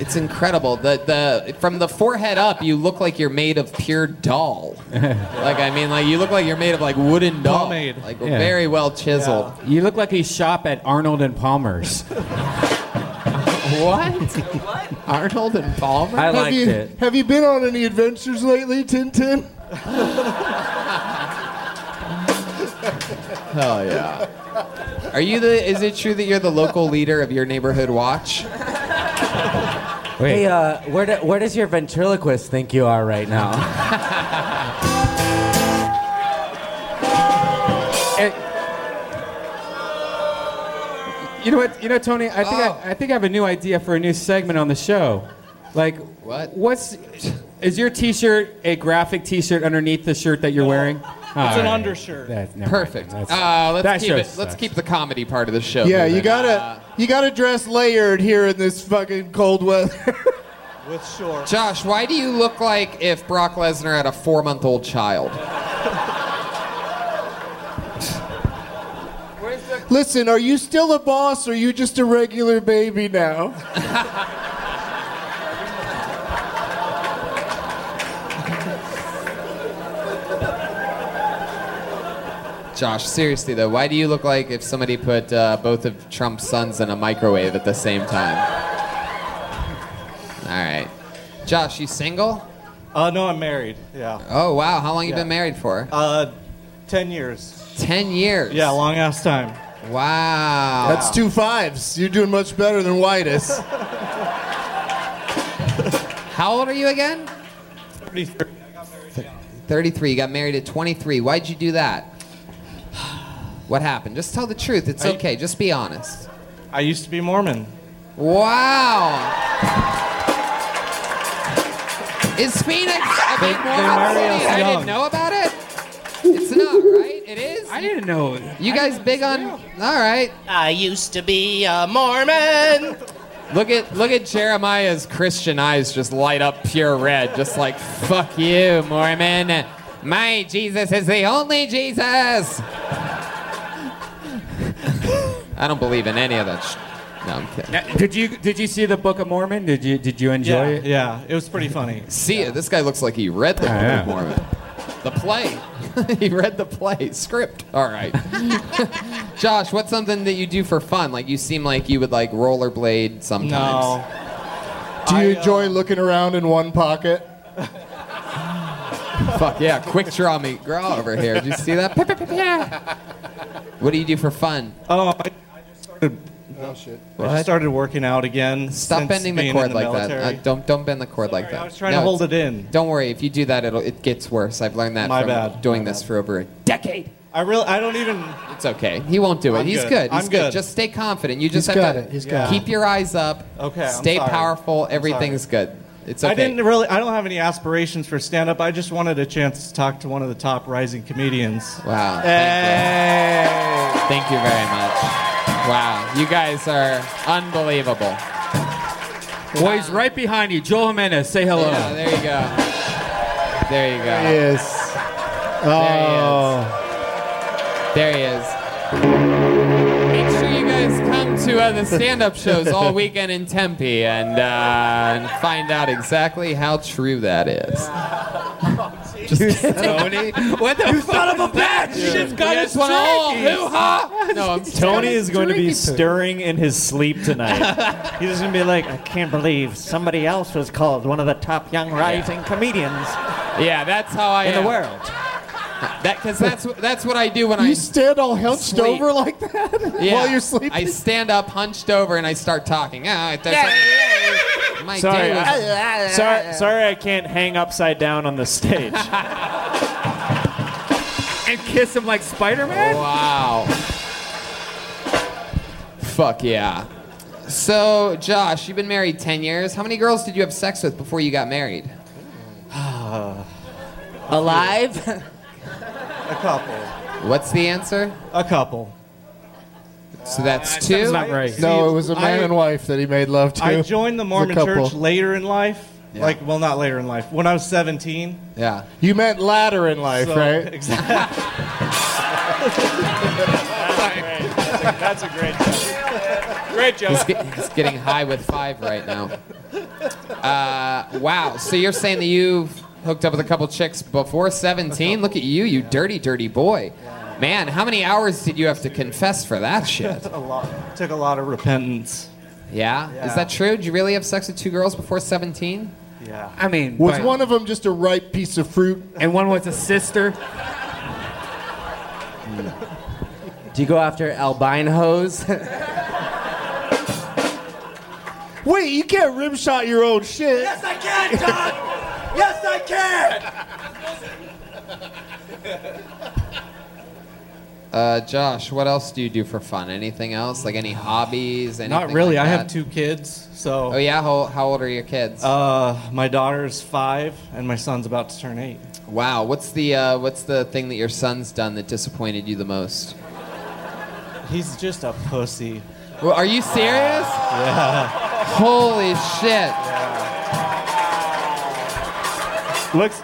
S2: It's incredible. The the from the forehead up, you look like you're made of pure doll. like I mean, like you look like you're made of like wooden doll. Like
S1: Yeah.
S2: very well chiseled.
S1: You look like he shop at Arnold and Palmer's.
S2: What? Arnold and Palmer?
S1: I
S4: have
S1: liked
S4: you,
S1: it.
S4: Have you been on any adventures lately, Tintin?
S2: Hell yeah. Are you the? Is it true that you're the local leader of your neighborhood watch?
S15: Hey, uh, where, do, where does your ventriloquist think you are right now?
S1: Eh, You know what? You know, Tony. I think
S2: Oh.
S1: I, I think I have a new idea for a new segment on the show. Like,
S2: what?
S1: What's is your T-shirt a graphic T-shirt underneath the shirt that you're wearing? It's
S21: an undershirt.
S2: Perfect. Uh, let's keep it. Let's keep the comedy part of the show.
S4: yeah, you
S2: moving. Uh,
S4: gotta you gotta dress layered here in this fucking cold weather.
S21: with shorts.
S2: Josh, why do you look like if Brock Lesnar had a four-month-old child?
S4: Listen, are you still a boss or are you just a regular baby now?
S2: Josh, seriously though, why do you look like if somebody put uh, both of Trump's sons in a microwave at the same time? All right, Josh, you single?
S21: Uh, no, I'm married. Yeah.
S2: Oh wow, how long you
S21: Yeah.
S2: been married for?
S21: Uh, ten years.
S2: Ten years.
S21: Yeah, long ass time.
S2: Wow.
S4: That's two fives. You're doing much better than Whitus.
S2: How old are you again?
S21: 33.
S2: 33. You got married at 23. Why'd you do that? What happened? Just tell the truth. It's
S21: I-
S2: okay. Just be honest.
S21: I used to be Mormon.
S2: Wow. Is Phoenix a big Mormon
S3: marry us
S2: city? I
S3: young.
S2: didn't know about it. It's not, right? It is? I
S1: didn't know.
S2: You guys big on. All right.
S3: I used to be a Mormon.
S2: Look at look at Jeremiah's Christian eyes just light up pure red, just like fuck you, Mormon. My Jesus is the only Jesus. I don't believe in any of that. Sh- no, I'm kidding.
S1: Did you did you see the Book of Mormon? Did you did you enjoy it?
S21: Yeah, it was pretty funny.
S2: See, this guy looks like he read the Book of
S1: yeah.
S2: Mormon. The play. he read the play script. All right. Josh, what's something that you do for fun? Like you seem like you would like rollerblade sometimes.
S21: No.
S4: Do you
S21: uh,
S4: enjoy looking around in one pocket?
S2: Fuck yeah, quick draw me draw over here. Did you see that? What do you do for fun?
S21: Oh, I, I just started.
S4: Oh shit.
S21: I just started working out again.
S2: Stop
S21: since
S2: bending the
S21: being
S2: cord
S21: in
S2: like
S21: military.
S2: that. Uh, don't don't bend the cord like that. I was
S21: trying to hold
S2: it in. Don't worry. If you do that, it'll it gets worse. I've learned that
S21: My
S2: from
S21: bad.
S2: doing this for over. a Decade.
S21: I really. I don't even.
S2: It's okay. He won't do it.
S21: I'm
S2: He's
S21: good.
S2: good.
S21: I'm
S2: He's good.
S21: good.
S2: Just stay confident. You just
S21: He's
S2: have
S21: got
S2: to
S21: it. He's got it.
S2: keep your eyes up.
S21: Okay, I'm
S2: Stay
S21: sorry.
S2: powerful.
S21: I'm
S2: Everything's good. It's okay.
S21: I didn't really. I don't have any aspirations for stand up. I just wanted a chance to talk to one of the top rising comedians.
S2: Wow.
S21: Hey.
S2: Thank you very much. Wow, you guys are unbelievable.
S1: Well, he's right behind you. Joel Jimenez, say hello.
S2: Yeah, there you go. There you go.
S1: There he is.
S2: There he is.
S3: Oh.
S16: Make sure you guys come
S2: to uh, the stand-up shows all weekend in Tempe and, uh, and find out exactly how true that is.
S21: Oh,
S2: Just
S3: Tony,
S1: what the
S3: you son of a bitch!
S2: Yeah.
S3: She's got
S2: You
S3: his
S2: guys want all
S3: hoo-ha!
S16: No, I'm
S6: Um, Tony is going to be stirring in his sleep tonight. He's just going to be like, I can't believe somebody else was called one of the top young rising comedians.
S2: Yeah, that's how I
S6: In the
S2: am.
S6: world.
S2: That because that's that's what I do when I
S4: You stand all hunched
S2: sleep.
S4: over like that
S2: yeah,
S4: while you're sleeping.
S2: I stand up hunched over and I start talking. Ah, it does- My
S6: Sorry,
S2: day was-
S6: I, sorry, sorry, I can't hang upside down on the stage.
S1: and kiss him like Spider Man?
S6: Oh,
S2: Wow. Fuck yeah. So, Josh, you've been married 10 years. How many girls did you have sex with before you got married? Alive?
S21: A couple.
S2: What's the answer?
S21: A couple.
S2: So that's two?
S4: No, it was a man
S21: I-
S4: and wife that he made love to.
S21: I joined the
S4: It was a
S21: Mormon
S4: couple.
S21: church later in life. Like, well, not later in life. When I was 17.
S2: Yeah.
S4: You meant latter in life,
S21: So-
S4: right?
S21: Exactly.
S3: That's a great joke. Great
S2: He's, get- he's getting high with five right now. Uh, wow. So you're saying that you've hooked up with a couple chicks before 17? Look at you, you dirty, dirty boy. Man, how many hours did you have to confess for that shit?
S21: a lot. Took a lot of repentance.
S2: Yeah? Is
S21: Yeah.
S2: that true? Did you really have sex with two girls before 17?
S21: Yeah.
S1: I mean,
S4: Was
S2: but-
S4: one of them just a ripe piece of fruit?
S1: And one was a sister.
S15: Do you go after albinos?
S4: Wait, you can't rim shot your own shit.
S3: Yes, I can, Doc! yes, I can!
S2: Uh, Josh, what else do you do for fun? Anything else? Like any hobbies? Anything
S21: Not really.
S2: like
S21: I have
S2: that?
S21: two kids, so.
S2: Oh, yeah? How, how old are your kids?
S21: Uh, my daughter's five, and my son's about to turn eight.
S2: Wow, what's the uh, what's the thing that your son's done that disappointed you the most?
S21: He's just a pussy.
S2: Well, are you serious?
S21: Yeah.
S2: Holy shit!
S21: Looks.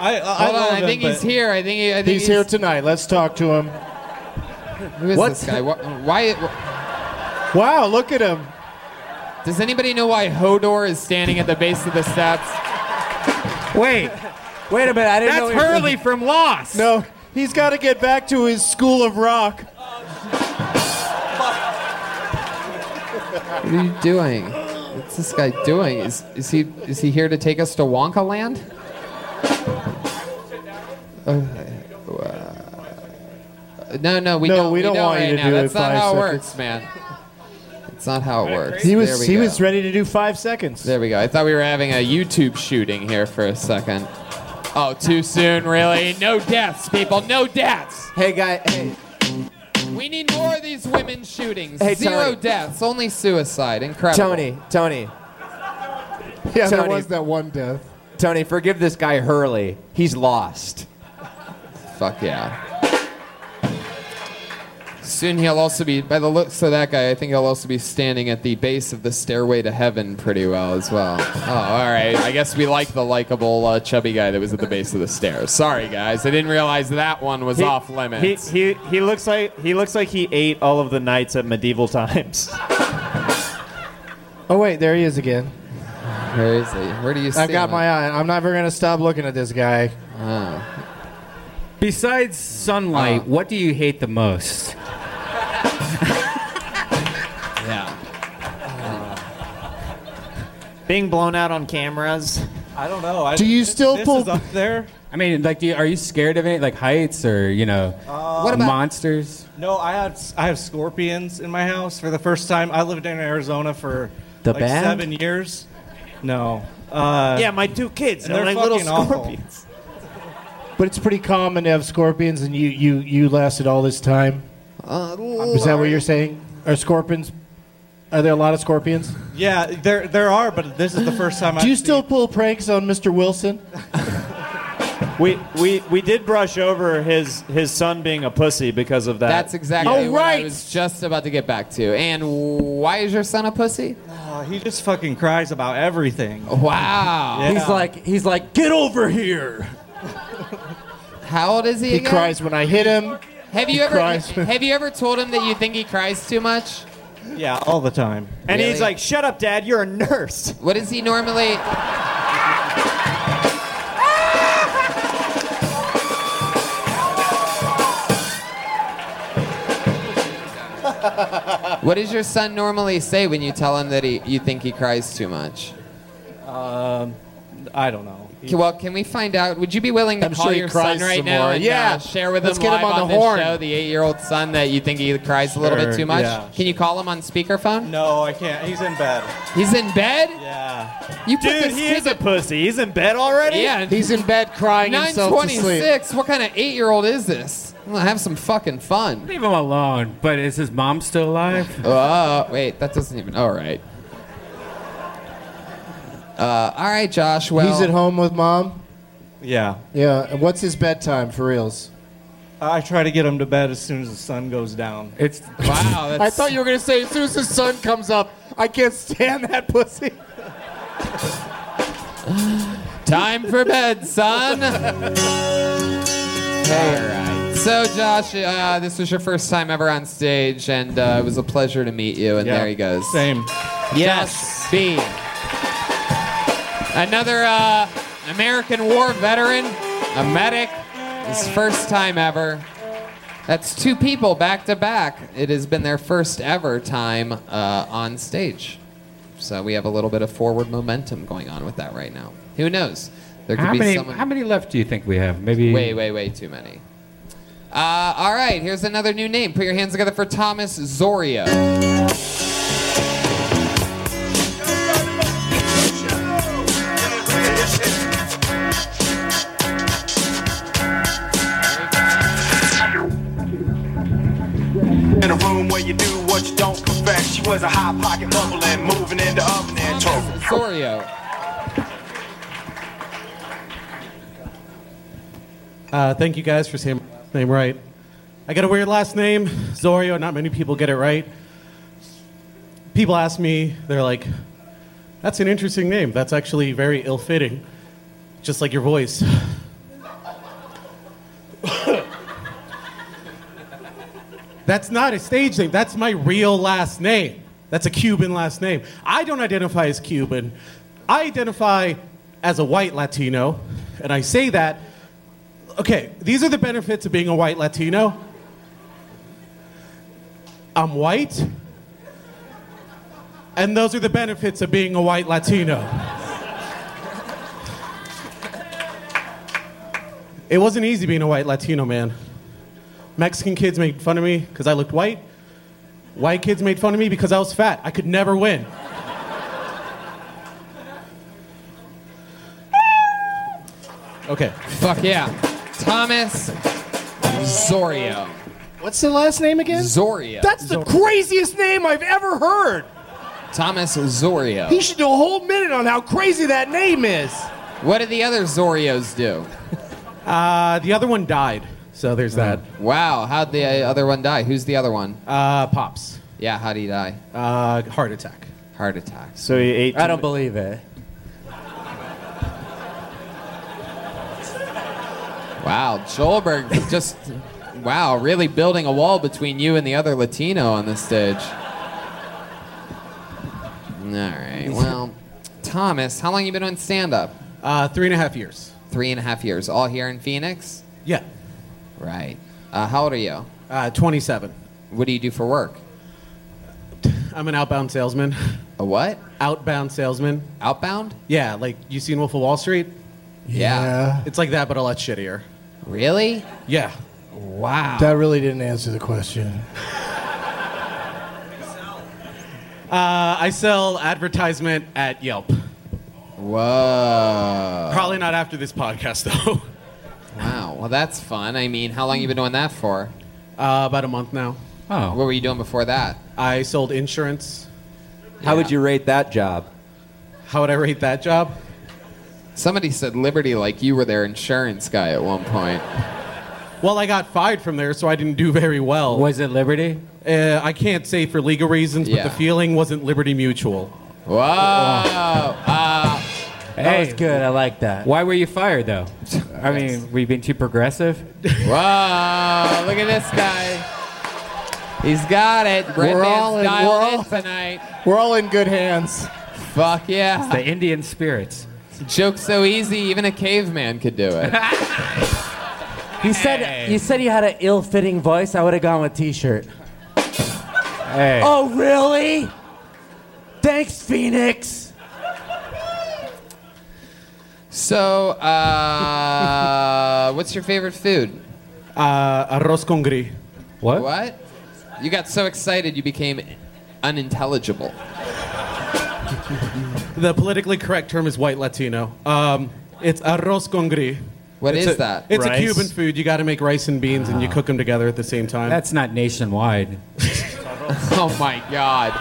S21: I, I
S2: Hold on,
S21: love
S2: Uh, I
S21: him,
S2: think he's
S21: but-
S2: here. I think, he, I think
S4: he's, here tonight. Let's talk to him.
S2: Who is this guy? Why? why
S4: wow, look at him.
S2: Does anybody know why Hodor is standing at the base of the steps?
S1: Wait,
S4: wait a minute. I
S2: didn't That's know- Hurley
S1: from Lost.
S4: No, he's got to get back to his school of rock.
S2: What are you doing? What's this guy doing? Is, is he is he here to take us to Wonka Land? Uh, uh, no, no, we
S4: No,
S2: don't.
S4: we don't
S2: don't
S4: want you
S2: right
S4: to
S2: now.
S4: do it
S2: That's not
S4: five
S2: how it
S4: seconds.
S2: works, man. It's not how it works.
S4: He
S2: There
S4: was
S2: we
S4: he
S2: go.
S4: was ready to do five seconds.
S2: There we go. I thought we were having a YouTube shooting here for a second. Oh, too soon, really? No deaths, people. No deaths.
S15: Hey, guy. Hey.
S2: We need more of these women shootings.
S15: Hey,
S2: Zero
S15: Tony.
S2: deaths, only suicide. Incredible.
S15: Tony, Tony.
S4: Yeah, there
S15: Tony.
S4: was that one death.
S15: Tony, forgive this guy Hurley. He's lost.
S2: Fuck yeah. Soon he'll also be, by the looks of that guy, I think he'll also be standing at the base of the stairway to heaven pretty well as well. Oh, all right. I guess we like the likable uh, chubby guy that was at the base of the stairs. Sorry, guys. I didn't realize that one was
S21: He-
S2: off limits.
S21: He, he, he looks like he looks like he ate all of the knights at medieval times.
S4: Oh wait, there he is again.
S2: Where is he? Where do you
S4: I've got my eye. I'm never gonna stop looking at this guy.
S2: Uh.
S1: Besides sunlight, what do you hate the most?
S2: Yeah.
S6: Being blown out on cameras.
S21: I don't know. I,
S6: Do you
S21: still this pull- is up there?
S1: I mean, like, do you, are you scared of it? Like heights or, you know,
S2: Uh,
S21: What about-
S1: monsters?
S21: No, I have I have scorpions in my house for the first time. I lived in Arizona for
S1: The
S21: like
S1: band?
S21: seven years. No. Uh,
S6: yeah, my two kids.
S21: and they're
S6: like little
S21: fucking awful.
S6: scorpions.
S4: But it's pretty common to have scorpions, and you you you lasted all this time.
S2: Uh,
S4: Is that what you're saying? Are scorpions? Are there a lot of scorpions?
S21: Yeah, there there are, but this is the first time
S4: Do
S21: I.
S4: you still pull pranks on Mr. Wilson?
S6: We, we we did brush over his his son being a pussy because of that.
S2: That's exactly what I was just about to get back to. And why is your son a pussy?
S6: Uh, he just fucking cries about everything.
S2: Wow.
S6: Yeah.
S15: He's like, he's like, get over here.
S2: How old is he?
S4: He
S2: again?
S4: cries when I hit him.
S2: Have
S4: He
S2: you ever
S4: cries.
S2: have you ever told him that you think he cries too much?
S6: Yeah, all the time. And
S2: Really?
S6: he's like, "Shut up, Dad. You're a nurse."
S2: What is he normally? What does your son normally say when you tell him that he, you think he cries too much?
S6: Um, I don't know.
S2: Can- Well, can we find out? Would you be willing to
S6: I'm
S2: call
S6: sure he
S2: your son
S6: cries
S2: right
S6: some
S2: now
S6: more.
S2: and
S6: Yeah.
S2: uh, share with
S6: Let's
S2: him
S6: get
S2: live
S6: him on
S2: on
S6: the
S2: this
S6: horn.
S2: show the eight-year-old son that you think he cries a little bit
S6: Sure,
S2: too much?
S6: yeah.
S2: Can you call him on speakerphone?
S6: No, I can't. He's in bed.
S2: He's in bed?
S6: Yeah.
S2: You put
S6: Dude,
S2: this
S6: he is a pussy. He's in bed already.
S2: Yeah. He's
S6: in bed crying
S2: 926. What kind of eight-year-old is this? I'm gonna have some fucking fun.
S1: Leave him alone. But is his mom still alive?
S2: Oh, wait, that doesn't even. All right. Uh, all right, Josh. Well,
S4: He's at home with mom.
S6: Yeah.
S4: Yeah. and What's his bedtime for reals?
S6: I try to get him to bed as soon as the sun goes down.
S1: It's
S2: wow.
S4: I thought you were gonna say as soon as the sun comes up, I can't stand that pussy.
S2: Time for bed, son. All right. So, Josh, uh, this was your first time ever on stage, and uh, it was a pleasure to meet you. And
S6: Yeah,
S2: there he goes.
S6: Same.
S2: Yes. Josh Bean. Another uh, American war veteran, a medic, his first time ever. That's two people back to back. It has been their first ever time uh, on stage. So we have a little bit of forward momentum going on with that right now. Who knows? There could
S1: how
S2: be
S1: many?
S2: someone.
S1: How many left do you think we have? Maybe.
S2: Way, way, way too many. Uh, all right, here's another new name. Put your hands together for Thomas Zoria.
S22: In a room where you do what you don't confess. She was a hot pocket mumbling, moving in the oven and talking.
S2: Zorio.
S23: Uh, thank you guys for saying my last name right. I got a weird last name, Zorio. Not many people get it right. People ask me, they're like, that's an interesting name. That's actually very ill fitting, just like your voice. that's not a stage name. That's my real last name. That's a Cuban last name. I don't identify as Cuban. I identify as a white Latino, and I say that okay, these are the benefits of being a white Latino. I'm white. And those are the benefits of being a white Latino. It wasn't easy being a white Latino, man. Mexican kids made fun of me because I looked white. White kids made fun of me because I was fat. I could never win. Okay.
S2: Fuck yeah. Thomas Zorio.
S4: What's the last name again?
S2: Zoria.
S4: That's the craziest name I've ever heard.
S2: Thomas Zorio.
S4: He should do a whole minute on how crazy that name is.
S2: What did the other Zorios do?
S23: Uh, the other one died, so there's that.
S2: Wow, how'd the uh, other one die? Who's the other one?
S23: Uh, Pops.
S2: Yeah, how'd he die?
S23: Uh, heart attack.
S2: Heart attack.
S6: So he ate.
S15: I don't believe it.
S2: Wow, Joelberg just, wow, really building a wall between you and the other Latino on this stage. All right, well, Thomas, how long you been on stand up?
S23: Uh, three and a half years.
S2: Three and a half years. All here in Phoenix?
S23: Yeah.
S2: Right. Uh, how old are you?
S23: Uh, 27.
S2: What do you do for work?
S23: I'm an outbound salesman.
S2: A what?
S23: Outbound salesman.
S2: Outbound?
S23: Yeah, like you seen Wolf of Wall Street?
S2: Yeah.
S23: It's like that, but a lot shittier.
S2: Really?
S23: Yeah.
S2: Wow.
S4: That really didn't answer the question.
S23: Uh, I sell advertisement at Yelp.
S2: Oh. Whoa.
S23: Probably not after this podcast, though.
S2: Wow, well, that's fun. I mean, how long you been doing that for?
S23: Uh, about a month now.
S2: Oh. What were you doing before that?
S23: I sold insurance.
S8: How would you rate that job?
S23: How would I rate that job?
S2: Somebody said Liberty like you were their insurance guy at one point.
S23: Well, I got fired from there, so I didn't do very well. Was it Liberty? Uh, I can't say for legal reasons, but
S2: Yeah.
S23: the feeling wasn't Liberty Mutual.
S2: Wow. Uh,
S24: Hey, was good. I like that. Why were you fired though? I mean, we been too progressive.
S2: wow. Look at this guy. He's got it. Brendan's
S24: We're all in-
S2: dialed
S24: we're
S2: in
S24: all-
S2: tonight.
S24: We're all in good hands.
S2: Fuck yeah.
S24: It's the Indian spirits.
S2: Joke so easy, even a caveman could do it.
S15: You said you said you had an ill-fitting voice. I would have gone with T-shirt.
S24: Hey.
S15: Oh really? Thanks, Phoenix.
S2: So, uh, what's your favorite food?
S23: Uh, arroz con gris.
S2: What? What? You got so excited you became unintelligible.
S23: The politically correct term is white Latino. Um, it's arroz con gris. What
S2: What
S23: is
S2: is that?
S23: It's a
S2: Rice?
S23: Cuban food. You got to make rice and beans, and you cook them together at the same time.
S1: That's not nationwide.
S2: oh my god.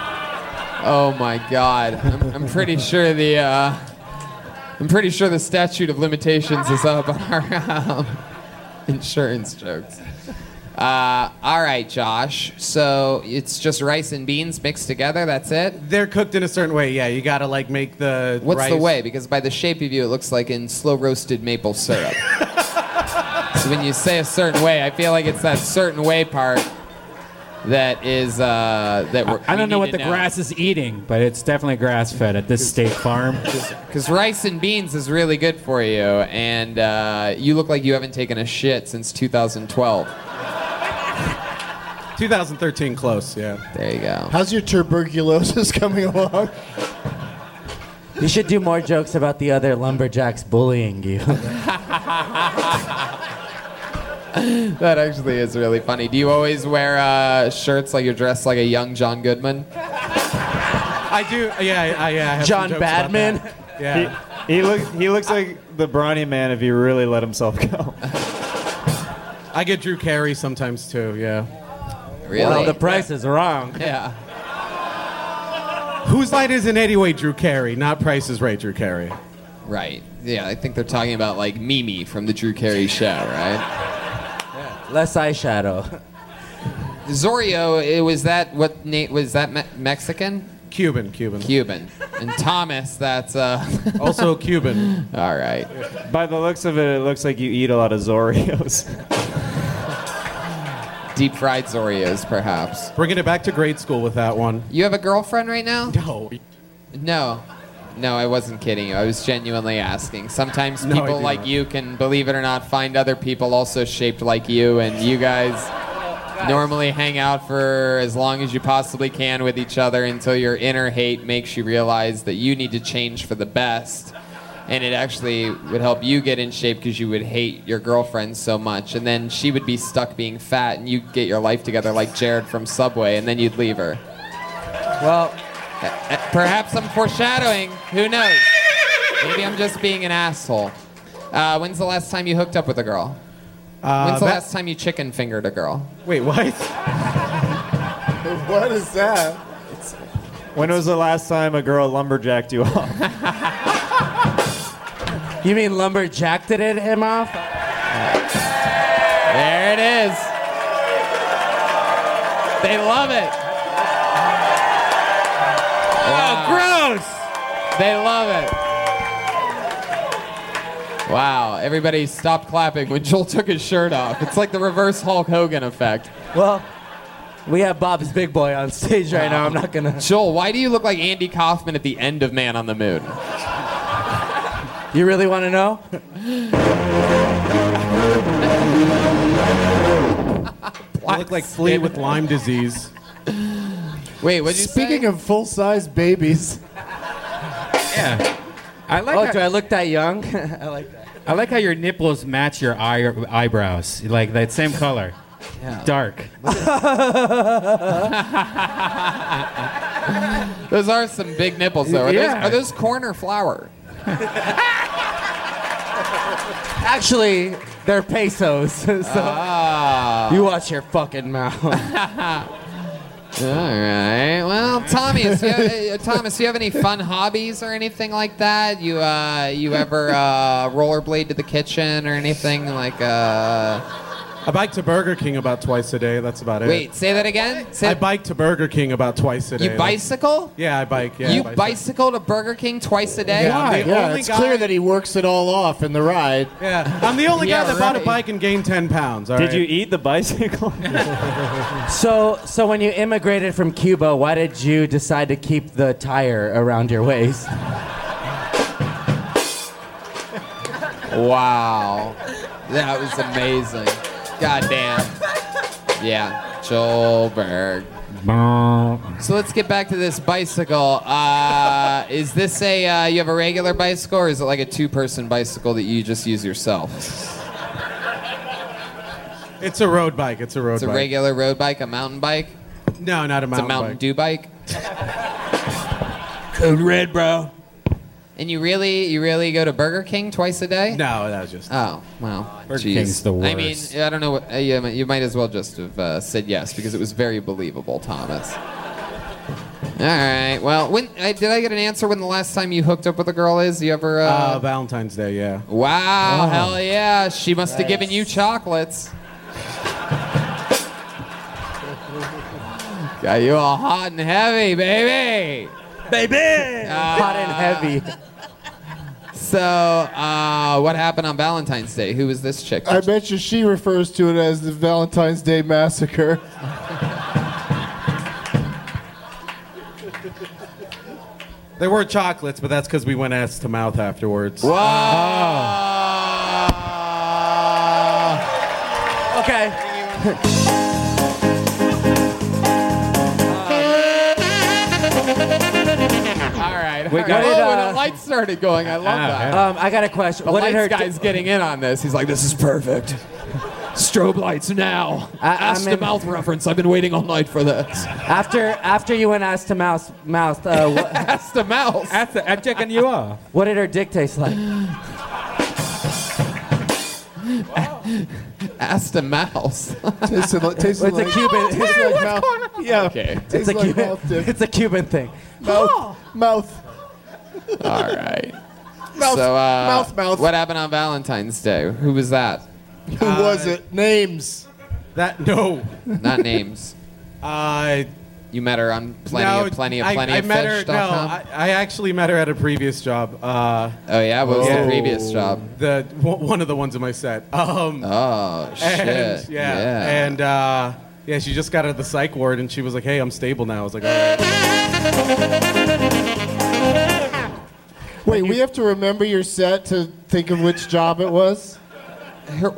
S2: Oh my god. I'm, I'm pretty sure the uh, I'm pretty sure the statute of limitations is up on our um, insurance jokes. Uh, all right, Josh. So it's just rice and beans mixed together. That's it.
S23: They're cooked in a certain way. Yeah, you gotta like make the.
S2: What's the
S23: rice-
S2: way? Because by the shape of you, it looks like in slow roasted maple syrup. so when you say a certain way, I feel like it's that certain way part that is uh, that we're,
S1: I don't know what the
S2: grass.
S1: grass is eating, but it's definitely grass fed at this state farm.
S2: Because rice and beans is really good for you, and uh, you look like you haven't taken a shit since 2012.
S23: 2013, close. Yeah.
S2: There you go.
S4: How's your tuberculosis coming along?
S15: You should do more jokes about the other lumberjacks bullying you.
S2: that actually is really funny. Do you always wear uh, shirts like you're dressed like a young John Goodman?
S23: I do. Yeah. I, I, yeah I have some jokes about that. Yeah.
S6: He, he looks. He looks like the brawny man if he really let himself go.
S23: I get Drew Carey sometimes too. Yeah.
S2: Really?
S15: Well, the price is wrong.
S2: Yeah.
S23: Whose light is it anyway, Drew Carey? Not Price is Right, Drew Carey.
S2: Right. Yeah, I think they're talking about like Mimi from the Drew Carey show, right?
S15: Less eyeshadow.
S2: Zorio, it was that what Nate was that me- Mexican?
S23: Cuban, Cuban.
S2: Cuban. And Thomas, that's uh
S23: also Cuban.
S2: All right.
S6: By the looks of it, it looks like you eat a lot of Zoreos.
S2: Deep fried Zoreos, perhaps.
S23: Bringing it back to grade school with that one.
S2: You have a girlfriend right now?
S23: No.
S2: No. No, I wasn't kidding you. I was genuinely asking. Sometimes
S23: No, I
S2: people
S23: do
S2: like
S23: not.
S2: you can, believe it or not, find other people also shaped like you, and you guys normally hang out for as long as you possibly can with each other until your inner hate makes you realize that you need to change for the best. And it actually would help you get in shape because you would hate your girlfriend so much. And then she would be stuck being fat, and you'd get your life together like Jared from Subway, and then you'd leave her. Well, perhaps I'm foreshadowing. Who knows? Maybe I'm just being an asshole. Uh, when's the last time you hooked up with a girl?
S23: Uh,
S2: when's the
S23: that-
S2: last time you chicken fingered a girl?
S23: Wait, what?
S4: what is that?
S6: When was the last time a girl lumberjacked you off?
S15: You mean lumberjacked it him off?
S2: There it is. They love it. Oh, gross! They love it. Wow, everybody stopped clapping when Joel took his shirt off. It's like the reverse Hulk Hogan effect.
S15: Well, we have Bob's Big Boy on stage right now. I'm not gonna.
S2: Joel, why do you look like Andy Kaufman at the end of Man on the Moon?
S15: You really want to know?
S23: I look like Flea with Lyme disease.
S2: Wait, what?
S4: Speaking of full size babies.
S1: I like
S15: oh,
S1: how-
S15: do I look that young? I like that.
S1: I like how your nipples match your eye- eyebrows, like that same color.
S2: Yeah.
S1: Dark.
S2: Those are some big nipples, though. Are,
S15: Yeah.
S2: those, are those corn or flour?
S15: Actually, they're pesos. so
S2: Ah.
S15: You watch your fucking mouth.
S2: All right. Well,
S16: Tommy,
S2: is
S16: is
S2: you-
S16: you,
S2: uh, Thomas, do you have any fun hobbies or anything like that? You uh, you ever uh, rollerblade to the kitchen or anything like? Uh...
S23: I bike to Burger King about twice a day. That's about
S2: Wait,
S23: it.
S2: say that again. Say
S23: I bike to Burger King about twice a day.
S2: you bicycle?
S23: Yeah, I bike. Yeah, I
S2: you
S23: bike.
S2: bicycle to Burger King twice a day?
S23: Yeah, I'm the
S4: Yeah,
S23: only
S4: it's
S23: guy-
S4: clear that he works it all off in the ride.
S23: Yeah, I'm the only
S4: Yeah,
S23: guy that bought a
S4: right.
S23: bike and gained ten pounds. all
S4: Did
S23: right?
S4: you
S6: eat the bicycle?
S15: So, so when you immigrated from Cuba, why did you decide to keep the tire around your waist?
S2: Wow. That was amazing. God damn. Yeah. Joel Berg. So let's get back to this bicycle. Uh, is this a, uh, you have a regular bicycle or is it like a two person bicycle that you just use yourself?
S23: It's a road bike. It's a road
S2: It's a
S23: bike.
S2: regular road bike, a mountain bike?
S23: No, not a mountain
S2: It's a Mountain
S23: bike.
S2: Dew bike?
S23: Code red, bro.
S2: And you really, you really go to Burger King twice a day?
S23: No, that was just.
S2: Oh, wow.
S23: Burger
S2: Jeez.
S23: King's the
S2: I mean,
S23: worst.
S2: I don't know. What, uh, you, you might as well just have uh, said yes because it was very believable, Thomas. All right. Well, when uh, did I get an answer when the last time you hooked up with a girl is? You ever? Uh...
S23: Uh, Valentine's Day, yeah.
S2: wow.
S23: Oh.
S2: Hell yeah. She must have
S23: Nice.
S2: given you chocolates. Got you all hot and heavy, baby. Baby.
S15: Hot and heavy.
S2: So, uh, what happened on Valentine's Day? Who was this chick?
S25: I bet you she refers to it as the Valentine's Day massacre.
S23: There were chocolates, but that's because we went ass to mouth afterwards.
S2: Wow.
S3: Ah.
S2: Oh.
S15: Okay.
S2: All right.
S15: We
S2: all
S15: got
S2: right.
S15: it,
S2: oh, when
S15: uh,
S2: the lights started going, I love
S23: Ah,
S2: that.
S15: Um, I got a question.
S2: The
S15: what did her
S2: lights guy's getting in on this. He's like, this is perfect. Strobe lights now.
S15: I- I'm
S2: Ask the
S15: in-
S2: mouth reference. I've been waiting all night for this.
S15: after after you went ass to mouth mouth? Uh, what,
S2: ass to mouth.
S15: Ass to, I'm checking you off. What did her dick taste like?
S2: Ask the mouse.
S25: Tasted like- tasted
S15: it's a
S25: like-
S15: Cuban. It's
S25: Tasted
S15: like
S25: like
S15: mouth-
S25: mouth- Yeah.
S15: It's
S25: Tastes
S15: a
S25: like
S15: Cuban.
S25: mouth dick.
S15: It's a Cuban thing.
S25: Mouth. Mouth.
S2: all right.
S25: Mouth,
S2: so, uh,
S25: mouth, mouth.
S2: What happened on Valentine's Day? Who was that?
S25: Who was it? Names.
S23: That no.
S2: Not names.
S23: Uh,
S2: you met her on plenty
S23: no,
S2: of plenty of
S23: I,
S2: plenty
S23: I
S2: of
S23: met
S2: fish.
S23: her. No, I, I actually met her at a previous job. Uh,
S2: oh yeah, what was the previous job?
S23: The one one of the ones in my set. Um,
S2: oh
S23: And,
S2: shit.
S23: yeah,
S2: Yeah.
S23: and uh, yeah, she just got out of the psych ward, and she was like, "Hey, I'm stable now." I was like, "All right."
S25: Wait, we have to remember your set to think of which job it was.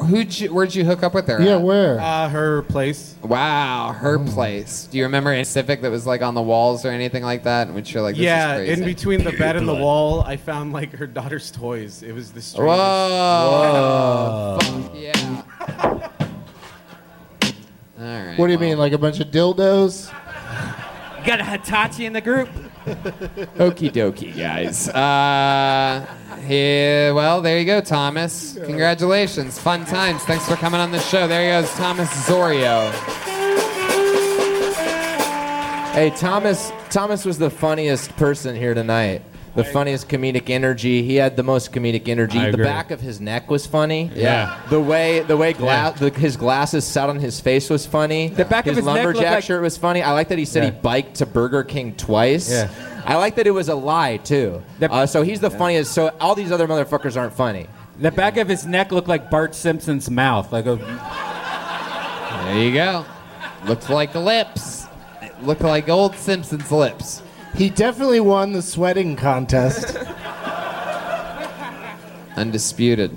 S2: Who'd you, where'd you hook up with her?
S25: Yeah,
S2: at?
S25: where? Oh.
S23: Uh, her place.
S2: Wow, her place. Do you remember a civic that was like on the walls or anything like that? And which you're like, this
S23: yeah,
S2: is crazy.
S23: in between the bed and the wall, I found like her daughter's toys. It was the
S2: Whoa.
S23: strangest.
S2: Fuck yeah. All right.
S25: What do you mean, like a bunch of dildos?
S6: You got a Hitachi in the group?
S2: Okie dokie, guys. Uh, yeah, well, there you go, Thomas. Congratulations. Fun times. Thanks for coming on the show. There he goes, Thomas Zorio.
S15: Hey, Thomas. Thomas was the funniest person here tonight. The funniest comedic energy. He had the most comedic energy.
S8: I
S15: the
S8: agree.
S15: back of his neck was funny.
S8: Yeah.
S15: The way the way gla- the, his glasses sat on his face was funny. The
S8: back of his neck looked
S15: lumberjack
S8: like-
S15: shirt was funny. I like that he said he biked to Burger King twice.
S8: Yeah.
S15: I like that it was a lie too. Uh, so he's the funniest. So all these other motherfuckers aren't funny.
S1: The back of his neck looked like Bart Simpson's mouth. Like a.
S2: There you go. Looks like lips. Look like old Simpsons lips.
S4: He definitely won the sweating contest.
S2: Undisputed.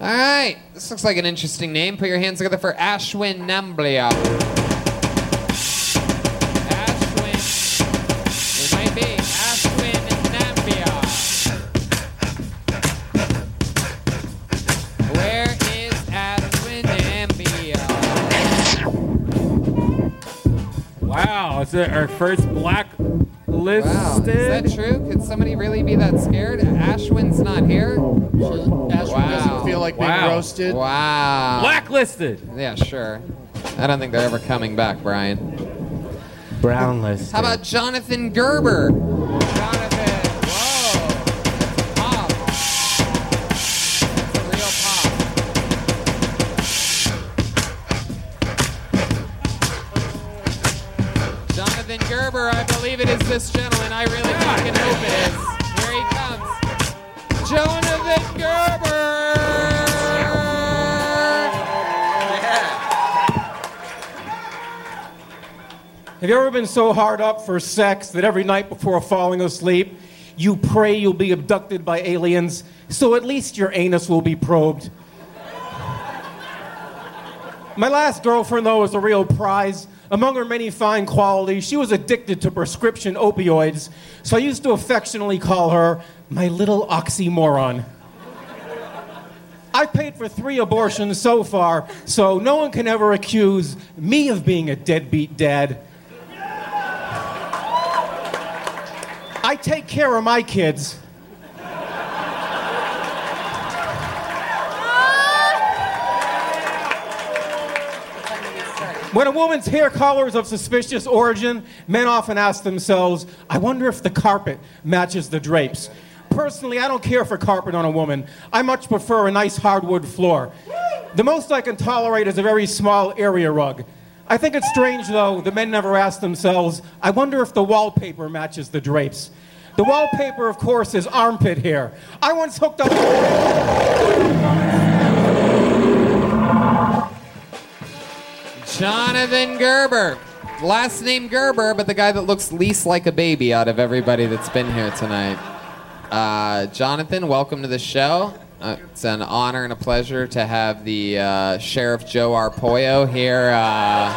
S2: All right. This looks like an interesting name. Put your hands together for Ashwin Namblia. Ashwin. It might be Ashwin Namblia. Where is Ashwin Namblia?
S1: Wow, is it our first black listed?
S2: Is that true? Could somebody really be that scared? Ashwin's not here. Ashwin
S25: doesn't feel like being Wow. roasted.
S2: Wow.
S1: Blacklisted.
S2: Yeah, sure. I don't think they're ever coming back, Brian.
S3: Brown list.
S2: How about Jonathan Gerber?
S26: Jonathan Gerber, I believe it is this gentleman. I really fucking hope it is. Here he comes. Jonathan Gerber!
S25: Have you ever been so hard up for sex that every night before falling asleep, you pray you'll be abducted by aliens so at least your anus will be probed? My last girlfriend, though, was a real prize. Among her many fine qualities, she was addicted to prescription opioids, so I used to affectionately call her my little oxymoron. I've paid for three abortions so far, so no one can ever accuse me of being a deadbeat dad. I take care of my kids. When a woman's hair color is of suspicious origin, men often ask themselves, I wonder if the carpet matches the drapes. Personally, I don't care for carpet on a woman. I much prefer a nice hardwood floor. The most I can tolerate is a very small area rug. I think it's strange, though, the men never ask themselves, I wonder if the wallpaper matches the drapes. The wallpaper, of course, is armpit hair. I once hooked up.
S2: Jonathan Gerber. Last name Gerber, but the guy that looks least like a baby out of everybody that's been here tonight. Uh, Jonathan, welcome to the show. Uh, it's an honor and a pleasure to have the uh, Sheriff Joe Arpoyo here uh,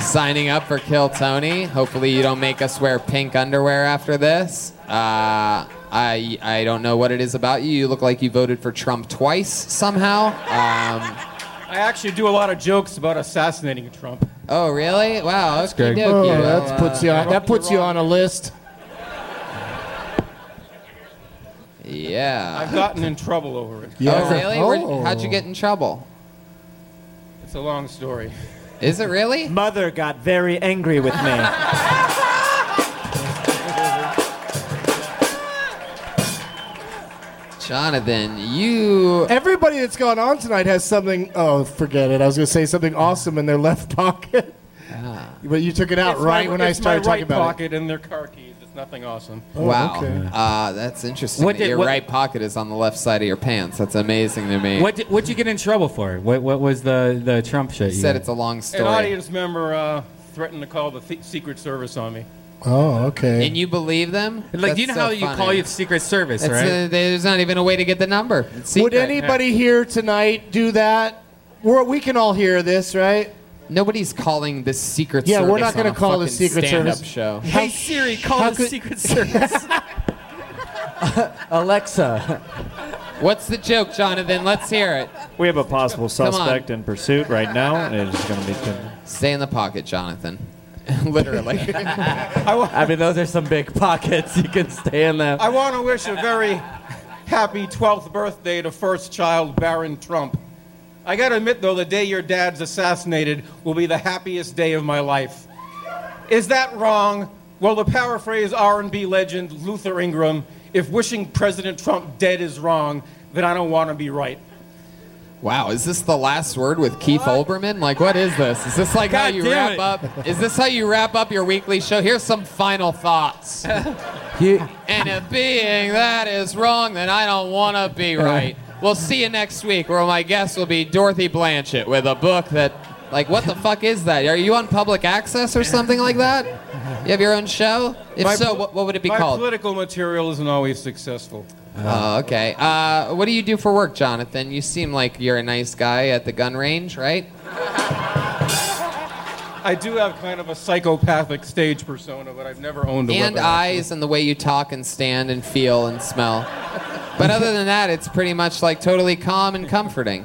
S2: signing up for Kill Tony. Hopefully, you don't make us wear pink underwear after this. Uh, I, I don't know what it is about you. You look like you voted for Trump twice somehow. Um,
S25: I actually do a lot of jokes about assassinating Trump.
S2: Oh, really? Wow. That's
S25: great.
S4: Oh, that puts you on. That puts you on a list.
S2: Yeah.
S25: I've gotten in trouble over it.
S2: Oh, really? Where- how'd you get in trouble?
S25: It's a long story.
S2: Is it really?
S6: Mother got very angry with me.
S2: Jonathan, you.
S4: Everybody that's gone on tonight has something. Oh, forget it. I was going to say something awesome in their left pocket.
S2: Ah.
S4: But you took it out
S25: It's
S4: right
S25: my,
S4: when I
S25: it's
S4: started
S25: my right
S4: talking about Oh,
S25: pocket and their car keys. It's nothing awesome.
S2: wow. Uh, that's interesting.
S25: What
S2: that
S25: did-
S2: your
S25: what-
S2: right pocket is on the left side of your pants. That's amazing to me.
S1: What did, what'd you get in trouble for? What what was the the Trump shit?
S2: He
S1: you
S2: said
S1: did?
S2: it's a long
S25: An audience member uh, threatened to call the th- Secret Service on me.
S4: it. Oh, okay.
S2: And you believe them?
S1: Like, you know how you call your
S2: Secret Service,
S1: right?
S2: uh, there's not even a way to get the number. It's
S4: Would
S2: secret.
S4: anybody here tonight do that? We're, we can all hear this, right?
S2: Nobody's calling the Secret
S4: yeah,
S2: Service
S4: we're not
S2: going to
S4: call the Secret Service
S2: show.
S4: How-
S2: Siri,
S4: how
S2: the
S4: could-
S2: Service.
S8: Alexa.
S2: What's the joke, Jonathan? Let's hear it.
S6: We have a possible
S2: Come
S6: suspect in pursuit right now, and it's going to be.
S2: Stay in the pocket, Jonathan. Literally.
S8: I, mean, those are some big pockets. You can stay in them.
S25: I want to wish a very happy 12th birthday to first child Barron Trump. I gotta admit, though, the day your dad's assassinated will be the happiest day of my life. Is that wrong? Well, to paraphrase R&B legend Luther Ingram, if wishing President Trump dead is wrong, then I don't want to be right.
S2: Wow, is this the last word with Keith Olbermann? Like, what is this? Is this like how
S25: God
S2: you
S25: damn
S2: wrap
S25: it.
S2: up? Is this how you wrap up your weekly show? Here's some final thoughts. and if being that is wrong, then I don't want to be right. We'll see you next week, where my guest will be Dorothy Blanchett with a book that, like, what the fuck is that? Are you on public access or something like that? You have your own show? If
S25: My
S2: so,
S25: pol-
S2: what, what would it be
S25: my
S2: called?
S25: political material isn't always successful.
S2: Oh, okay. Uh, what do you do for work, Jonathan? You seem like you're a nice guy at the gun range, right?
S25: I do have kind of a psychopathic stage persona, but I've never owned a
S2: and
S25: weapon.
S2: eyes and the way you talk and stand and feel and smell. But other than that, it's pretty much like totally calm and comforting.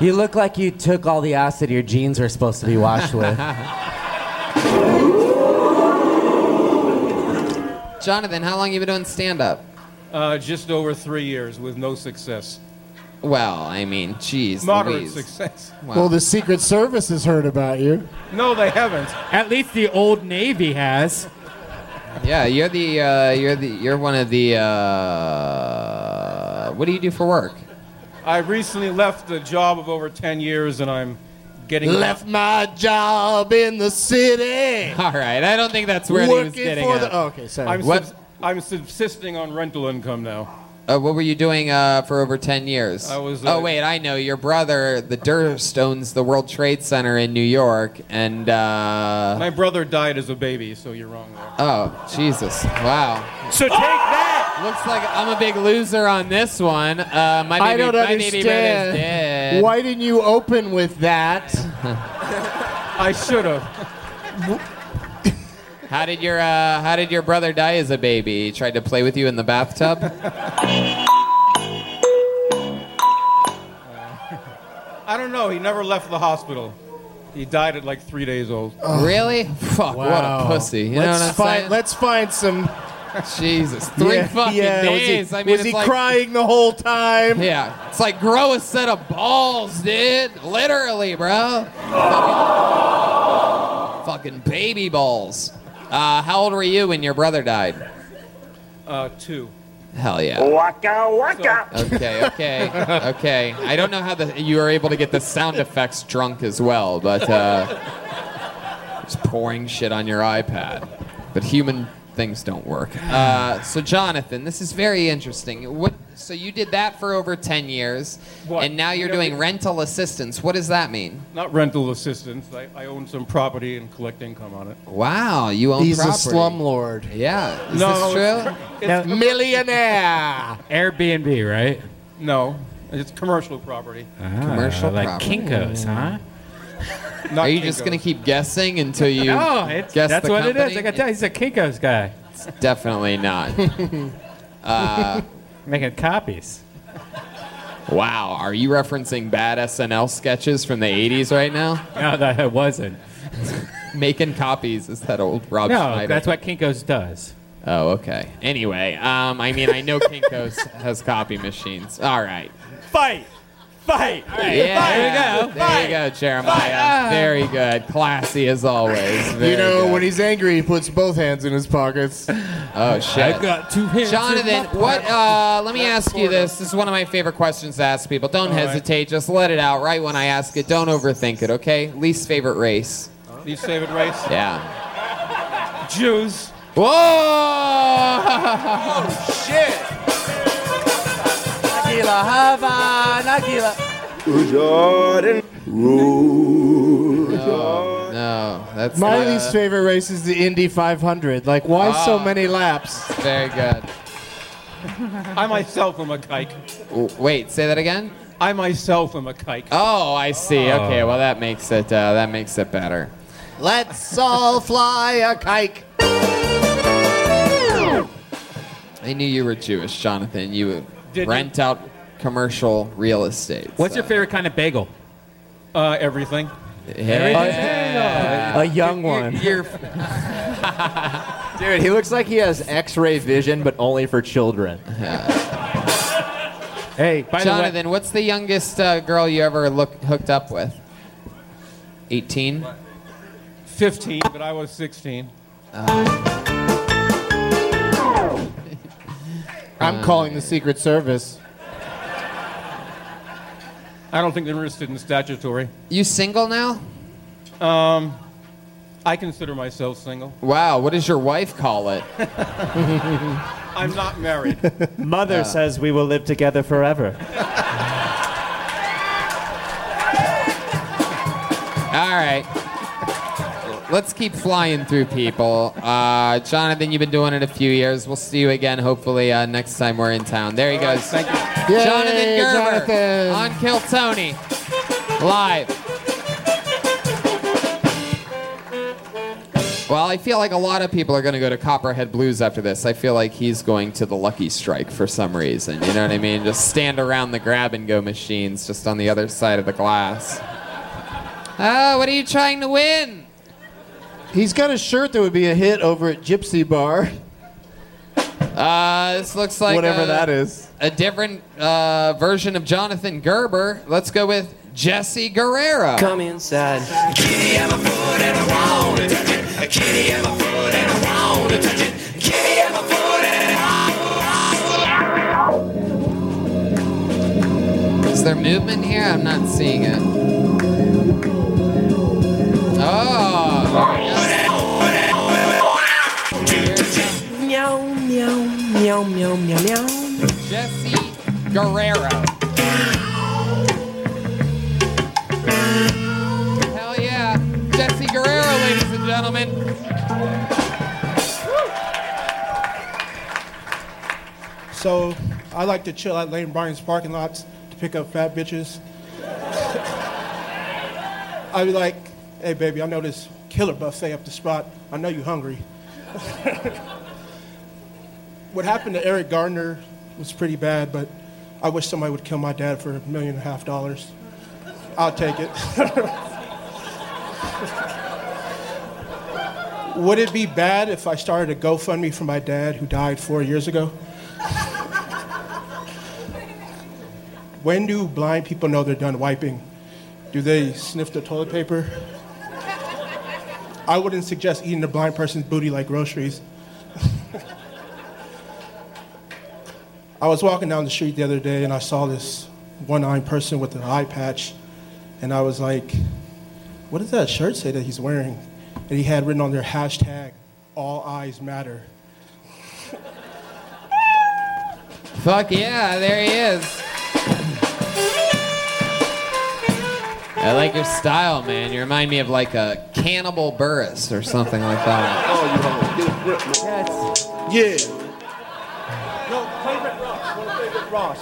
S8: You look like you took all the acid your jeans were supposed to be washed with.
S2: Jonathan, how long you been doing stand up?
S25: Uh, just over three years with no success.
S2: Well, I mean, jeez,
S4: Moderate
S2: Louise.
S4: success.
S2: Wow.
S4: Well, the Secret Service has heard about you.
S2: no, they haven't.
S1: At least the old Navy has.
S2: Yeah, you're the uh, you're the you're one of the. Uh, what do you do for work?
S25: I recently left a job of over 10 years and I'm getting.
S4: Left my job in the city.
S2: All right, I don't think that's where he was
S4: Working
S2: getting
S4: for
S2: at.
S4: The, oh, okay, sorry.
S2: I'm
S4: what?
S2: subs-
S25: I'm subsisting on rental income now.
S2: Uh, what were you doing uh, for over 10 years?
S25: I was, uh,
S2: oh, wait, I know. Your brother, the Durst, owns the World Trade Center in New York. And. Uh,
S25: My brother died as a baby, so you're wrong there.
S2: oh, Jesus. Wow.
S25: So take that!
S2: Looks like I'm a big loser on this one. Uh, my baby,
S4: I don't
S2: my baby brother's
S4: understand.
S2: dead.
S4: Why didn't you open with that?
S2: I should have. How did your uh, How did your brother die as a baby? He tried to play with you in the bathtub.
S25: I don't know. He never left the hospital. He died at like three days old.
S4: Oh.
S2: Really? Fuck! What a pussy. You know
S4: let's
S2: what I'm
S4: find,
S2: saying?
S4: Let's find some.
S2: Jesus, three
S4: Yeah,
S2: fucking
S4: yeah, was he-
S2: days. I mean,
S4: was
S2: it's
S4: he
S2: like-
S4: crying the whole time?
S2: Yeah, it's like grow a set of balls, dude. Literally, bro. Fucking baby balls. Uh, how old were you when your brother died?
S25: Uh, two.
S2: Hell yeah.
S25: Waka waka.
S2: Okay, okay, okay. I don't know how the, you were able to get the sound effects drunk as well, but uh, just pouring shit on your iPad. But human things don't work. Uh, so, Jonathan, this is very interesting. What? So you did that for over ten years, and now you're
S25: Yeah,
S2: doing
S25: we-
S2: rental assistance. What does that mean?
S25: Not rental assistance. I, I own some property and collect income on it.
S2: Wow, you own
S4: He's
S2: property.
S4: a slumlord.
S2: Yeah, is
S25: No,
S2: this true?
S25: It's
S4: millionaire.
S1: Airbnb, right?
S25: No, it's commercial property.
S1: Ah, like Kinko's, huh?
S2: Are you just gonna keep guessing until you
S1: no, it's,
S2: guess
S1: that's
S2: the
S1: what it is.
S2: company?
S1: I got to tell you, he's a Kinko's guy.
S2: It's definitely not. Uh,
S1: Making copies.
S2: Wow, are you referencing bad SNL sketches from the 80s right now?
S1: No, that I wasn't.
S2: Making copies is that old Rob
S1: no,
S2: Schneider.
S1: that's what Kinko's does.
S2: Oh, okay. Anyway, um, I mean, I know Kinko's has copy machines. All right.
S14: Fight! Fight!
S2: Yeah,
S14: Fight!
S2: there you go. There you go, Jeremiah. Very good. Classy as always. Very
S4: you know,
S2: good.
S4: when he's angry, he puts both hands in his pockets.
S2: Oh shit! Jonathan,
S4: in my
S2: what? Uh, let me ask you this. This is one of my favorite questions to ask people. Don't
S25: All right.
S2: hesitate. Just let it out right when I ask it. Don't overthink it. Okay? Least favorite race.
S25: Least favorite race?
S2: Yeah.
S25: Jews.
S2: Whoa!
S8: Oh,
S2: shit!
S8: Nagila Havana,
S3: Jordan.
S2: No, no, that's
S4: My
S2: not-
S4: least favorite race is the Indy 500. Like, why so
S2: Ah.
S4: many laps?
S2: Very good.
S25: I myself am a kike.
S2: W- Wait, say that again.
S25: I myself am a kike.
S2: Oh, I see.
S25: Oh.
S2: Okay, well that makes it uh, that makes it better.
S4: Let's all fly a kike.
S2: I knew you were Jewish, Jonathan. You would
S25: Did you-
S2: rent out commercial real estate.
S25: What's
S2: your
S1: favorite kind of bagel?
S25: Uh, everything.
S2: Yeah.
S15: A young one. Dude, he looks like he has X-ray vision, but only for children.
S1: hey, by the way-
S2: Jonathan, what's the youngest uh, girl you ever look, hooked up with? 18?
S25: 15, but I was 16.
S2: Uh.
S4: I'm calling the Secret Service.
S25: I don't think they're interested in statutory.
S2: You single now?
S25: Um, I consider myself single.
S2: Wow, what does your wife call it?
S25: I'm not married.
S5: Mother
S25: Yeah.
S5: says we will live together forever.
S2: All right. Let's keep flying through people. Uh, Jonathan, you've been doing it a few years. We'll see you again, hopefully, uh, next time we're in town. There he goes. thank you. Jonathan
S8: Yay,
S2: Gerber
S8: Jonathan.
S2: on Kill Tony. Live. Well, I feel like a lot of people are going to go to Copperhead Blues after this. I feel like he's going to the Lucky Strike for some reason. You know what I mean? Just stand around the grab and go machines just on the other side of the glass. Oh, what are you trying to win?
S4: He's got a shirt that would be a hit over at Gypsy Bar.
S2: Uh, this looks like
S15: Whatever
S2: a-
S15: that is.
S2: a different uh, version of Jonathan Gerber. Let's go with Jesse Guerrero.
S3: Come
S2: inside.
S3: Kitty and my foot and I want to touch it. Kitty and my foot and I
S2: Is there movement here? I'm not seeing it. Oh.
S3: Meow, meow, meow, meow, meow, meow.
S2: Jesse Guerrero. Hell yeah. Jesse Guerrero, ladies and gentlemen.
S5: So I like to chill at Lane Bryant's parking lots to pick up fat bitches. I'd be like, hey baby, I know this killer buffet up the spot. I know you hungry. what happened to Eric Gardner was pretty bad, but I wish somebody would kill my dad for a million and a half dollars. I'll take it. would it be bad if I started a GoFundMe for my dad who died four years ago? When do blind people know they're done wiping? Do they sniff the toilet paper? I wouldn't suggest eating a blind person's booty like groceries. I was walking down the street the other day and I saw this one eyed person with an eye patch, and I was like, what does that shirt say that he's wearing? And he had written on there hashtag, all eyes matter.
S2: Fuck yeah, there he is. I like your style, man. You remind me of like a Cannibal Burris or something like that.
S5: Yeah. No, play Rick Ross. One of favorite Ross.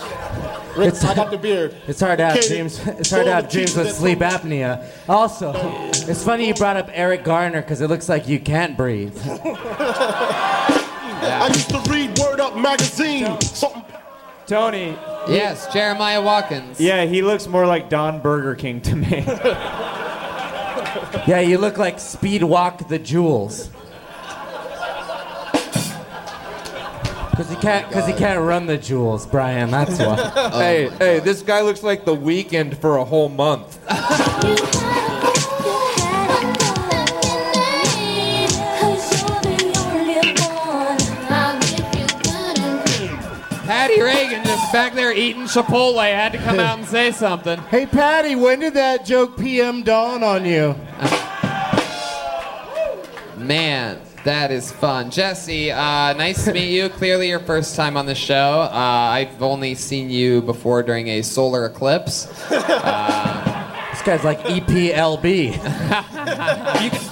S5: Rick, I got the beard.
S8: It's hard to have
S5: Katie,
S8: dreams. It's
S5: show
S8: hard to
S5: the
S8: have dreams
S5: people
S8: with
S5: that-
S8: sleep apnea. Also, it's funny you brought up Eric Garner because it looks like you can't breathe.
S5: I used to read Word Up magazine. Something.
S6: Tony.
S2: Yes, Jeremiah Watkins.
S6: Yeah, he looks more like Don Burger King to me.
S8: yeah, you look like Speed Walk the Jewels. Because he can't. Because he can't run the jewels, Brian. That's why.
S2: Oh.
S15: hey, hey, this guy looks like the weekend for a whole month.
S2: Patty Reagan just back there eating Chipotle had to come out and say something.
S4: Hey, Patty, when did that joke PM dawn on you?
S2: Man, that is fun. Jesse, uh, nice to meet you. Clearly, your first time on the show. Uh, I've only seen you before during a solar eclipse.
S8: this guy's like E EPLB.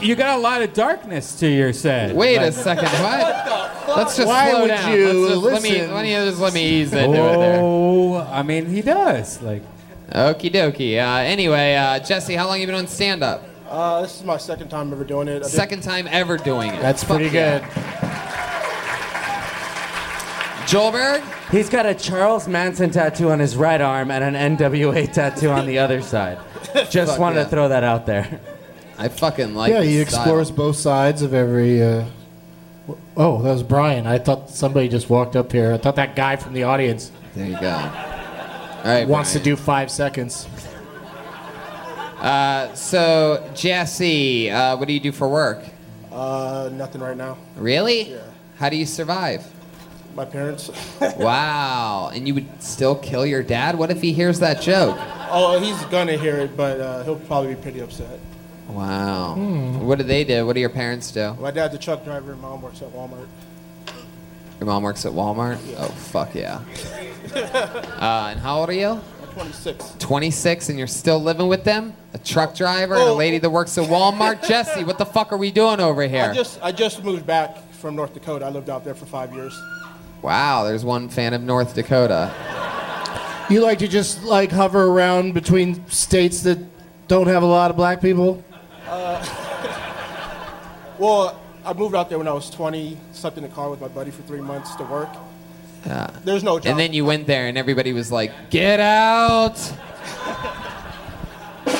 S24: you, you got a lot of darkness to your set.
S2: Wait a
S24: Like-
S2: second, what? Let's just
S24: Why
S2: slow
S24: would
S2: down.
S24: you
S2: Let's just- Let me,
S24: listen?
S2: let me just let me ease into it there.
S24: Oh, I mean, he does. Like,
S2: okie dokie. Uh, anyway, uh, Jesse, how long you been on stand up?
S5: Uh, this is my second time ever doing it. I did-
S2: Second time ever doing it.
S5: That's
S2: Fuck
S5: pretty
S2: yeah.
S5: good.
S2: Joelberg?
S8: He's got a Charles Manson tattoo on his right arm and an NWA tattoo on the other side. Just
S2: Fuck
S8: wanted
S2: yeah.
S8: to throw that out there.
S2: I fucking like
S4: yeah, he
S2: this style.
S4: explores both sides of every. Uh, wh- oh, that was Brian. I thought somebody just walked up here. I thought that guy from the audience.
S2: There you go. All right,
S4: wants
S2: Brian.
S4: to do five seconds.
S2: Uh, so, Jesse, uh, what do you do for work?
S5: Uh, nothing right now.
S2: Really?
S5: Yeah.
S2: How do you survive?
S5: My parents.
S2: wow. And you would still kill your dad? What if he hears that joke?
S5: oh, he's gonna hear it, but uh, he'll probably be pretty upset.
S2: Wow.
S5: Hmm.
S2: What do they do? What do your parents do?
S5: My dad's a truck driver. and Mom works at Walmart.
S2: Your mom works at Walmart? Oh, fuck yeah. Uh, and how old are you?
S5: I'm 26.
S2: 26 and you're still living with them? A truck driver and a
S5: Oh.
S2: lady that works at Walmart? Jesse, what the fuck are we doing over
S5: I
S2: here?
S5: just I just moved back from North Dakota. I lived out there for five years.
S2: Wow, there's one fan of North Dakota.
S4: You like to just like hover around between states that don't have a lot of black people.
S5: Uh, Well, I moved out there when I was 20. Slept in the car with my buddy for three months to work.
S2: Yeah.
S5: There's no job.
S2: uh, And then you went there and everybody was like, get out.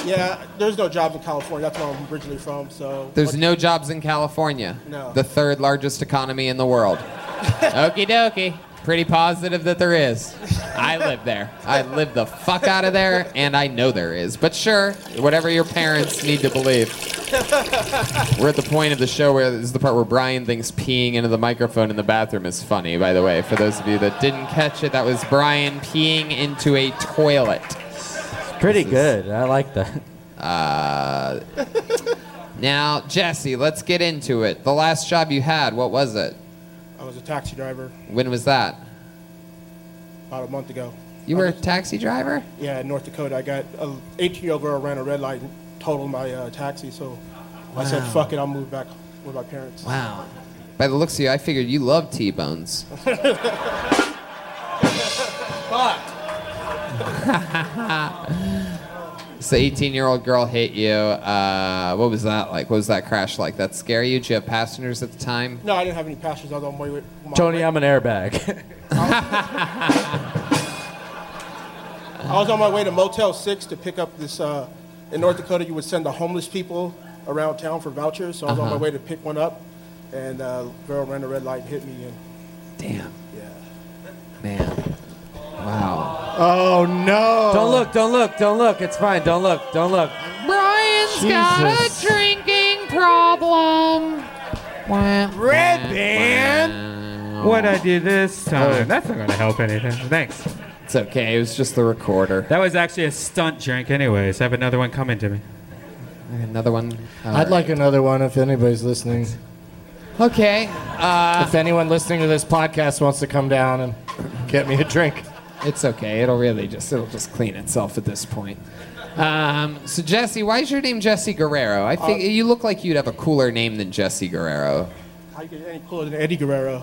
S5: Yeah, there's no jobs in California. That's where I'm originally from. So
S2: There's no jobs in California,
S5: No.
S2: the third largest economy in the world. Okie dokie. Pretty positive that there is. I live there. I live the fuck out of there, and I know there is. But sure, whatever your parents need to believe. We're at the point of the show where this is the part where Brian thinks peeing into the microphone in the bathroom is funny, by the way. For those of you that didn't catch it, that was Brian peeing into a toilet.
S8: Pretty good. I like that.
S2: Uh, now, Jesse, let's get into it. The last job you had, what was it?
S5: I was a taxi driver
S2: When was that?
S5: about a month ago.
S2: You were a taxi driver?
S5: Yeah, in North Dakota, I got a 18 year old girl ran a red light and totaled my uh, taxi. So I said,
S2: Wow.
S5: "Fuck it, I'll move back with my parents."
S2: Wow. By the looks of you, I figured you love T-bones. So, 18-year-old girl hit you. Uh, what was that like? What was that crash like? That scare you? Did you have passengers at the time?
S5: No, I didn't have any passengers. I was on my way. My
S2: Tony, I'm an airbag.
S5: I was on my way to Motel 6 to pick up this. Uh, in North Dakota, you would send the homeless people around town for vouchers. So I was on
S2: Uh-huh.
S5: my way to pick one up, and uh, girl ran the red light and hit me. And
S2: damn. Man. Wow.
S8: Oh no! Don't look! Don't look! Don't look! It's fine. Don't look! Don't look!
S16: Brian's got
S8: Jesus.
S16: a drinking problem.
S3: Red
S16: band.
S24: What I do this time? That's not gonna help anything. Thanks.
S2: Oh. It's okay. It was just the recorder.
S24: That was actually a stunt drink, anyways. I have another one coming to me.
S2: Another one. uh,
S4: I'd like another one if anybody's listening.
S2: Okay. Uh,
S4: if anyone listening to this podcast wants to come down and get me a drink,
S2: it's okay. It'll really just it'll just clean itself at this point. Um, so Jesse, why is your name Jesse Guerrero? I think
S5: Uh,
S2: you look like you'd have a cooler name than Jesse Guerrero.
S5: how you get any cooler than Eddie Guerrero?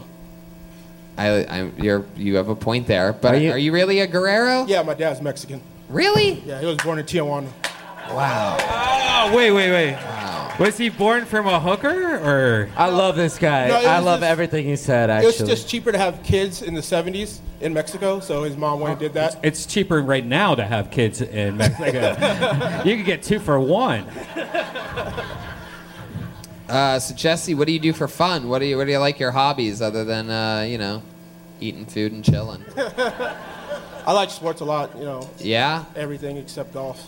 S2: I, I you're you have a point there, but are you, really a Guerrero?
S5: Yeah, my dad's Mexican.
S2: Really?
S5: Yeah, he was born in Tijuana.
S2: Wow.
S24: Oh, wait, wait, wait. Was he born from a hooker or?
S8: I love this guy.
S5: No, it
S8: I
S5: was
S8: love
S5: just-
S8: everything he said.
S5: It was
S8: Actually,
S5: just cheaper to have kids in the 70s in Mexico, so his mom went and did that.
S24: It's cheaper right now to have kids in Mexico. you can get two for one.
S2: Uh, so Jesse, what do you do for fun? What do you what do you like your hobbies other than uh, you know, eating food and chilling?
S5: I like sports a lot, you know.
S2: Yeah?
S5: Everything except golf.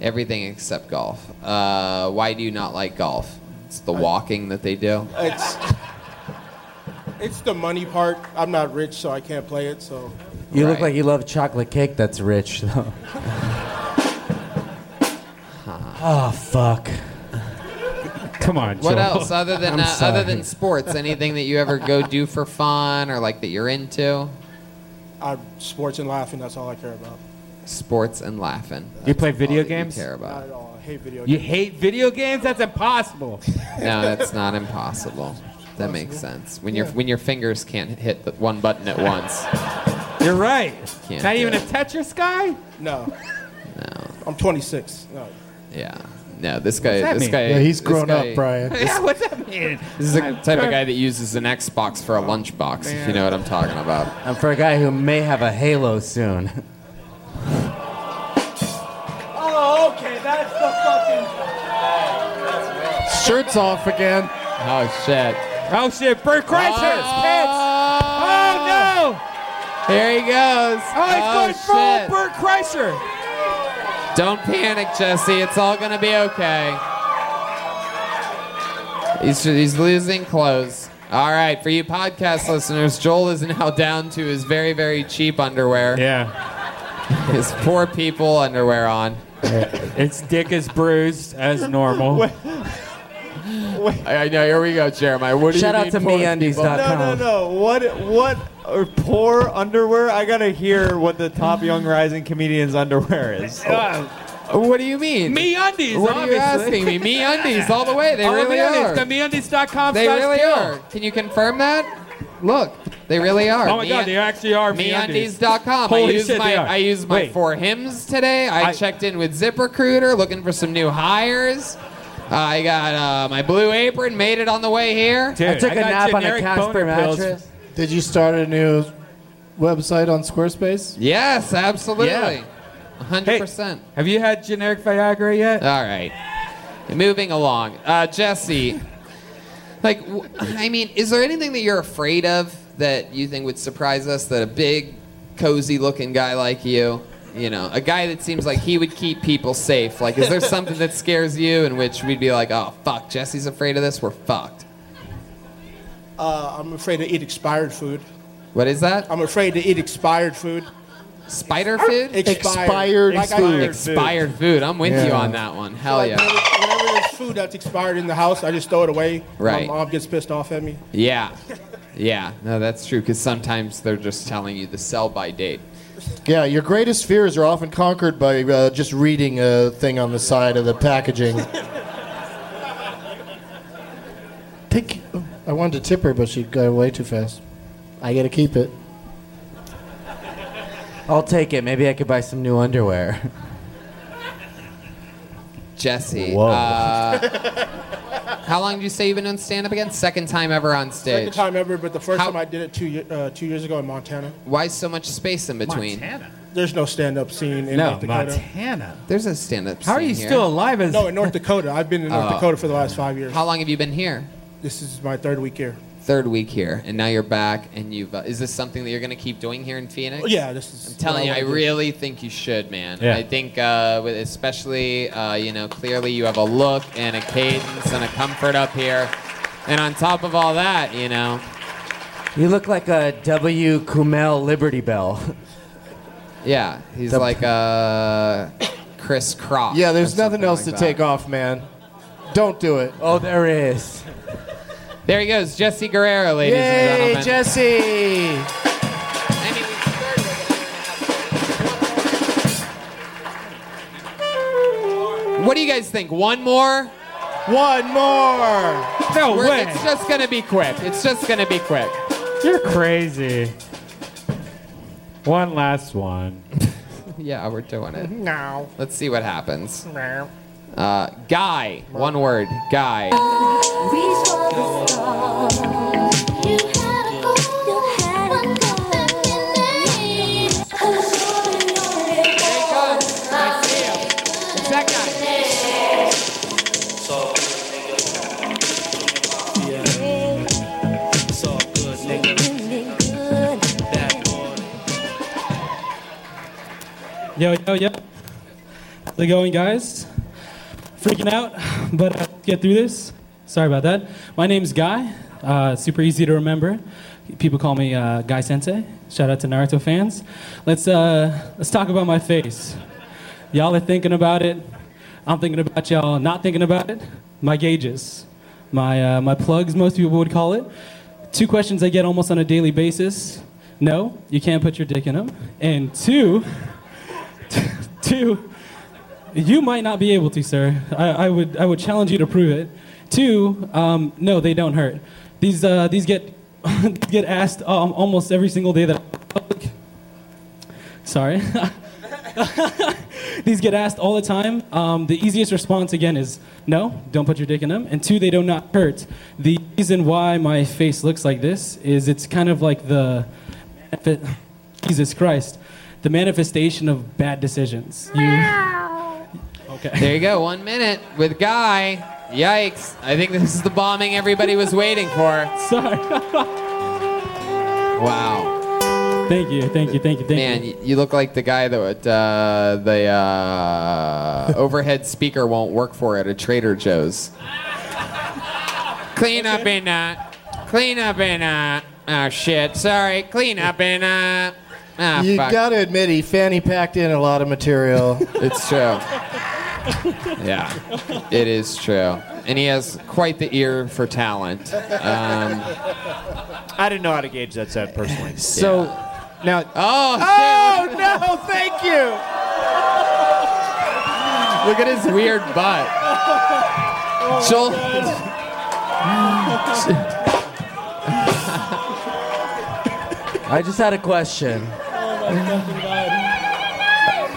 S2: Everything except golf. Uh, why do you not like golf? It's the walking that they do.
S5: It's it's the money part. I'm not rich, so I can't play it. So
S8: you look like you love chocolate cake. That's rich, though. oh fuck!
S24: Come on.
S2: What
S8: Joel.
S2: else other than
S8: I'm
S2: uh, other
S8: sorry.
S2: than sports? Anything that you ever go do for fun or like that you're into?
S5: I sports and laughing. That's all I care about.
S2: Sports and laughing.
S24: You play video
S2: that you
S24: games?
S2: care about.
S5: Not at all. I hate video.
S24: You
S5: games.
S24: hate video games? That's impossible.
S2: No, that's not impossible. That makes sense. When your when your fingers can't hit the one button at once.
S24: You're right.
S2: Can't
S24: not
S2: do
S24: even
S2: it.
S24: a Tetris guy?
S5: No. I'm 26. No.
S2: Yeah. No, this guy.
S5: What's that
S2: this
S5: mean?
S2: guy.
S5: Yeah, he's
S2: this
S5: grown
S2: guy-
S5: up, Brian.
S2: This,
S24: Yeah, what's that mean?
S2: this is the type of guy that uses an Xbox for a lunchbox, if you know what I'm talking about.
S8: And for a guy who may have a halo soon.
S3: Oh, okay, that's the fucking.
S8: Shirts off again.
S2: Oh shit.
S24: Oh shit, Bert Kreischer's pants! Oh
S2: no! Here he goes.
S3: Oh, it's
S2: shit.
S3: going for Bert
S24: Kreischer.
S2: Don't panic, Jesse. It's all gonna be okay. He's, he's losing clothes. All right, for you podcast listeners, Joel is now down to his very, very cheap underwear. Yeah. His poor people underwear on.
S24: Its dick is bruised as normal.
S2: I I know. Here we go, Jeremiah. What do
S24: Shout
S2: you
S24: out
S2: mean
S24: to
S2: poor
S24: MeUndies.com.
S2: people?
S6: No, no, no. What, what,
S17: uh,
S6: or poor underwear? I gotta hear what the top young rising comedian's underwear is.
S2: Uh, what do you mean?
S24: Me undies,
S2: What are you
S24: obviously.
S2: asking me? Me undies all the way. They
S24: All
S2: really
S24: MeUndies,
S2: are.
S24: The MeUndies.com
S2: They
S24: slash
S2: really
S24: deal.
S2: are. Can you confirm that? Look, they really are.
S24: Oh my God, they actually are MeUndies.
S2: MeUndies.com. I
S24: Holy
S2: use
S24: shit,
S2: my
S24: they are.
S2: I use my
S24: Wait.
S2: for hymns today. I,
S24: I-
S2: checked in with ZipRecruiter looking for some new hires. I got uh, my blue apron, made it on the way here.
S4: I took a nap on a Casper mattress. Did you start a new website on Squarespace?
S2: Yes, absolutely.
S4: Yeah.
S2: 100%.
S24: Have you had generic Viagra yet?
S2: All right. Moving along. Uh, Jesse, like, w- I mean, is there anything that you're afraid of that you think would surprise us that a big, cozy looking guy like you, you know, a guy that seems like he would keep people safe? Like, is there something that scares you in which we'd be like, oh, fuck, Jesse's afraid of this? We're fucked.
S5: Uh, I'm afraid to eat expired food.
S2: What is that?
S5: I'm afraid to eat expired food.
S2: Spider food?
S5: Expired, Like I-
S2: Expired food. I'm with you
S5: Yeah.
S2: on that one. Hell
S5: Like,
S2: yeah.
S5: Whenever, whenever there's food that's expired in the house, I just throw it away.
S2: Right.
S5: My mom gets pissed off at me.
S2: Yeah. Yeah. No, that's true. Because sometimes they're just telling you the sell by date.
S25: Yeah, your greatest fears are often conquered by uh, just reading a thing on the side of the packaging. Take. I wanted to tip her, but she got away too fast.
S8: I gotta keep it. I'll take it. Maybe I could buy some new underwear.
S2: Jesse.
S8: Whoa.
S2: uh, how long did you say you've been doing stand up again? Second time ever on
S5: Second
S2: stage.
S5: time ever, but the first time I did it two, ye- uh, two years ago in Montana.
S2: Why so much space in between? Montana.
S5: There's no stand up scene in
S2: No,
S5: North Dakota.
S2: Montana. There's a stand up
S5: No, in North Dakota. I've been in North
S2: Oh.
S5: Dakota for the last five years.
S2: How long have you been here?
S5: This is my third week here.
S2: Third week here, and now you're back, and you've. Uh, is this something that you're going to keep doing here in Phoenix?
S5: Yeah, this is.
S2: I'm telling you, I really think you should, man.
S5: Yeah.
S2: I think, uh, with especially, uh, you know, clearly you have a look and a cadence and a comfort up here. And on top of all that, you know,
S8: You look like a W. Kumail Liberty Bell.
S2: yeah, he's like uh, Chris
S8: Ah,
S2: Cross.
S25: Yeah, there's nothing else to take off, man. Don't do it.
S8: Oh, there is.
S2: There he goes, Jesse Guerrero, ladies and
S8: Yay,
S2: gentlemen.
S8: Jesse!
S2: What do you guys think? One more?
S25: One more.
S2: No
S3: way.
S2: It's just gonna be quick. It's just gonna be quick.
S6: You're crazy. One last one.
S2: Yeah, we're doing it.
S3: No.
S2: Let's see what happens. Uh, guy, one word, guy.
S27: Yo, yo, yo. How's it going, guys? Freaking out, but uh, get through this. Sorry about that. My name's Guy. Uh, super easy to remember. People call me uh, Guy Sensei. Shout out to Naruto fans. Let's uh, let's talk about my face. Y'all are thinking about it. I'm thinking about y'all not thinking about it. My gauges, my uh, my plugs, most people would call it. Two questions I get almost on a daily basis. No, you can't put your dick in them. And two. Two, you might not be able to, sir. I, I would I would challenge you to prove it. Two, um, no, they don't hurt. These uh, these get get asked um, almost every single day that. Sorry. These get asked all the time. Um, the easiest response, again, is no, don't put your dick in them. And two, they do not hurt. The reason why my face looks like this is it's kind of like the. Jesus Christ. The manifestation of bad decisions. You,
S2: There you go, one minute with Guy. Yikes. I think this is the bombing everybody was waiting for.
S27: Sorry.
S2: wow.
S27: Thank you, thank you, thank you, thank
S2: Man, you. Man, you look like the guy that would, uh, the uh, overhead speaker won't work for at a Trader Joe's. Clean up in that. Clean up in
S27: Ah,
S2: that. Oh, shit. Sorry. Clean up in that.
S27: uh,
S2: Ah,
S25: you
S2: fuck.
S25: gotta admit, he fanny packed in a lot of material.
S2: it's true. Yeah, it is true. And he has quite the ear for talent. Um,
S17: I didn't know how to gauge that set personally.
S2: So,
S24: now.
S2: Oh,
S3: Oh, no, thank you.
S2: Look at his weird butt. Joel.
S8: I just had a question.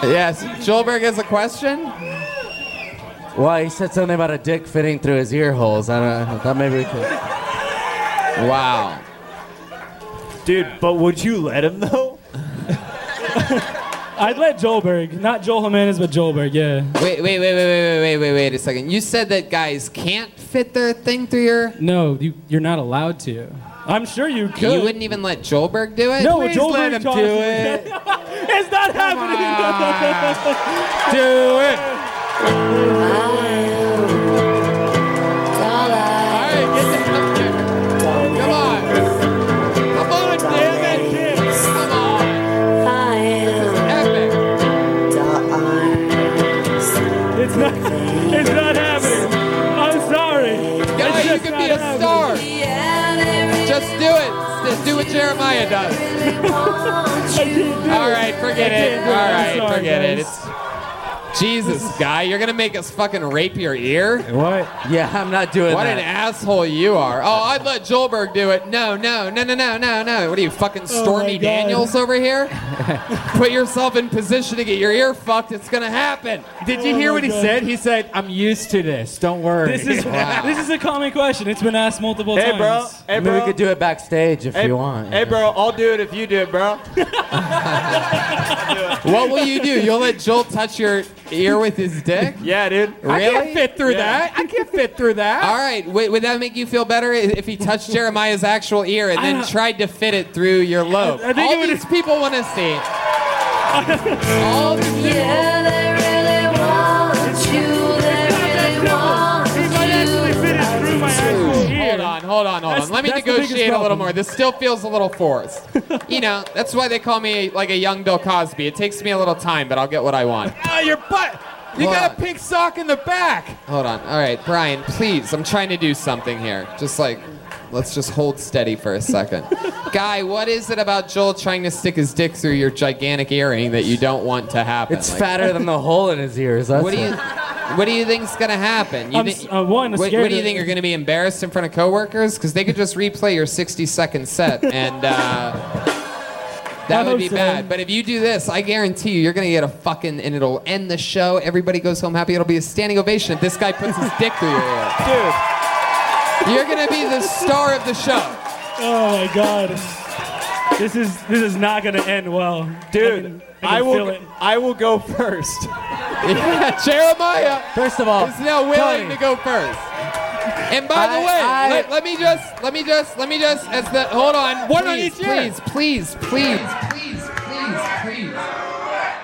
S2: yes, Joelberg has a question.
S8: Well, he said something about a dick fitting through his ear holes. I don't. I thought maybe we could.
S2: Wow.
S17: Dude, but would you let him though?
S3: I'd let Joelberg, not Joel Jimenez, but Joelberg. Yeah.
S2: Wait, wait, wait, wait, wait, wait, wait, wait, wait a second. You said that guys can't fit their thing through your.
S3: No, you, you're not allowed to. I'm sure you could.
S2: You wouldn't even let Joelberg do it.
S3: No, Joelberg taught us- it's not
S2: happening.
S28: Do it.
S3: It's not. It's not happening. I'm sorry.
S28: Guys,
S2: you can be a star. Just do it. Just do what Jeremiah does. All right, forget
S28: I
S2: it.
S28: can't do it.
S2: All
S28: I'm
S2: right,
S28: sorry,
S2: forget it.
S28: guys.
S2: It's Jesus, guy, you're gonna make us fucking rape your ear.
S29: What? Yeah, I'm not doing
S2: What
S29: that.
S2: an asshole you are. Oh, I'd let Joelberg do it. No, no, no, no, no, no, no. What are you fucking
S28: Oh, my
S2: Stormy
S28: God.
S2: Daniels over here? Put yourself in position to get your ear fucked. It's gonna happen.
S1: Did you
S28: Oh
S1: hear what he said? He said, "I'm used to this. Don't worry."
S3: This is this is a common question. It's been asked multiple
S1: Hey,
S3: times.
S1: bro. Hey,
S29: I mean, we could do it backstage if you want.
S1: hey,
S6: bro, I'll do it if you do it, bro.
S2: What will you do? You'll let Joel touch your ear with his dick?
S6: Yeah, dude.
S2: Really?
S6: I can't fit through
S2: that.
S1: I can't fit through that.
S2: All right. Wait, would that make you feel better i- if he touched Jeremiah's actual ear and then tried to fit it through your lobe?
S28: I think
S2: All these people want to see. it. All these people. Hold on, hold on, hold on.
S28: That's-
S2: Let me
S28: that's the biggest
S2: negotiate a little
S28: problem.
S2: more. This still feels a little forced. you know, that's why they call me like a young Bill Cosby. It takes me a little time, but I'll get what I want.
S1: Ah, your butt. You
S2: Hold
S1: got
S2: on.
S1: a pink sock in the back.
S2: Hold on. All right, Brian, please. I'm trying to do something here. Just like, let's just hold steady for a second. Guy, what is it about Joel trying to stick his dick through your gigantic earring that you don't want to happen?
S29: It's fatter than the hole in his ears. That's
S2: What do you? What do you think's gonna happen? You
S29: I'm
S2: thi-
S29: s- uh, one,
S2: what,
S29: scared
S2: what do you
S29: of-
S2: think you're gonna be embarrassed in front of coworkers? Because they could just replay your 60 second set, and uh,
S3: I
S2: that would
S3: hope
S2: be
S3: so.
S2: bad. But if you do this, I guarantee you, you're gonna get a fucking, and it'll end the show. Everybody goes home happy. It'll be a standing ovation if this guy puts his dick through your ear. Dude, you're gonna be the star of the show.
S3: Oh my god. This is this is not gonna end well.
S6: Dude,
S3: I, can
S6: I will-
S3: feel it.
S6: I will go first.
S2: yeah, Jeremiah.
S29: First of all,
S2: is now willing
S6: Tony.
S2: to go first. And by the
S6: I-
S2: way,
S6: I-
S2: let, let me just, let me just, let me just, as the hold on,
S28: One on
S2: please,
S28: each ear.
S2: please, please, please, please, please, please,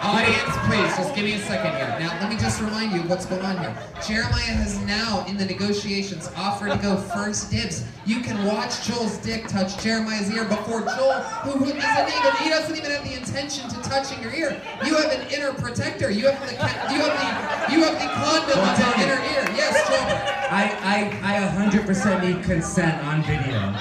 S2: audience, please, just give me a second here. Now, let me just remind you what's going on here. Jeremiah has now, in the negotiations, offered to go first dibs. You can watch Joel's dick touch Jeremiah's ear before Joel, who isn't even, he doesn't even have the intention to touching your ear. You have an inner protector. You have the, ca- you have the, you have the condom of the inner ear. Yes, Joel.
S8: I, I, I 100% need consent on video.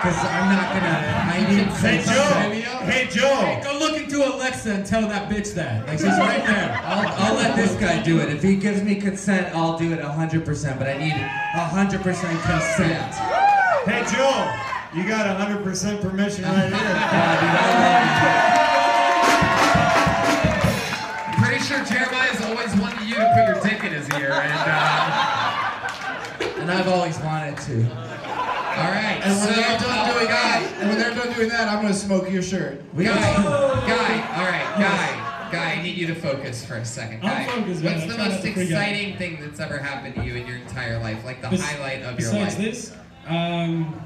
S8: Because I'm not gonna. I need
S28: Hey,
S8: consent
S28: Joe.
S8: on video.
S28: Hey, Joe.
S8: Go look into Alexa and tell that bitch that. Like, she's right there. I'll, I'll let this guy do it. If he gives me consent, I'll do it 100%. But I need 100% consent. Hey, Joe. You got 100% permission right here.
S2: I'm pretty sure Jeremiah's always wanted you to put your dick in his ear, and uh,
S8: and I've always wanted to.
S2: all right.
S8: And when
S2: so,
S8: they're done doing
S2: guy,
S8: that, and when they're done doing that, I'm gonna smoke your shirt. We
S2: guy,
S8: got
S2: guy, all right, guy, guy. I need you to focus for a second, guy.
S8: I'm focused, man.
S2: What's
S8: I'm
S2: the
S8: trying not
S2: most
S8: to freak out.
S2: exciting thing that's ever happened to you in your entire life? Like the
S27: Bes-
S2: highlight of your
S27: Besides
S2: life.
S27: this, um,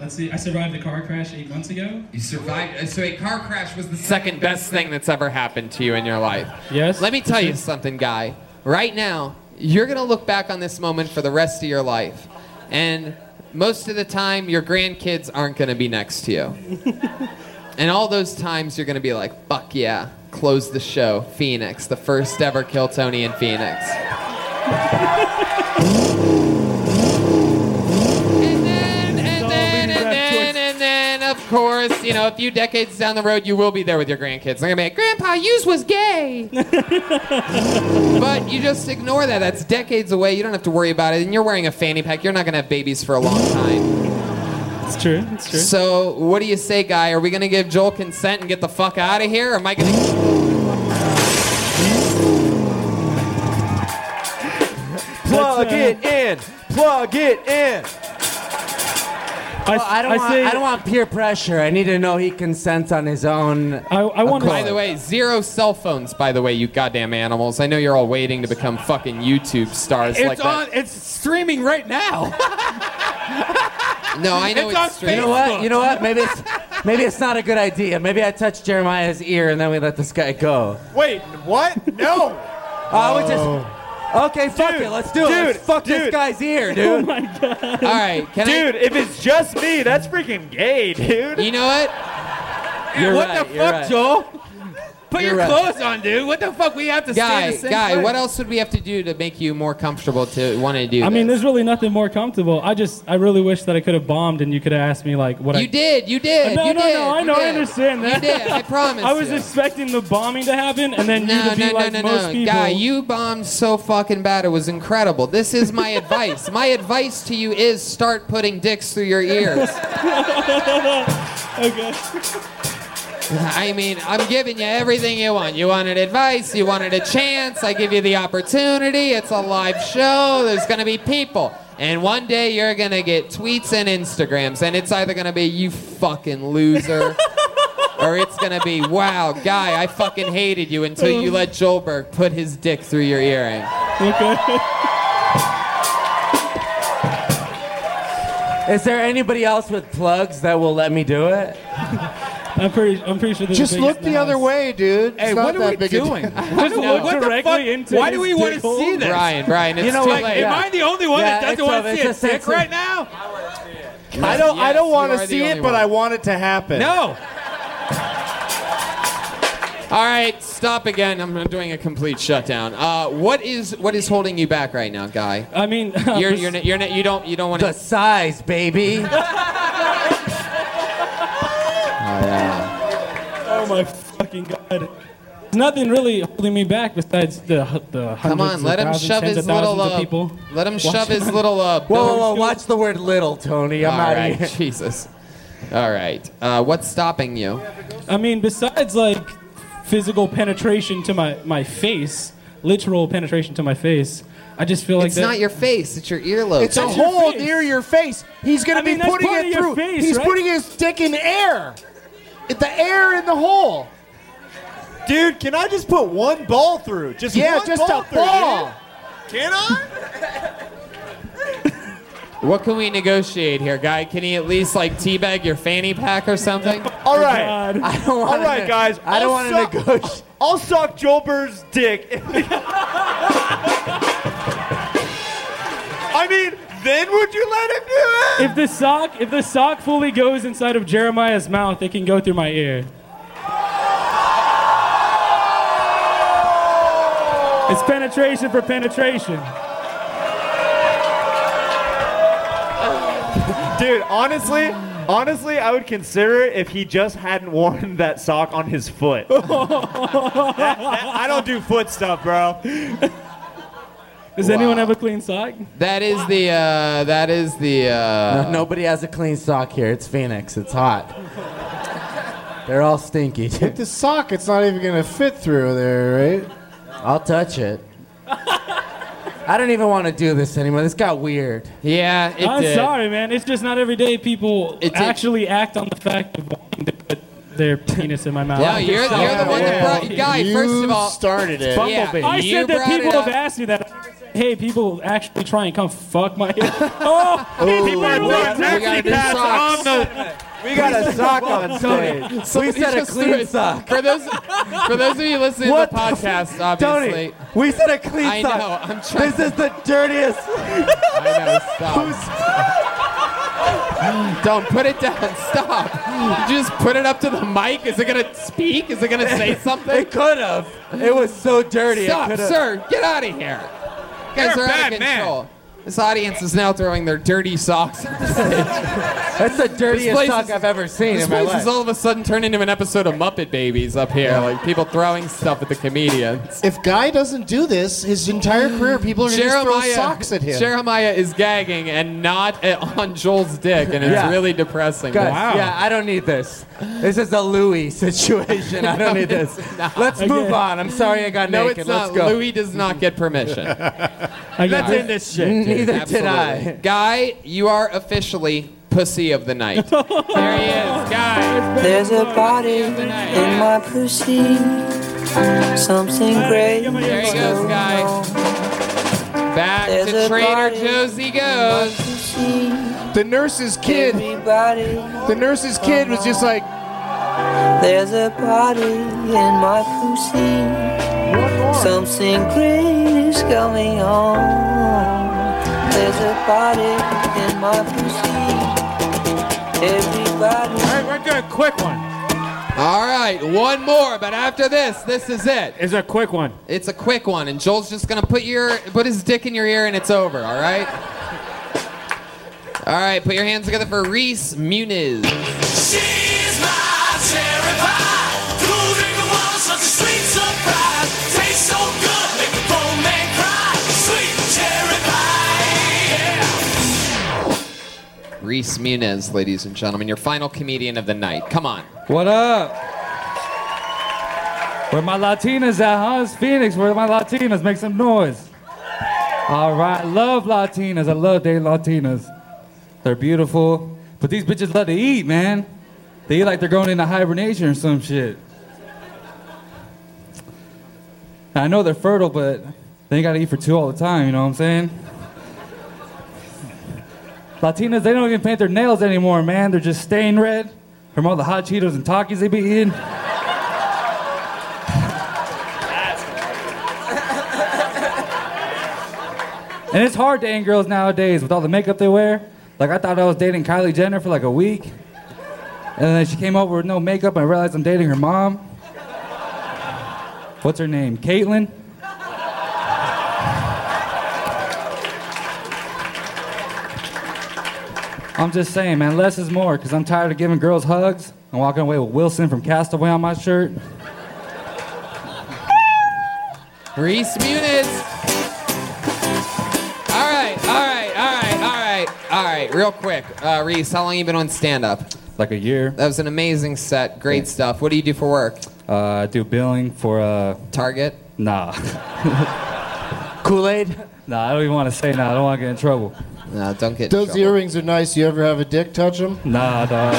S27: let's see. I survived a car crash eight months ago.
S2: You survived. uh, So a car crash was the second best thing that's ever happened to you in your life. Yes. Let me tell you something, guy. Right now, you're gonna look back on this moment for the rest of your life, and most of the time, your grandkids aren't gonna be next to you. and all those times, you're gonna be like, "Fuck yeah!" Close the show, Phoenix, the first ever Kill Tony in Phoenix. And then, and then, of course, you know, a few decades down the road, you will be there with your grandkids. They're gonna be like, Grandpa, yous was gay. but you just ignore that. That's decades away. You don't have to worry about it. And you're wearing a fanny pack. You're not gonna have babies for a long time.
S3: It's true. It's true.
S2: So, what do you say, guy? Are we gonna give Joel consent and get the fuck out of here? Or am I gonna?
S6: Plug it in. Plug it in.
S8: Well, I, don't I want, say- I don't want peer pressure. I need to know he consents on his own. I, I
S2: By the way, zero cell phones. By the way, you goddamn animals. I know you're all waiting to become fucking YouTube
S17: uh,
S2: stars
S3: It's
S2: like that.
S1: It's streaming right now.
S2: No, I know
S8: It's
S2: it's,
S8: on
S2: streaming.
S8: You know what? You know what? Maybe it's maybe it's not a good idea. Maybe I touch Jeremiah's ear and then we let this guy go.
S17: Wait, what? No.
S3: Oh,
S17: Oh.
S8: I would just. Okay, fuck it. Let's do it. Let's fuck this guy's ear, dude.
S2: All right, can
S17: dude, if it's just me, that's freaking gay, dude.
S2: You know what?
S17: You're
S2: What
S17: right,
S2: the
S17: you're
S2: fuck,
S17: right.
S2: Joel? Put
S17: You're
S2: your
S17: right.
S2: clothes on, dude. What the fuck? We have to
S27: stand
S2: guy,
S27: the same
S2: guy.
S27: way.
S2: What else would we have to do to make you more comfortable to want to do?
S27: I
S2: this?
S27: mean, there's really nothing more comfortable. I just, I really wish that I could have bombed and you could have asked me like what I.
S2: you did, you did.
S27: No,
S2: you
S27: no,
S2: did,
S27: no. I
S2: you
S27: know. I
S2: did.
S27: understand that.
S2: You did. I promise.
S27: I was
S2: you.
S27: expecting the bombing to happen and then you
S2: no,
S27: to be
S2: no,
S27: like
S2: no, no,
S27: most
S2: no.
S27: people.
S2: Guy, you bombed so fucking bad. It was incredible. This is my advice. My advice to you is start putting dicks through your ears.
S27: okay.
S2: I mean, I'm giving you everything you want. You wanted advice, you wanted a chance. I give you the opportunity. It's a live show. There's going to be people. And one day you're going to get tweets and Instagrams, and it's either going to be, you fucking loser, or it's going to be, wow, guy, I fucking hated you until you let Joelberg put his dick through your earring.
S27: Okay.
S8: Is there anybody else with plugs that will let me do it?
S27: I'm pretty. I'm pretty sure.
S8: Just look the other
S25: way, dude.
S8: Hey,
S25: not
S8: what are
S25: that
S8: we
S25: big a deal.
S8: doing?
S25: Just
S8: No.
S25: look
S8: What the
S25: directly
S8: fuck?
S25: into
S8: Why
S25: his
S8: do we want to
S25: dick hole.
S8: see this?
S25: Brian, Brian, it's
S8: you know
S25: too
S8: what?
S25: late.
S8: Am
S25: Yeah.
S8: I the only one
S25: Yeah,
S8: that
S25: it's
S8: doesn't want
S25: a-
S8: to
S25: it's
S8: see
S25: a
S8: a dick
S25: sensitive-
S8: right now?
S25: I don't. I don't
S8: Yes,
S25: want
S8: you
S25: to
S8: are the
S25: see it,
S8: only
S25: but
S8: one.
S25: I want it to happen.
S8: No.
S2: All right, stop again. I'm doing a complete shutdown. Uh, what is what is holding you back right now, guy?
S27: I mean,
S2: you're, you're, not- you're not- you don't you don't want to.
S8: The size, baby.
S27: Oh my fucking god. There's nothing really holding me back besides the the hundreds
S2: Come on, let
S27: of
S2: him
S27: thousands,
S2: shove
S27: tens
S2: his
S27: of thousands
S2: little.
S27: of
S2: Uh,
S27: people.
S2: Let him
S27: Watch
S2: shove his little. Uh,
S8: Whoa, whoa, whoa! Watch the word "little," Tony. I'm out of here.
S2: Jesus. All right. Uh, what's stopping you?
S27: I mean, besides like physical penetration to my my face, literal penetration to my face, I just feel like
S2: it's
S27: that-
S2: not your face. It's your earlobe.
S27: It's a
S2: That's your
S25: hole
S2: face.
S25: near your face. He's gonna
S27: I mean,
S25: be
S27: that's
S25: putting
S27: part of
S25: it
S27: your
S25: through.
S27: face,
S25: He's
S27: right?
S25: putting his dick in air. It- The air in the hole.
S17: Dude, can I just put one ball through? Just
S25: yeah,
S17: one
S25: just
S17: ball
S25: a
S17: through,
S25: ball.
S17: Can I?
S2: What can we negotiate here, guy? Can he at least like teabag your fanny pack or something?
S17: All right.
S8: I don't
S17: All
S8: wanna-
S17: right, guys.
S8: I don't wanna
S17: I'll suck-
S8: negotiate.
S17: I'll suck Joelberg's dick. I mean, then would you let him do it?
S27: If the sock if the sock fully goes inside of Jeremiah's mouth, it can go through my ear. It's penetration for penetration.
S17: Dude, honestly, honestly, I would consider it if he just hadn't worn that sock on his foot. That- that- I don't do foot stuff, bro.
S27: Does anyone have a clean sock?
S2: That is the uh, that is the uh,
S8: No, nobody has a clean sock here. It's Phoenix. It's hot. They're all stinky.
S25: With the sock, it's not even gonna fit through there, right?
S8: I'll touch it. I don't even want to do this anymore. This got weird.
S2: Yeah,
S27: I'm sorry, man. It's just not every day people
S8: It did.
S27: actually act on the fact of wanting to put their penis in my mouth.
S2: No, you're- you're the one that Yeah. brought- Guy, You first of all- started it.
S27: Bumblebee.
S2: Yeah,
S27: I
S2: you
S27: said that
S2: brought
S27: people
S2: it
S27: have
S2: up.
S27: asked me that. Hey, people actually try and come fuck my. oh, people are
S3: what? We gotta do socks.
S2: We got a sock on
S3: stage.
S8: So we said a clean sock.
S2: For those, for those of you listening
S8: What
S2: to
S8: the
S2: the podcast,
S8: f- Tony,
S2: obviously.
S8: we said a clean
S2: I
S8: sock.
S2: know, I'm trying-
S8: This is the dirtiest.
S2: I know, stop. Don't put it down. Stop. You just put it up to the mic. Is it going to speak? Is it going to say something?
S8: It could have. It was so dirty. it
S2: Stop,
S8: could've-
S2: sir. Get out of here. You guys
S8: You're a
S2: are out
S8: bad
S2: of
S8: man.
S2: control. This audience is now throwing their dirty socks at the stage.
S8: That's the
S2: This
S8: dirtiest
S2: place
S8: sock
S2: is-
S8: I've ever seen
S2: This
S8: in my
S2: place
S8: life.
S2: is all of a sudden turned into an episode of Muppet Babies up here, like people throwing stuff at the comedians.
S25: If Guy doesn't do this, his entire career, people are gonna just throw socks at him.
S2: Jeremiah is gagging and not at, on Joel's dick, and it's
S8: Yeah.
S2: really depressing.
S8: Guys, yeah, I don't need this. This is a Louis situation. I don't need this. Let's move on. I'm sorry I got
S2: no,
S8: naked.
S2: It's
S8: Let's
S2: not.
S8: go.
S2: Louis does not get permission.
S8: got Let's it. end this shit, dude. Neither did I.
S2: Guy, you are officially pussy of the night.
S16: There he is, guys.
S18: There's a body in my pussy. Something great.
S16: There he goes, guys. Back to Trader Josie goes.
S25: The nurse's kid. The nurse's kid was just like.
S18: There's a body in my pussy. Something great is going on. There's a body in my pussy. Everybody. All
S2: right, we're doing a quick one. All right, one more, but after this, this is it. It's a quick one. It's a quick one, and Joel's just gonna put your put his dick in your ear, and it's over. All right. All right, put your hands together for Reese Muniz.
S3: She's my cherry pie. Moving the world, such a sweet surprise. Tastes so good, make a grown man cry. Sweet cherry pie.
S2: Reese Muniz, ladies and gentlemen, your final comedian of the night. Come on.
S30: What up? Where my Latinas at, huh? It's Phoenix. Where my Latinas? Make some noise. All right. Love Latinas. I love they Latinas. They're beautiful. But these bitches love to eat, man. They eat like they're going into hibernation or some shit. I know they're fertile, but they ain't gotta eat for two all the time, you know what I'm saying? Latinas, they don't even paint their nails anymore, man. They're just stained red from all the hot Cheetos and Takis they be eating. And it's hard dating girls nowadays with all the makeup they wear. Like I thought I was dating Kylie Jenner for like a week. And then she came over with no makeup and I realized I'm dating her mom. What's her name? Caitlin? I'm just saying, man, less is more, because I'm tired of giving girls hugs and walking away with Wilson from Castaway on my shirt.
S2: Reese Muniz. All right, all right, all right, all right, all right. Real quick, uh, Reese, how long you been on stand up?
S30: Like a year.
S2: That was an amazing set. Great stuff. What do you do for work?
S30: Uh, I do billing for uh,
S2: Target.
S30: Nah. Kool Aid. Nah, I don't even want to say nah. I don't want to get in trouble.
S2: Nah, don't get
S25: Those earrings are nice. You ever have a dick touch them?
S30: Nah, dog.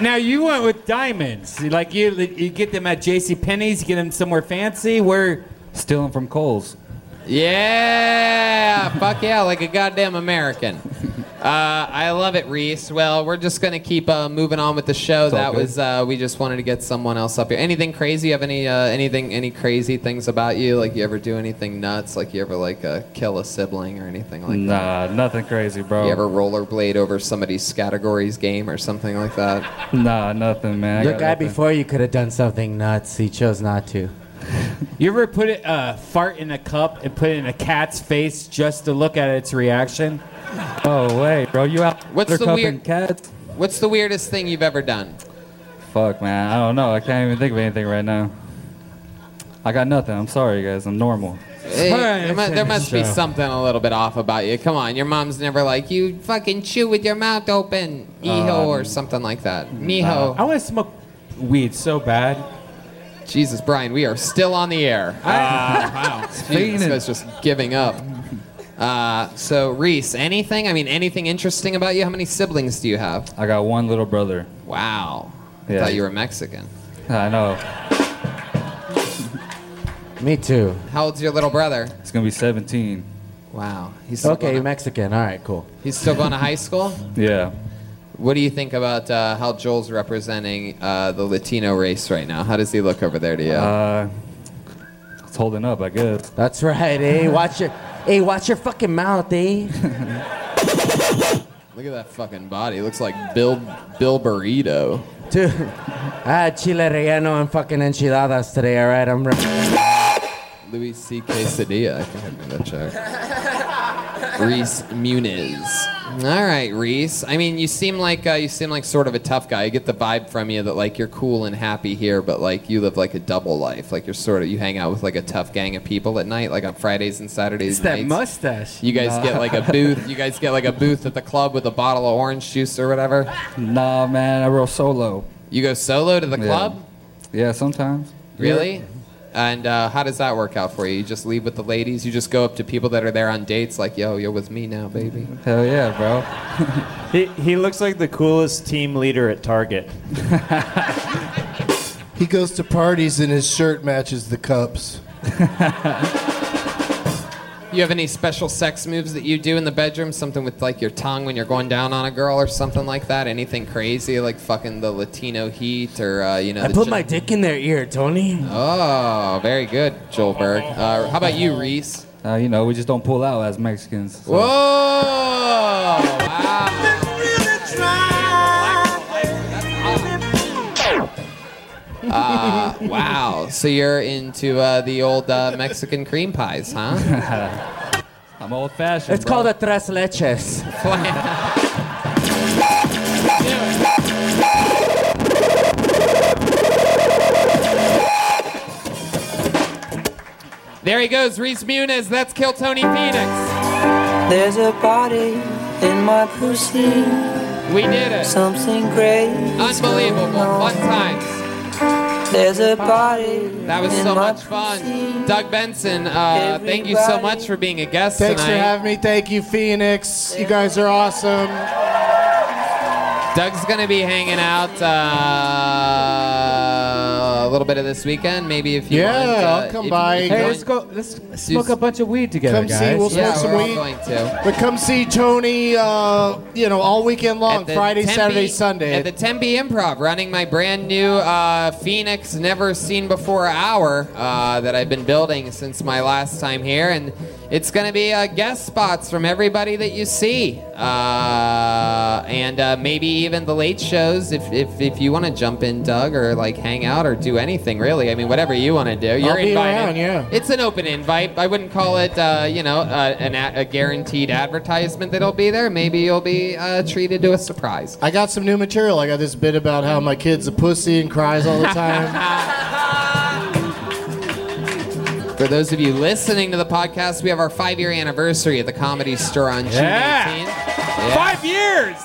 S24: Now you went with diamonds. Like you, you get them at J.C. Penney's, you get them somewhere fancy. Where?
S30: Steal them from Kohl's.
S2: Yeah, fuck yeah, like a goddamn American. Uh, I love it, Reese. Well, we're just gonna keep uh, moving on with the show.
S30: all
S2: that
S30: good.
S2: was uh, we just wanted to get someone else up here. Anything crazy? You have any uh, anything any crazy things about you? Like you ever do anything nuts? Like you ever like uh, kill a sibling or anything like that?
S30: Nah, nothing crazy, bro.
S2: You ever rollerblade over somebody's categories game or something like that?
S30: Nah, nothing, man. I
S15: Your
S30: got
S15: guy
S30: nothing.
S15: before you could have done something nuts. He chose not to.
S24: You ever put a uh, fart in a cup and put it in a cat's face just to look at its reaction?
S30: Oh wait, bro, you out?
S2: What's the weird
S30: cats?
S2: What's the weirdest thing you've ever done?
S30: Fuck, man. I don't know. I can't even think of anything right now. I got nothing. I'm sorry, guys. I'm normal.
S2: Hey, there, mu- there must be
S30: Show.
S2: something a little bit off about you. Come on, your mom's never like you fucking chew with your mouth open, mijo, or
S24: Um,
S2: something like that.
S24: Uh,
S2: Mijo.
S24: I want to smoke weed so bad.
S2: Jesus, Brian, we are still on the air. wow, Jeez, this
S24: Fading.
S2: guy's just giving up. Uh, so Reese, anything? I mean, anything interesting about you? How many siblings do you have?
S30: I got one little brother.
S2: Wow, I
S30: Yeah.
S2: thought you were Mexican.
S30: I know.
S15: Me too.
S2: How old's your little brother?
S30: It's gonna be 17.
S2: Wow. He's still
S15: Okay, you're
S2: Going to,
S15: Mexican. All right, cool.
S2: he's still going to high school.
S30: Yeah.
S2: What do you think about uh, how Joel's representing uh, the Latino race right now? How does he look over there to you?
S30: Uh, it's holding up, I guess.
S15: That's right, eh? Watch your, hey, watch your fucking mouth, eh?
S2: Look at that fucking body. Looks like Bill Bill Burrito.
S15: Dude, I had chile relleno and fucking enchiladas today. All right, I'm. Re-
S2: Louis C. Quesadilla. I think I made that joke. Reese Muniz. All right, Reese. I mean, you seem like uh, you seem like sort of a tough guy. I get the vibe from you that like you're cool and happy here, but like you live like a double life. Like you're sort of you hang out with like a tough gang of people at night, like on Fridays and Saturdays.
S24: It's that
S2: nights.
S24: mustache.
S2: You guys
S30: Nah.
S2: get like a booth. You guys get like a booth at the club with a bottle of orange juice or whatever.
S30: Nah, man. I roll solo.
S2: You go solo to the
S30: Yeah.
S2: club?
S30: Yeah, sometimes.
S2: Really? And uh, how does that work out for you? You just leave with the ladies? You just go up to people that are there on dates, like, yo, you're with me now, baby?
S15: Hell yeah, bro.
S6: he, he looks like the coolest team leader at Target.
S4: He goes to parties and his shirt matches the cups.
S2: You have any special sex moves that you do in the bedroom? Something with like your tongue when you're going down on a girl or something like that? Anything crazy like fucking the Latino heat or, uh, you know.
S6: I
S2: the
S6: put
S2: gin-
S6: my dick in their ear, Tony.
S2: Oh, very good, Joel Berg. Uh, how about you, Reese?
S30: Uh, you know, we just don't pull out as Mexicans. so-
S2: Whoa! Wow. Uh, wow. So you're into uh, the old uh, Mexican cream pies, huh?
S30: I'm old fashioned.
S6: It's called a tres leches.
S31: There he goes, Reese Muniz. That's Kill Tony Phoenix.
S3: There's a body in my pussy.
S31: We did it.
S3: Something great.
S31: Unbelievable. Fun times.
S3: There's a body.
S2: That was so much fun. Doug Benson, uh, thank you so much for being a guest
S4: Thanks for
S2: tonight.
S4: having me. Thank you, Phoenix. You guys are awesome.
S2: Doug's gonna be hanging out uh, a little bit of this weekend. Maybe if you
S4: Yeah,
S2: want, uh,
S4: I'll come
S2: if
S4: by.
S2: you
S4: Hey,
S2: join-
S4: let's
S6: go. Let's
S2: smoke a
S6: bunch of weed
S2: together,
S4: Come see,
S2: guys.
S4: we'll
S2: Yeah,
S4: smoke some
S2: we're all
S4: weed.
S2: going to.
S4: But come see Tony, uh, you know, all weekend long,
S2: At the
S4: Friday,
S2: Tempe-
S4: Saturday, Sunday.
S2: At the Tempe Improv, running my brand new uh, Phoenix Never Seen Before Hour uh, that I've been building since my last time here. And it's going to be uh, guest spots from everybody that you see. Uh, and uh, maybe even the late shows if, if, if you want to jump in, Doug, or like hang out or do anything really. I mean, whatever you want to do. You're
S4: I'll be
S2: invited.
S4: around, yeah.
S2: It's an open invite. I wouldn't call it, uh, you know, uh, an a-, a guaranteed advertisement that'll be there. Maybe you'll be uh, treated to a surprise.
S4: I got some new material. I got this bit about how my kid's a pussy and cries all the time.
S2: For those of you listening to the podcast, we have our five-year anniversary at the Comedy Store on June 18th. Yeah.
S32: Five
S2: years!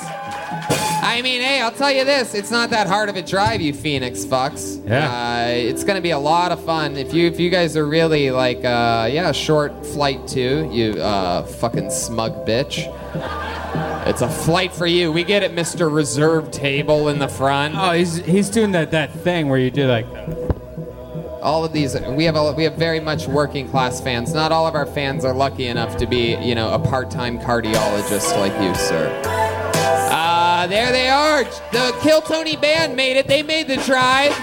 S2: I mean, hey, I'll tell you this: it's not that hard of a drive, you Phoenix fucks.
S32: Yeah.
S2: Uh, it's gonna be a lot of fun if you if you guys are really like, uh, yeah, short flight too. You uh, fucking smug bitch. It's a flight for you. We get it, Mr. Reserve Table in the front.
S1: Oh, he's he's doing that that thing where you do like.
S2: all of these we have all, we have very much working class fans not all of our fans are lucky enough to be you know a part-time cardiologist like you sir uh, there they are the kill tony band made it they made the drive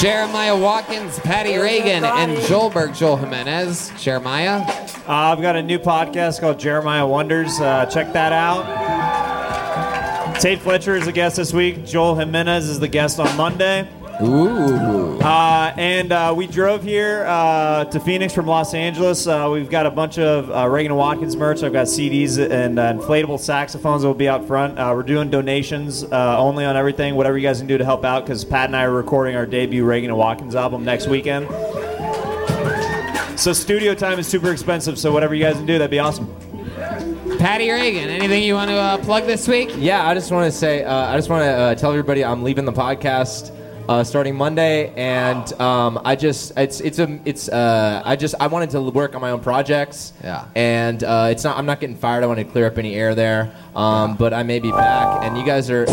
S2: jeremiah watkins patty reagan and joelberg joel jimenez jeremiah
S6: Uh, I've got a new podcast called Jeremiah Wonders. Uh, check that out. Tate Fletcher is a guest this week. Joel Jimenez is the guest on Monday.
S2: Ooh.
S6: Uh, and uh, we drove here uh, to Phoenix from Los Angeles. Uh, we've got a bunch of uh, Reagan and Watkins merch. I've got CDs and uh, inflatable saxophones that will be out front. Uh, we're doing donations uh, only on everything, whatever you guys can do to help out, because Pat and I are recording our debut Reagan and Watkins album next weekend. So studio time is super expensive. So whatever you guys can do, that'd be awesome.
S2: patty reagan anything you want to uh, plug this week
S15: Yeah, I just want to say, uh, I just want to uh, tell everybody I'm leaving the podcast uh, starting Monday, and um, I just it's it's a it's uh, I just I wanted to work on my own projects.
S2: Yeah.
S15: And uh, it's not I'm not getting fired. I want to clear up any air there, um, but I may be back. And you guys are.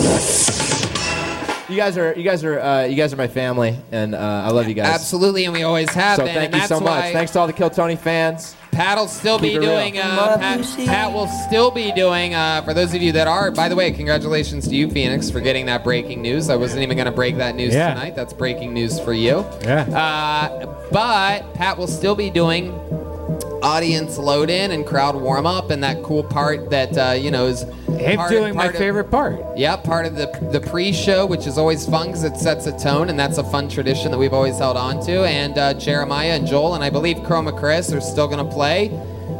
S15: You guys are you guys are uh, you guys are my family, and uh, I love you guys.
S2: Absolutely, and we always have
S15: So
S2: been,
S15: thank
S2: and
S15: you
S2: that's
S15: so much.
S2: why-
S15: Thanks to all the Kill Tony fans.
S2: Pat will still
S15: Keep
S2: be
S15: it real.
S2: doing. Uh, Pat, Pat will still be doing. Uh, for those of you that are, by the way, congratulations to you, Phoenix, for getting that breaking news. I wasn't even going to break that news
S1: Yeah.
S2: tonight. That's breaking news for you.
S1: Yeah.
S2: Uh, but Pat will still be doing audience load in and crowd warm up and that cool part that uh, you know is
S1: Him
S2: part-
S1: doing my
S2: part of-
S1: favorite part.
S2: yeah, part of the the pre-show, which is always fun because it sets a tone, and that's a fun tradition that we've always held on to. And uh, Jeremiah and Joel, and I believe Chroma Chris are still going to play.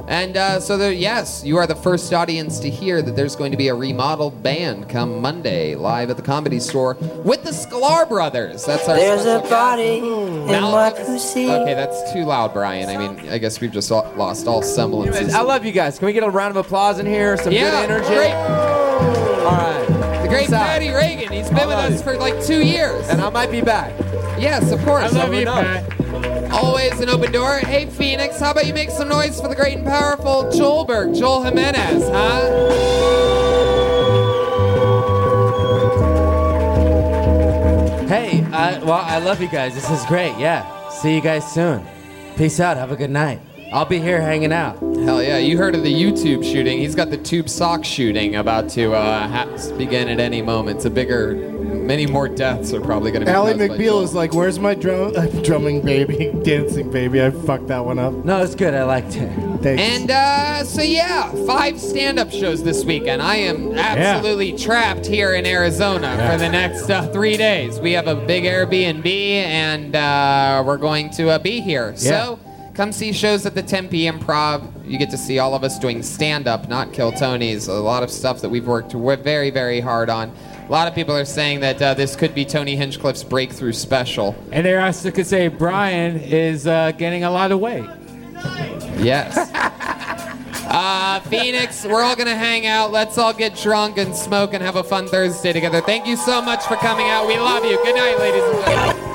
S2: And uh, so, there, yes, you are the first audience to hear that there's going to be a remodeled band come Monday live at the Comedy Store with the Sklar Brothers. That's our
S3: There's a
S2: special
S3: body in my pussy.
S2: Okay, that's too loud, Brian. I mean, I guess we've just all- lost all semblance.
S15: I love you guys. Can we get a round of applause in here? Some
S2: Yeah,
S15: good energy.
S2: great.
S15: All right.
S2: The The great
S15: Sal.
S2: Patty Reagan. He's been with us for like two years. And I might be back. Yes, of course.
S15: I love you, Pat.
S2: Always an open door. Hey, Phoenix, how about you make some noise for the great and powerful Joelberg, Joel Jimenez, huh?
S8: Hey, I, well, I love you guys. This is great. Yeah. See you guys soon. Peace out. Have a good night. I'll be here hanging out.
S15: Hell yeah, you heard of the YouTube shooting. He's got the tube sock shooting about to uh, ha- begin at any moment. It's a bigger, many more deaths are probably going to be.
S4: Allie
S15: caused by
S4: McBeal is like, "Where's my drum drumming baby, dancing baby? I fucked that one up."
S8: No, it's good. I liked it.
S4: Thanks.
S2: And uh, so, yeah, five stand up shows this weekend. I am absolutely trapped here in Arizona
S15: Yeah.
S2: for the next uh, three days. We have a big Airbnb and uh, we're going to uh, be here. So, come see shows at the Tempe Improv. You get to see all of us doing stand up, not Kill Tony's. A lot of stuff that we've worked we very, very hard on. A lot of people are saying that uh, this could be Tony Hinchcliffe's breakthrough special.
S1: And they also could say Brian is uh, getting a lot of weight.
S2: Yes. Uh, Phoenix, we're all going to hang out. Let's all get drunk and smoke and have a fun Thursday together. Thank you so much for coming out. We love you. Good night, ladies and gentlemen.